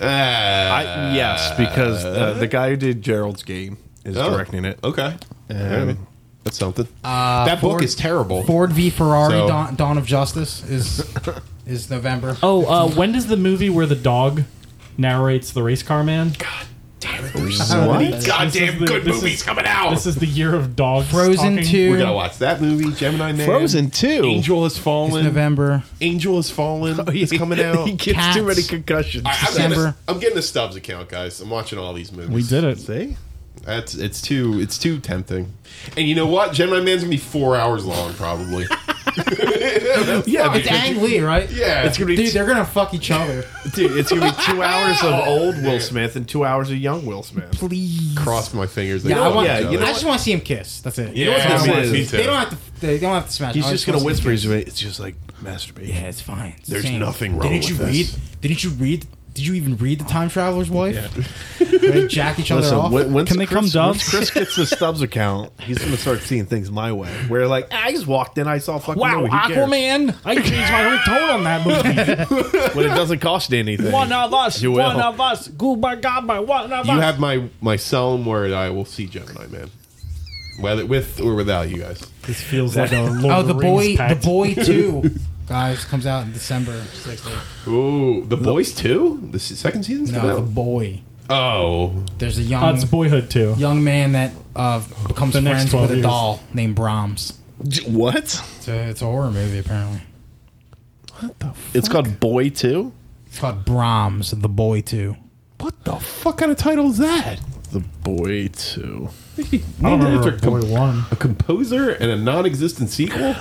Uh, I, yes, because uh, the guy who did Gerald's game is oh, directing it. Okay, Alright. that's something. Uh, that book Ford- is terrible. Ford v Ferrari: So- Dawn, Dawn of Justice is is November. Oh, uh, when does the movie where the dog narrates the race car man? What? This is Goddamn the- good this movies is- coming out. This is the year of dogs. Frozen talking. Two. We're gonna watch that movie. Gemini Man. Frozen two. Angel has is fallen. November. Angel has fallen. Oh, It's coming out. he gets Cats. too many concussions. I, I'm, getting December. a, I'm getting a Stubbs account, guys. I'm watching all these movies. We did it. See, That's it's too it's too tempting. And you know what? Gemini Man's gonna be four hours long, probably. yeah, It's Ang Lee, right? yeah, it's gonna be Dude, they're gonna fuck each other. Dude, it's gonna be two hours of old Will Smith and two hours of young Will Smith. Please. cross my fingers. They Yeah, I don't want. each yeah, you other. know I just want to see him kiss. That's it. You Yeah, know what's yeah, gonna me happen? too. me too. They don't have to. They don't have to smash. He's I just gonna wanna see whisper. him He's kiss. it's just like masturbate. Yeah, it's fine. It's There's insane. nothing wrong Didn't you with read? this. Didn't you read? Did you even read the time traveler's wife? They jack each other Listen, off. when, once Can they Chris, come once dogs? Chris gets the Stubbs account, he's gonna start seeing things my way. Where like I just walked in, I saw a fucking Wow, movie. Who cares? Aquaman! I changed my whole tone on that movie. When it doesn't cost you anything. one of us, You will. one of us. Good by God, by one of You us. have my my solemn word. I will see Gemini Man, whether with or without you guys. this feels like a Lord oh, of the Rings boy, the pact. boy too, guys comes out in December. 6th. Ooh, the boys too. The se- second season's No, the coming boy. out. Oh, There's a Oh, young it's Boyhood too. young man that uh, becomes The next friends 12 with a years. doll named Brahms. J- What? It's a, it's a horror movie apparently. It's called Boy Two. It's called Brahms, the boy too. what the fuck kind of title is that? The Boy Two. I don't Named remember after a, Boy com- One. a composer and a non-existent sequel.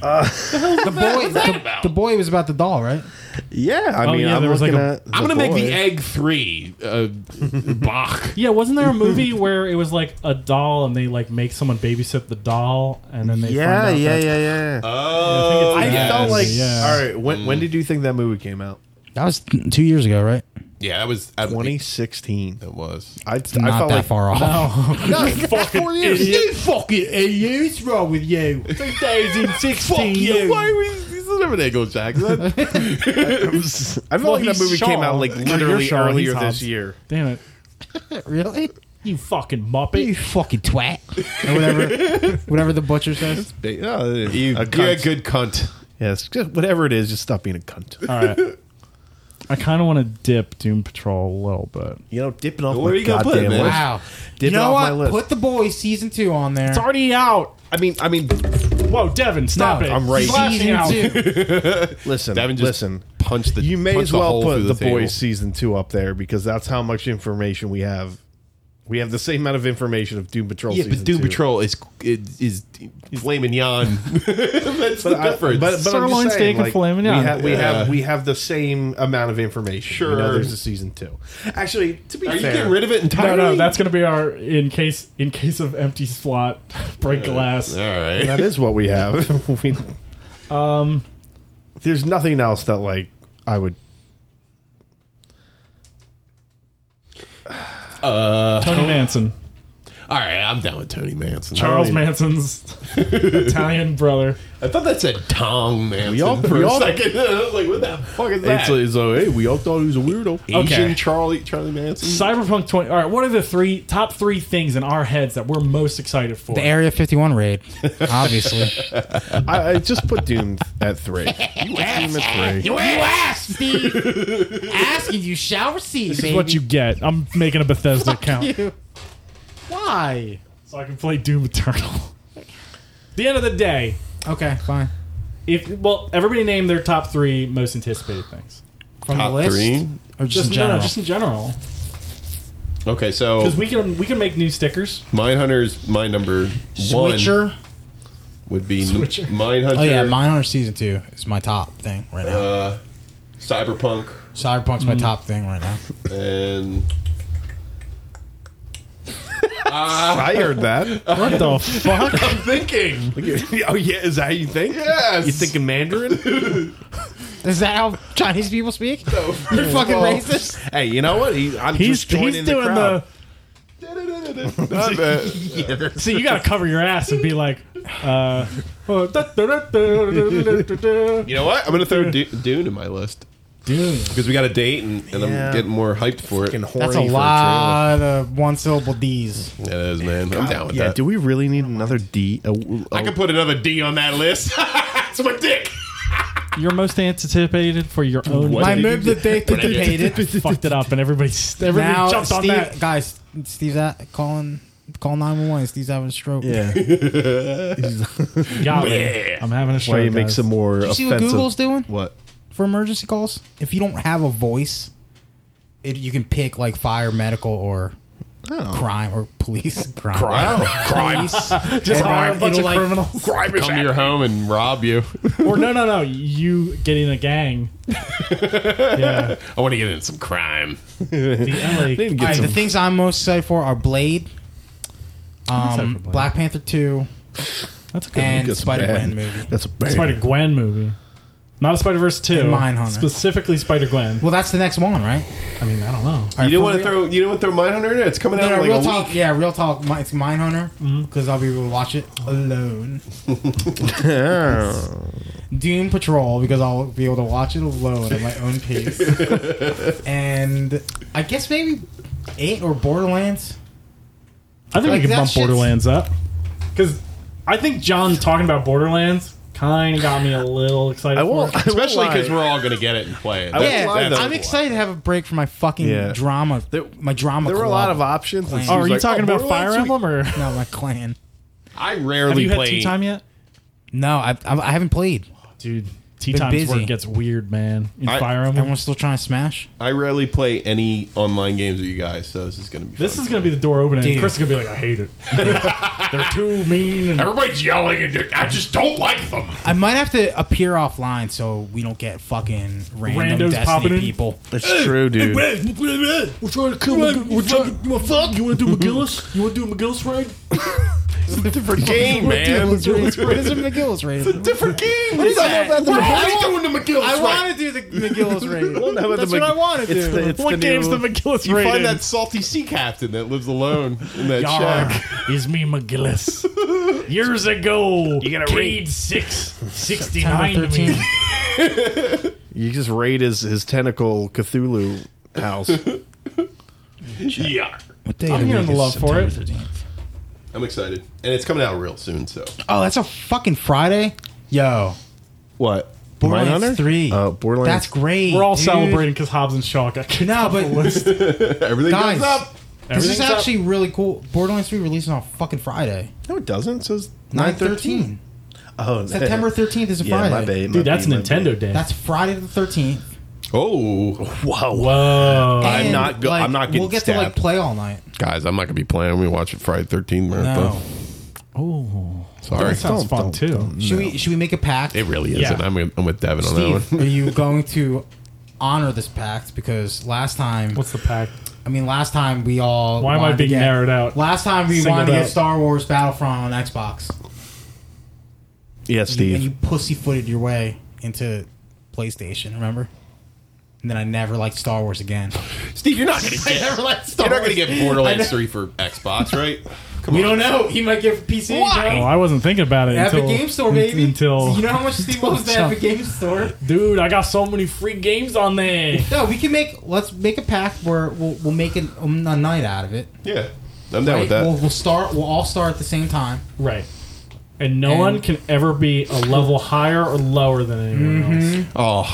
The boy, the, the boy was about the doll, right? Yeah, I Oh, mean, yeah, I'm there was, looking like, a- at. I'm gonna make the Boy. Egg Three. Uh, Bach. Yeah, wasn't there a movie where it was like a doll and they like make someone babysit the doll and then they Yeah, find out yeah, that- yeah, yeah. Oh, I Yes. felt like. Yeah. All right, when when did you Mm. think that movie came out? That was two years ago, right? yeah. That was I think 2016. That was. I, I Not felt that like far off. No, that's four years. You fucking idiot! What's wrong with you? 2016. Fuck you! Why are we? He's never an Anglo Jackson. I felt Well, like that he's movie came Shaw. out like You're literally Shaw, he's earlier Hobbs. this year. Damn it. Really? You fucking You muppet. fucking twat. Or whatever, whatever the butcher says. you, you, are a good cunt. Yes, just whatever it is, just stop being a cunt. All right. I kind of want to dip Doom Patrol a little bit. You know, dipping off Where my are you gonna put it, goddamn man? list. Wow. Dip you it know off my what? list. Put the boys season two on there. It's already out. I mean, I mean, Whoa, Devin, stop No, it. I'm right. Flashing Season out. two. listen, Devin just listen. punched the. You may punched as a well hole put through the, table. boys season two up there because that's how much information we have. We have the same amount of information of Doom Patrol. Yeah, season but Doom two. Patrol is is, is flaming yon. That's the I- difference. But, but I'm Sirloin just steak saying, and like, filet we, mignon. have, we Yeah. have we have the same amount of information. We know Sure. there's a season two. Actually, to be Are you fair, getting rid of it No, entirely? no, that's gonna be our in case in case of empty slot, break glass. all right. that is what we have. we, Um, there's nothing else that like I would. Tony Manson. All right, I'm down with Tony Manson. Charles Manson. Manson's Italian brother. I thought that said Tom Manson all- for we a all- second. I was like, what the fuck is that? It's, it's like, hey, we all thought he was a weirdo. Asian okay. Charlie Charlie Manson. Cyberpunk 20. All right, what are the three top three things in our heads that we're most excited for? The Area 51 raid, obviously. I, I just put Doom at three. You asked at three. you asked, Steve. Ask and you shall receive. this is what you get. I'm making a Bethesda account Why? so I can play Doom Eternal. the end of the day, Okay, fine. if well, everybody name their top three most anticipated things. From Top the list, three? or Just just, in general? No, no, just in general, Okay, so because we can we can make new stickers. Mindhunter's my number one Switcher. would be Switcher. Mindhunter. Oh yeah, Mindhunter season two is my top thing right now. uh, Cyberpunk Cyberpunk's my top thing right now. and I heard that. What the fuck? I'm thinking. oh yeah, is that how you think? Yes. You thinking Mandarin? Is that how Chinese people speak? You're fucking Well, racist. hey, you know what? He, I'm He's just joining he's doing crowd. the. That's it. See, you gotta cover your ass and be like, uh, oh, da- da- da- da- da- da- da- da. you know what? I'm gonna throw Do- Dune in my list Dude, because we got a date and, and Yeah. I'm getting more hyped for it. Fucking horny that's a for trailer. lot of one syllable D's. It is, man. I'm down with Yeah, that. do we really need another D? A- a- I could put another D on that list. it's my dick. You're most anticipated for your own. What? I did moved the date that they hated. fucked it up, and everybody everybody Now, jumped Steve, on that. guys, Steve's at calling call nine one one. Steve's having a stroke. yeah. Got me. Yeah. I'm having a show. Why you make some more you see offensive? what Google's doing? What? for emergency calls. If you don't have a voice, it, you can pick like fire, medical, or crime or police. Crime. Crime. Just And uh, hire a it'll bunch of like- criminals. Crime Come to your home and rob you. or no, no, no. You get in a gang. yeah. I want to get into some crime. The LA. All right, the things I'm most excited for are Blade, um, for Blade. Black Panther Two, That's a good. and That's Spider Man bad. movie. That's a bad. Spider Gwen movie. Not a Spider Verse 2. And Mindhunter. Specifically Spider Gwen. Well, that's the next one, right? I mean, I don't know. You for don't want to real- throw. You don't want to throw Mindhunter in there. It's coming out No, no, in like real a week. talk. Yeah, real talk. Mi- It's Mindhunter because I'll be able to watch it alone. Doom Patrol because I'll be able to watch it alone at my own pace. and I guess maybe eight or Borderlands. I think Like, we could that bump shit's- Borderlands up. Because I think John talking about Borderlands kind of got me a little excited. I won't. For it. Especially because because we're all gonna get it and play it. I won't Yeah, lie, though. I'm excited to have a break from my fucking Yeah. drama. There- my drama. There were a lot of options. and she Oh, was are you like, talking "Oh, about Borderlands Fire Suite." Emblem or? Have no, my clan. I rarely you had play. tea time yet? No, I, I, I haven't played. Dude, tea Been time's busy. where it gets weird, man. In I- Fire Emblem. Everyone's still trying to smash. I rarely play any online games with you guys, so this is gonna be. This is going to be the door opening. Dude. Chris is going to be like, I hate it. They're too mean. And Everybody's yelling and I just don't like them. I might have to appear offline so we don't get fucking random Randos popping Destiny in. people. It's true, dude. We're trying to kill McGillis. We're trying to, fuck? You want to do McGillis? You want to do a McGillis raid? Different game, man. What is McGill's raid? Different game. is that? What are you doing to McGill's? I right? want to do the McGill's raid. know about That's the what I Mc- want to it's do. the- it's What the game's new- the McGillis You raid find in? that salty sea captain that lives alone in that shack. is me McGillis. Years ago, you got paid six sixty nine to me. You just raid his, his tentacle Cthulhu house. Yeah. What day I'm hearing the love for it. I'm excited, and it's coming out real soon. So Oh, that's a fucking Friday? Yo. what? Borderlands Mindhunter? 3. Oh, Borderlands. That's great. We're all dude. celebrating because Hobbs and Shaw got kicked. No, but this everything Guys. goes up. is Everything's up. actually really cool. Borderlands 3 releases on fucking Friday. no, it doesn't. It says 913. 9-13. Oh, September 13th is a Yeah, Friday. my bad. my Dude, that's bad, my bad. Nintendo Day. That's Friday the 13th. Oh, Wow. Whoa. I'm And, not go- like, I'm not getting We'll get to like stabbed. play all night. guys, I'm not gonna be playing. We watch it Friday 13 marathon. No. Oh, Sorry, sounds fun too. Should we should we make a pact? it really Yeah. isn't. I'm, with- I'm with Devin on that Steve, one. are you going to honor this pact? Because last time, What's the pact? I mean, last time we all. Why am I wanted to being get- narrowed out? Last time we Singled wanted to out. get Star Wars Battlefront on Xbox, Yeah, and you Steve. pussyfooted your way into PlayStation. Remember? And then I never liked Star Wars again. Steve, you're not gonna I never liked Star you're not gonna Wars. get Borderlands 3 for Xbox, right? we don't know. He might get PC. Why? Well, I wasn't thinking about it Epic until Game Store, baby. Until you know how much Steve loves the Epic Game Store. dude, I got so many free games on there. No, we can make. Let's make a pack where we'll, we'll make an, um, a night out of it. Yeah, I'm down right? with that. We'll, we'll start. We'll all start at the same time. Right. And no And- one can ever be a level higher or lower than anyone Mm-hmm. else.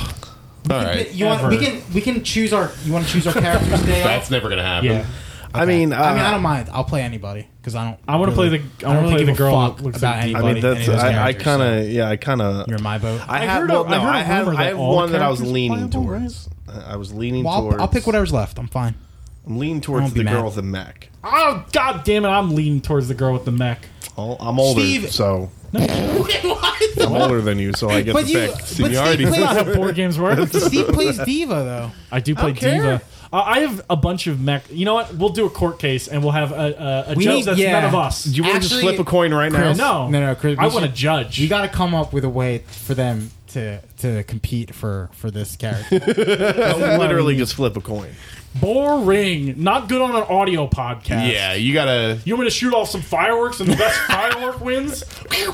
oh, all right. You want, we Ever. can we can choose our. You want to choose our characters today? That's never gonna happen. Yeah. I mean, I mean, I uh, don't mind. I'll play anybody because I don't. I wanna play the- I wanna play the give a girl fuck that looks about like- I mean, anybody. I mean, that's any of those I, I characters, kind so of yeah, I kind of. You're my boat. I I have heard well, a- I no, heard a I have rumor I that have all the one that I was characters are leaning playable, right? towards. I I was leaning Well, towards. I'll, I'll pick whatever's left. I'm fine. I'm leaning I'll towards be the mad. girl with the mech. Oh god damn it, I'm leaning towards the girl with the mech. I'll- I'm older, Steve- so I'm older than you, so I get But the you, pick. but Seniority. Steve That's plays, how board games work. Steve plays diva though. I do play don't care. Diva. Uh, I have a bunch of mech. You know what? We'll do a court case and we'll have a, a, a We judge need- that's yeah. none of us. Do you want to just Actually, flip a coin right now? Chris- no, No, no, Chris, we I want a should- judge. You got to come up with a way for them to to compete for for this character. I'll literally just flip a coin. boring. Not good on an audio podcast. Yeah, you gotta. You want me to shoot off some fireworks and the best firework wins? Oh,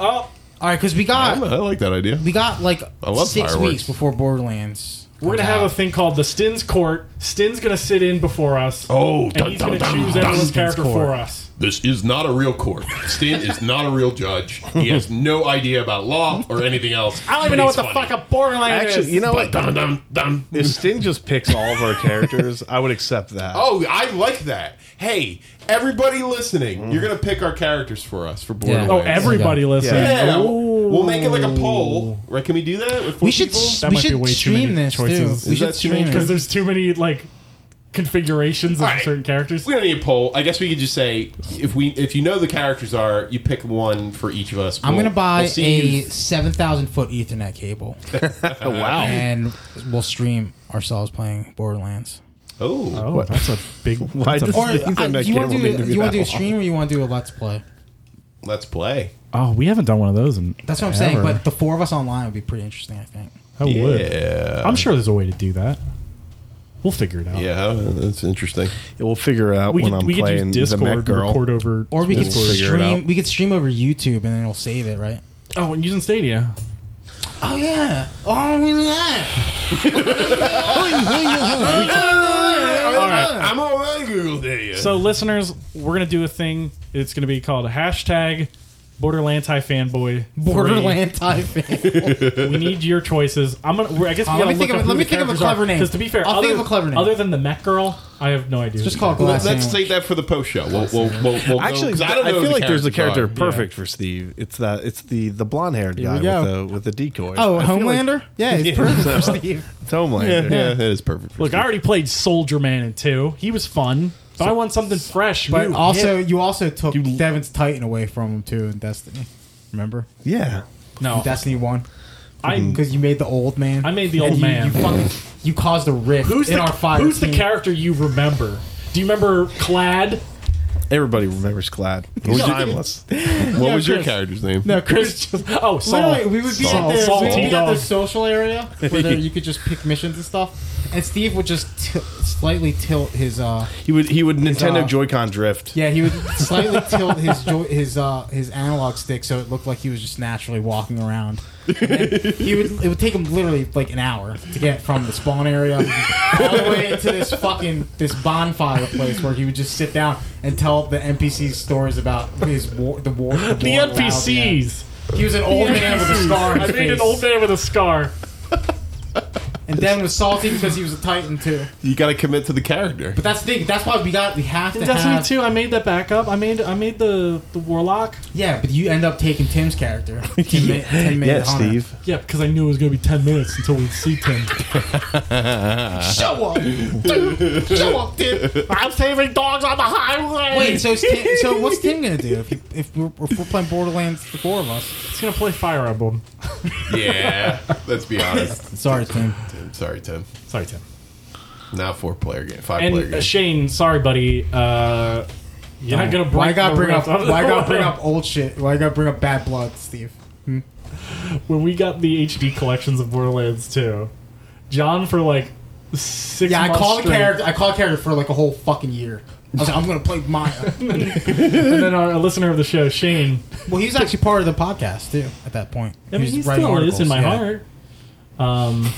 All right, because we I got like that idea. we got like I love six fireworks. weeks before Borderlands. we're gonna comes have out. a thing called the Stin's Court. Stin's gonna sit in before us. Oh, and dun, he's dun, gonna dun, choose dun. everyone's character Court. for us. This is not a real court. Stan is not a real judge. He has no idea about law or anything else. I don't even know what the fuck a Borderlands Actually, is. you know what? Dun, dun, dun. If Sting just picks all of our characters, I would accept that. Oh, I like that. Hey, everybody listening, you're gonna pick our characters for us for Borderlands. oh, everybody listen. Yeah, we'll, we'll make it like a poll. Right? Can we do that? With four We should people? s- That we might be should way too stream many this choices. too. We Is should that too many? stream because it. there's too many like configurations of Alright. certain characters. We don't need a poll. I guess we could just say if we if you know who the characters are, you pick one for each of us. I'm We'll- gonna buy we'll see a who's- seven thousand foot Ethernet cable, wow. and we'll stream ourselves playing Borderlands. Oh, Oh, that's a big. Why that's a- does Or Ethernet I, you want cable need to to do be you want that to do a long? stream or you want to do a let's play? let's play. oh, we haven't done one of those. In That's what I'm saying. But the four of us online would be pretty interesting. I think. I would. Yeah, I'm sure there's a way to do that. We'll figure it out. yeah, that's interesting. We'll figure it out We when could, I'm we could playing use Discord the mech and record girl. over, Or we could We'll figure it out. stream. We could stream over YouTube, and then it'll save it, right? oh, and using Stadia. Oh yeah. Oh Oh, All right, I'm all right, Google Day. So, listeners, we're gonna do a thing. It's gonna be called a hashtag Borderlands fanboy. Borderland type. thing. We need your choices. I'm gonna. we're- I guess we Uh, gotta let me think look of- up let me think of a clever name. Because to be fair, I'll other, think of a clever name. Other than the Mech Girl, I have no idea. Just call it glass. Let's sandwich. save that for the post show. We'll, we'll, we'll, we'll Actually, go, 'cause I, don't know who feel like there's a characters character are. perfect for Steve. It's that it's the the blonde haired guy we with go. the with the decoy. Oh, I feel Homelander. Like yeah, it's perfect for Steve. it's Homelander. Yeah, it is perfect. For Look, I already played Soldier Man in two. He was fun, but I want something fresh. But new, also, hip. you also took Devin's Titan away from him too in Destiny. Remember yeah. no, Destiny One I because you made the old man. I made the And old you- man. You, fucking, you caused a rift who's in the our fire. who's the team. character you remember? Do you remember Clad? Everybody remembers Clad. He's timeless. What was your character's name? No, Chris. Oh, Saul. Literally, we would be Saul. at the, Saul we'd be at T-Dog. the social area where there, you could just pick missions and stuff, and Steve would just t- slightly tilt his. uh He would he would Nintendo uh, Joy-Con drift. Yeah, he would slightly tilt his joy, his uh, his analog stick so it looked like he was just naturally walking around. And then He would it would take him literally like an hour to get from the spawn area all the way into this fucking this bonfire place where he would just sit down and tell the NPCs stories about his war the war the, the war aroused him. NPCs. He was an old man with a scar. On I his made an face. old man with a scar. And Dan was salty because he was a Titan too. You got to commit to the character. But that's the thing. That's why we got. We have to Destiny have. two. I made that backup. I made I made the the warlock. Yeah, but you end up taking Tim's character. Tim, yeah. Tim made Yeah, Hunter. Steve. Yeah, because I knew it was gonna be ten minutes until we see Tim. Show up, dude. Show up, dude. I'm saving dogs on the highway. Wait. So, is Tim, so what's Tim gonna do if, he, if, we're, if we're playing Borderlands, the four of us? he's gonna play Fire Emblem. Yeah, let's be honest. Sorry, Tim. Tim, sorry, Tim. Sorry, Tim. Not four player game, five player And uh, game. Shane, sorry, buddy. Uh, you're not gonna break. Why got the bring up? rules. Why got bring up old shit? Why got bring up bad blood, Steve? when we got the HD collections of Borderlands 2, John for like six. Yeah, I months called a straight. character. I called a character for like a whole fucking year. I was like, I'm gonna play Maya. and then our a listener of the show, Shane. well, he's actually part of the podcast too. At that point, I mean, was he writing still is in my yeah. heart. Um,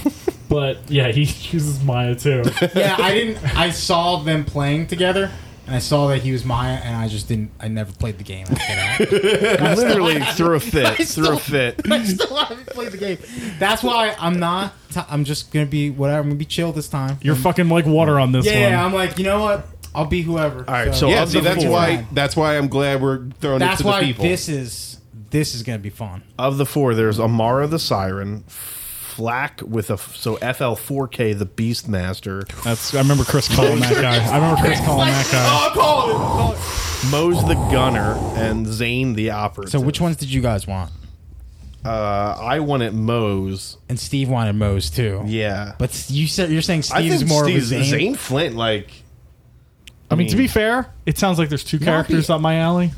but yeah, he uses Maya too. yeah, I didn't. I saw them playing together, and I saw that he was Maya, and I just didn't. I never played the game. After that. Literally threw a fit. Threw still- a fit. I still haven't played the game. That's why I'm not. T- I'm just gonna be whatever. I'm gonna be chill this time. um, You're fucking like water on this yeah, one. yeah, I'm like, you know what? I'll be whoever. All right, so Yeah, Of see, the that's four. why. That's why I'm glad we're throwing it that's to the why people. this is this is gonna be fun. Of the four, there's Amara the Siren, Flack with a f- so FL4K the Beastmaster, That's I remember Chris calling that guy. I remember Chris calling that guy. Oh, I'm calling it. I'm calling it. Mose the Gunner, and Zane the Operative. So, which ones did you guys want? Uh, I wanted Mose. And Steve wanted Moe's too. Yeah, But s- you said you're saying I Steve's think more Steve- of a Zane. Zane Flint like. I mean, to be fair, it sounds like there's two characters up my alley.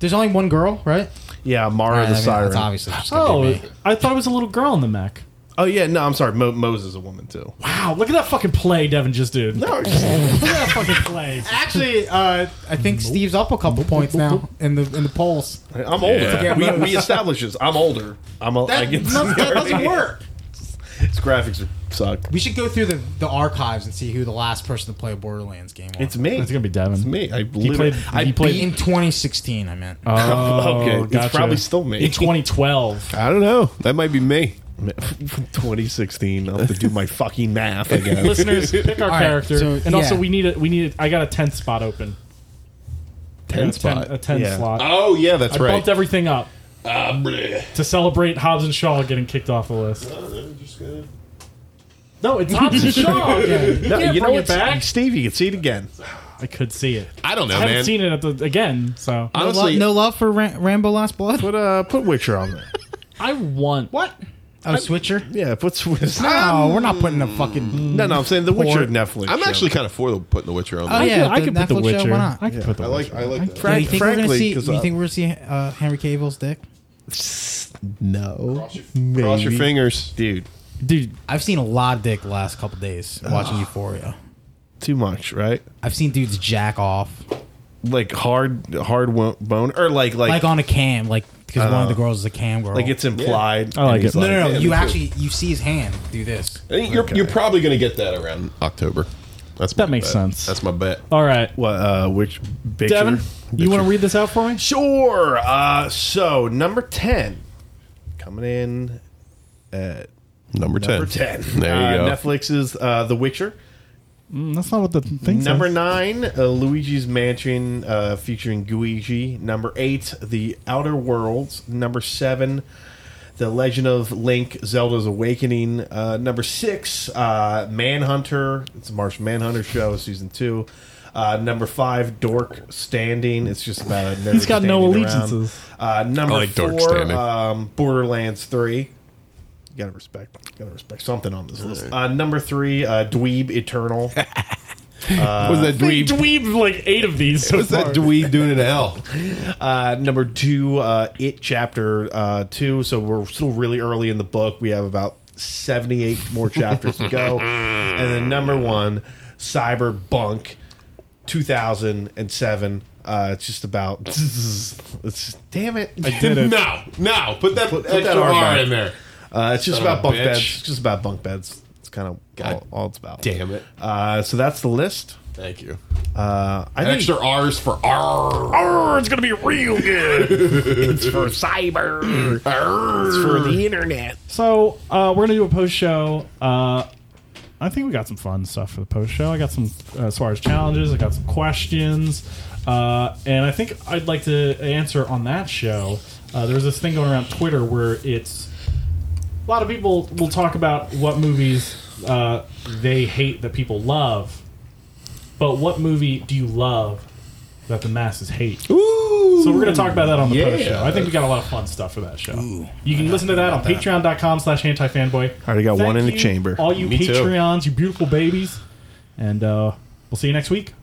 There's only one girl, right? Yeah, Amara Alright, I the mean, Siren. That's obviously just gonna be Oh, me. I thought it was a little girl in the mech. Oh yeah, no, I'm sorry. Mo- Mose is a woman too. Wow, look at that fucking play Devin just did. Look No, just- at that fucking play. Actually, uh, I think Steve's up a couple points now in the in the polls. I'm older. Yeah. We, we established this. I'm older. I'm old. I That, get- no, that doesn't work. Its graphics are, suck. We should go through the, the archives and see who the last person to play a Borderlands game was. It's me. It's gonna be Devin. It's me. I He literally. played. I he played. in 2016, I meant. oh, okay, it's gotcha. probably still me. in 2012. I don't know. That might be me. 2016. I'll have to do my fucking math again. Listeners, pick our right, character, so, and also yeah. we need a we need. A, I got a 10th spot open. Ten a 10, spot. a 10 Yeah. slot. Oh yeah, that's I right. bumped everything up Ah, bleh. to celebrate Hobbs and Shaw getting kicked off the list. No, it's Hobbs and Shaw. Again. You No, can't you know bring it what, back. Steve? You can see it again. I could see it. I don't know, I haven't man. seen it at the, again, so I, no, lo- Honestly, no love for Ram- Rambo Last Blood? Put uh, put Witcher on there. want. What? Oh, Switcher? Yeah, put Swiss. No, we're not putting a fucking. No, no, I'm saying the Witcher Port. Netflix. I'm show. actually kind of for the putting the Witcher on. Oh, there. I yeah, could- I the could put the Netflix show, Witcher. why not? I could put the I Witcher. like. I like. That. Do you think we're gonna frankly, see? 'cause Do you I- think we're gonna see uh, Henry Cavill's dick? no. Cross your Maybe. fingers, dude. Dude, I've seen a lot of dick the last couple days watching Euphoria. Too much, right? I've seen dudes jack off Like hard, hard wo- bone, or like like like like, on a cam, like because one of the girls is a cam girl. it's implied. I like and he's it. no, no, no. Yeah, me you too. actually you see his hand do this. I think you're Okay. you're probably going to get that around October. That's That my makes bet. sense. Oh, That's my bet. all right. What? Uh, which picture? Devin, you want to read this out for me? Sure. Uh, so number ten, coming in at Number ten. number ten. There you uh, go. Netflix's uh, The Witcher. That's not what the thing Number nine, uh, Luigi's Mansion uh, featuring Guigi. Number eight, The Outer Worlds. Number seven, The Legend of Link: Zelda's Awakening. Uh, number six, uh, Manhunter. It's a Martian Manhunter show, season two. Uh, number five, Dork Standing. It's just about a nerd He's got no standing around. allegiances. Uh, number I like four, Dork Standing. Um, Borderlands Three. You gotta respect. Gotta respect something on this list. Uh, number three, uh, Dweeb Eternal. was that dweeb? Dweeb like eight of these. So was that far. dweeb doing an L? Uh, number two, uh, it chapter uh, two. So we're still really early in the book. We have about seventy-eight more chapters to go, and then number one, Cyberbunk, two thousand and seven. Uh, it's just about. It's damn it. no, no. Put that put, that R, back. in there. Uh, it's just Son about of a bunk bitch. beds. It's just about bunk beds. It's kind of all, all it's about. damn it. Uh, so that's the list. Thank you. Uh, I think Extra R's for R. it's gonna be real good. it's for cyber. It's for the internet. So uh, we're gonna do a post show. Uh, I think we got some fun stuff for the post show. I got some uh, as far as challenges. I got some questions, uh, and I think I'd like to answer on that show. Uh, there's this thing going around Twitter where it's a lot of people will talk about what movies uh, they hate that people love, but what movie do you love that the masses hate? So we're going to talk about that on the post show. I think we got a lot of fun stuff for that show. you can listen to that on patreon.com slash antifanboy. already got Thank one in the you, chamber. All you Me too. Patreons, you beautiful babies. And uh, we'll see you next week.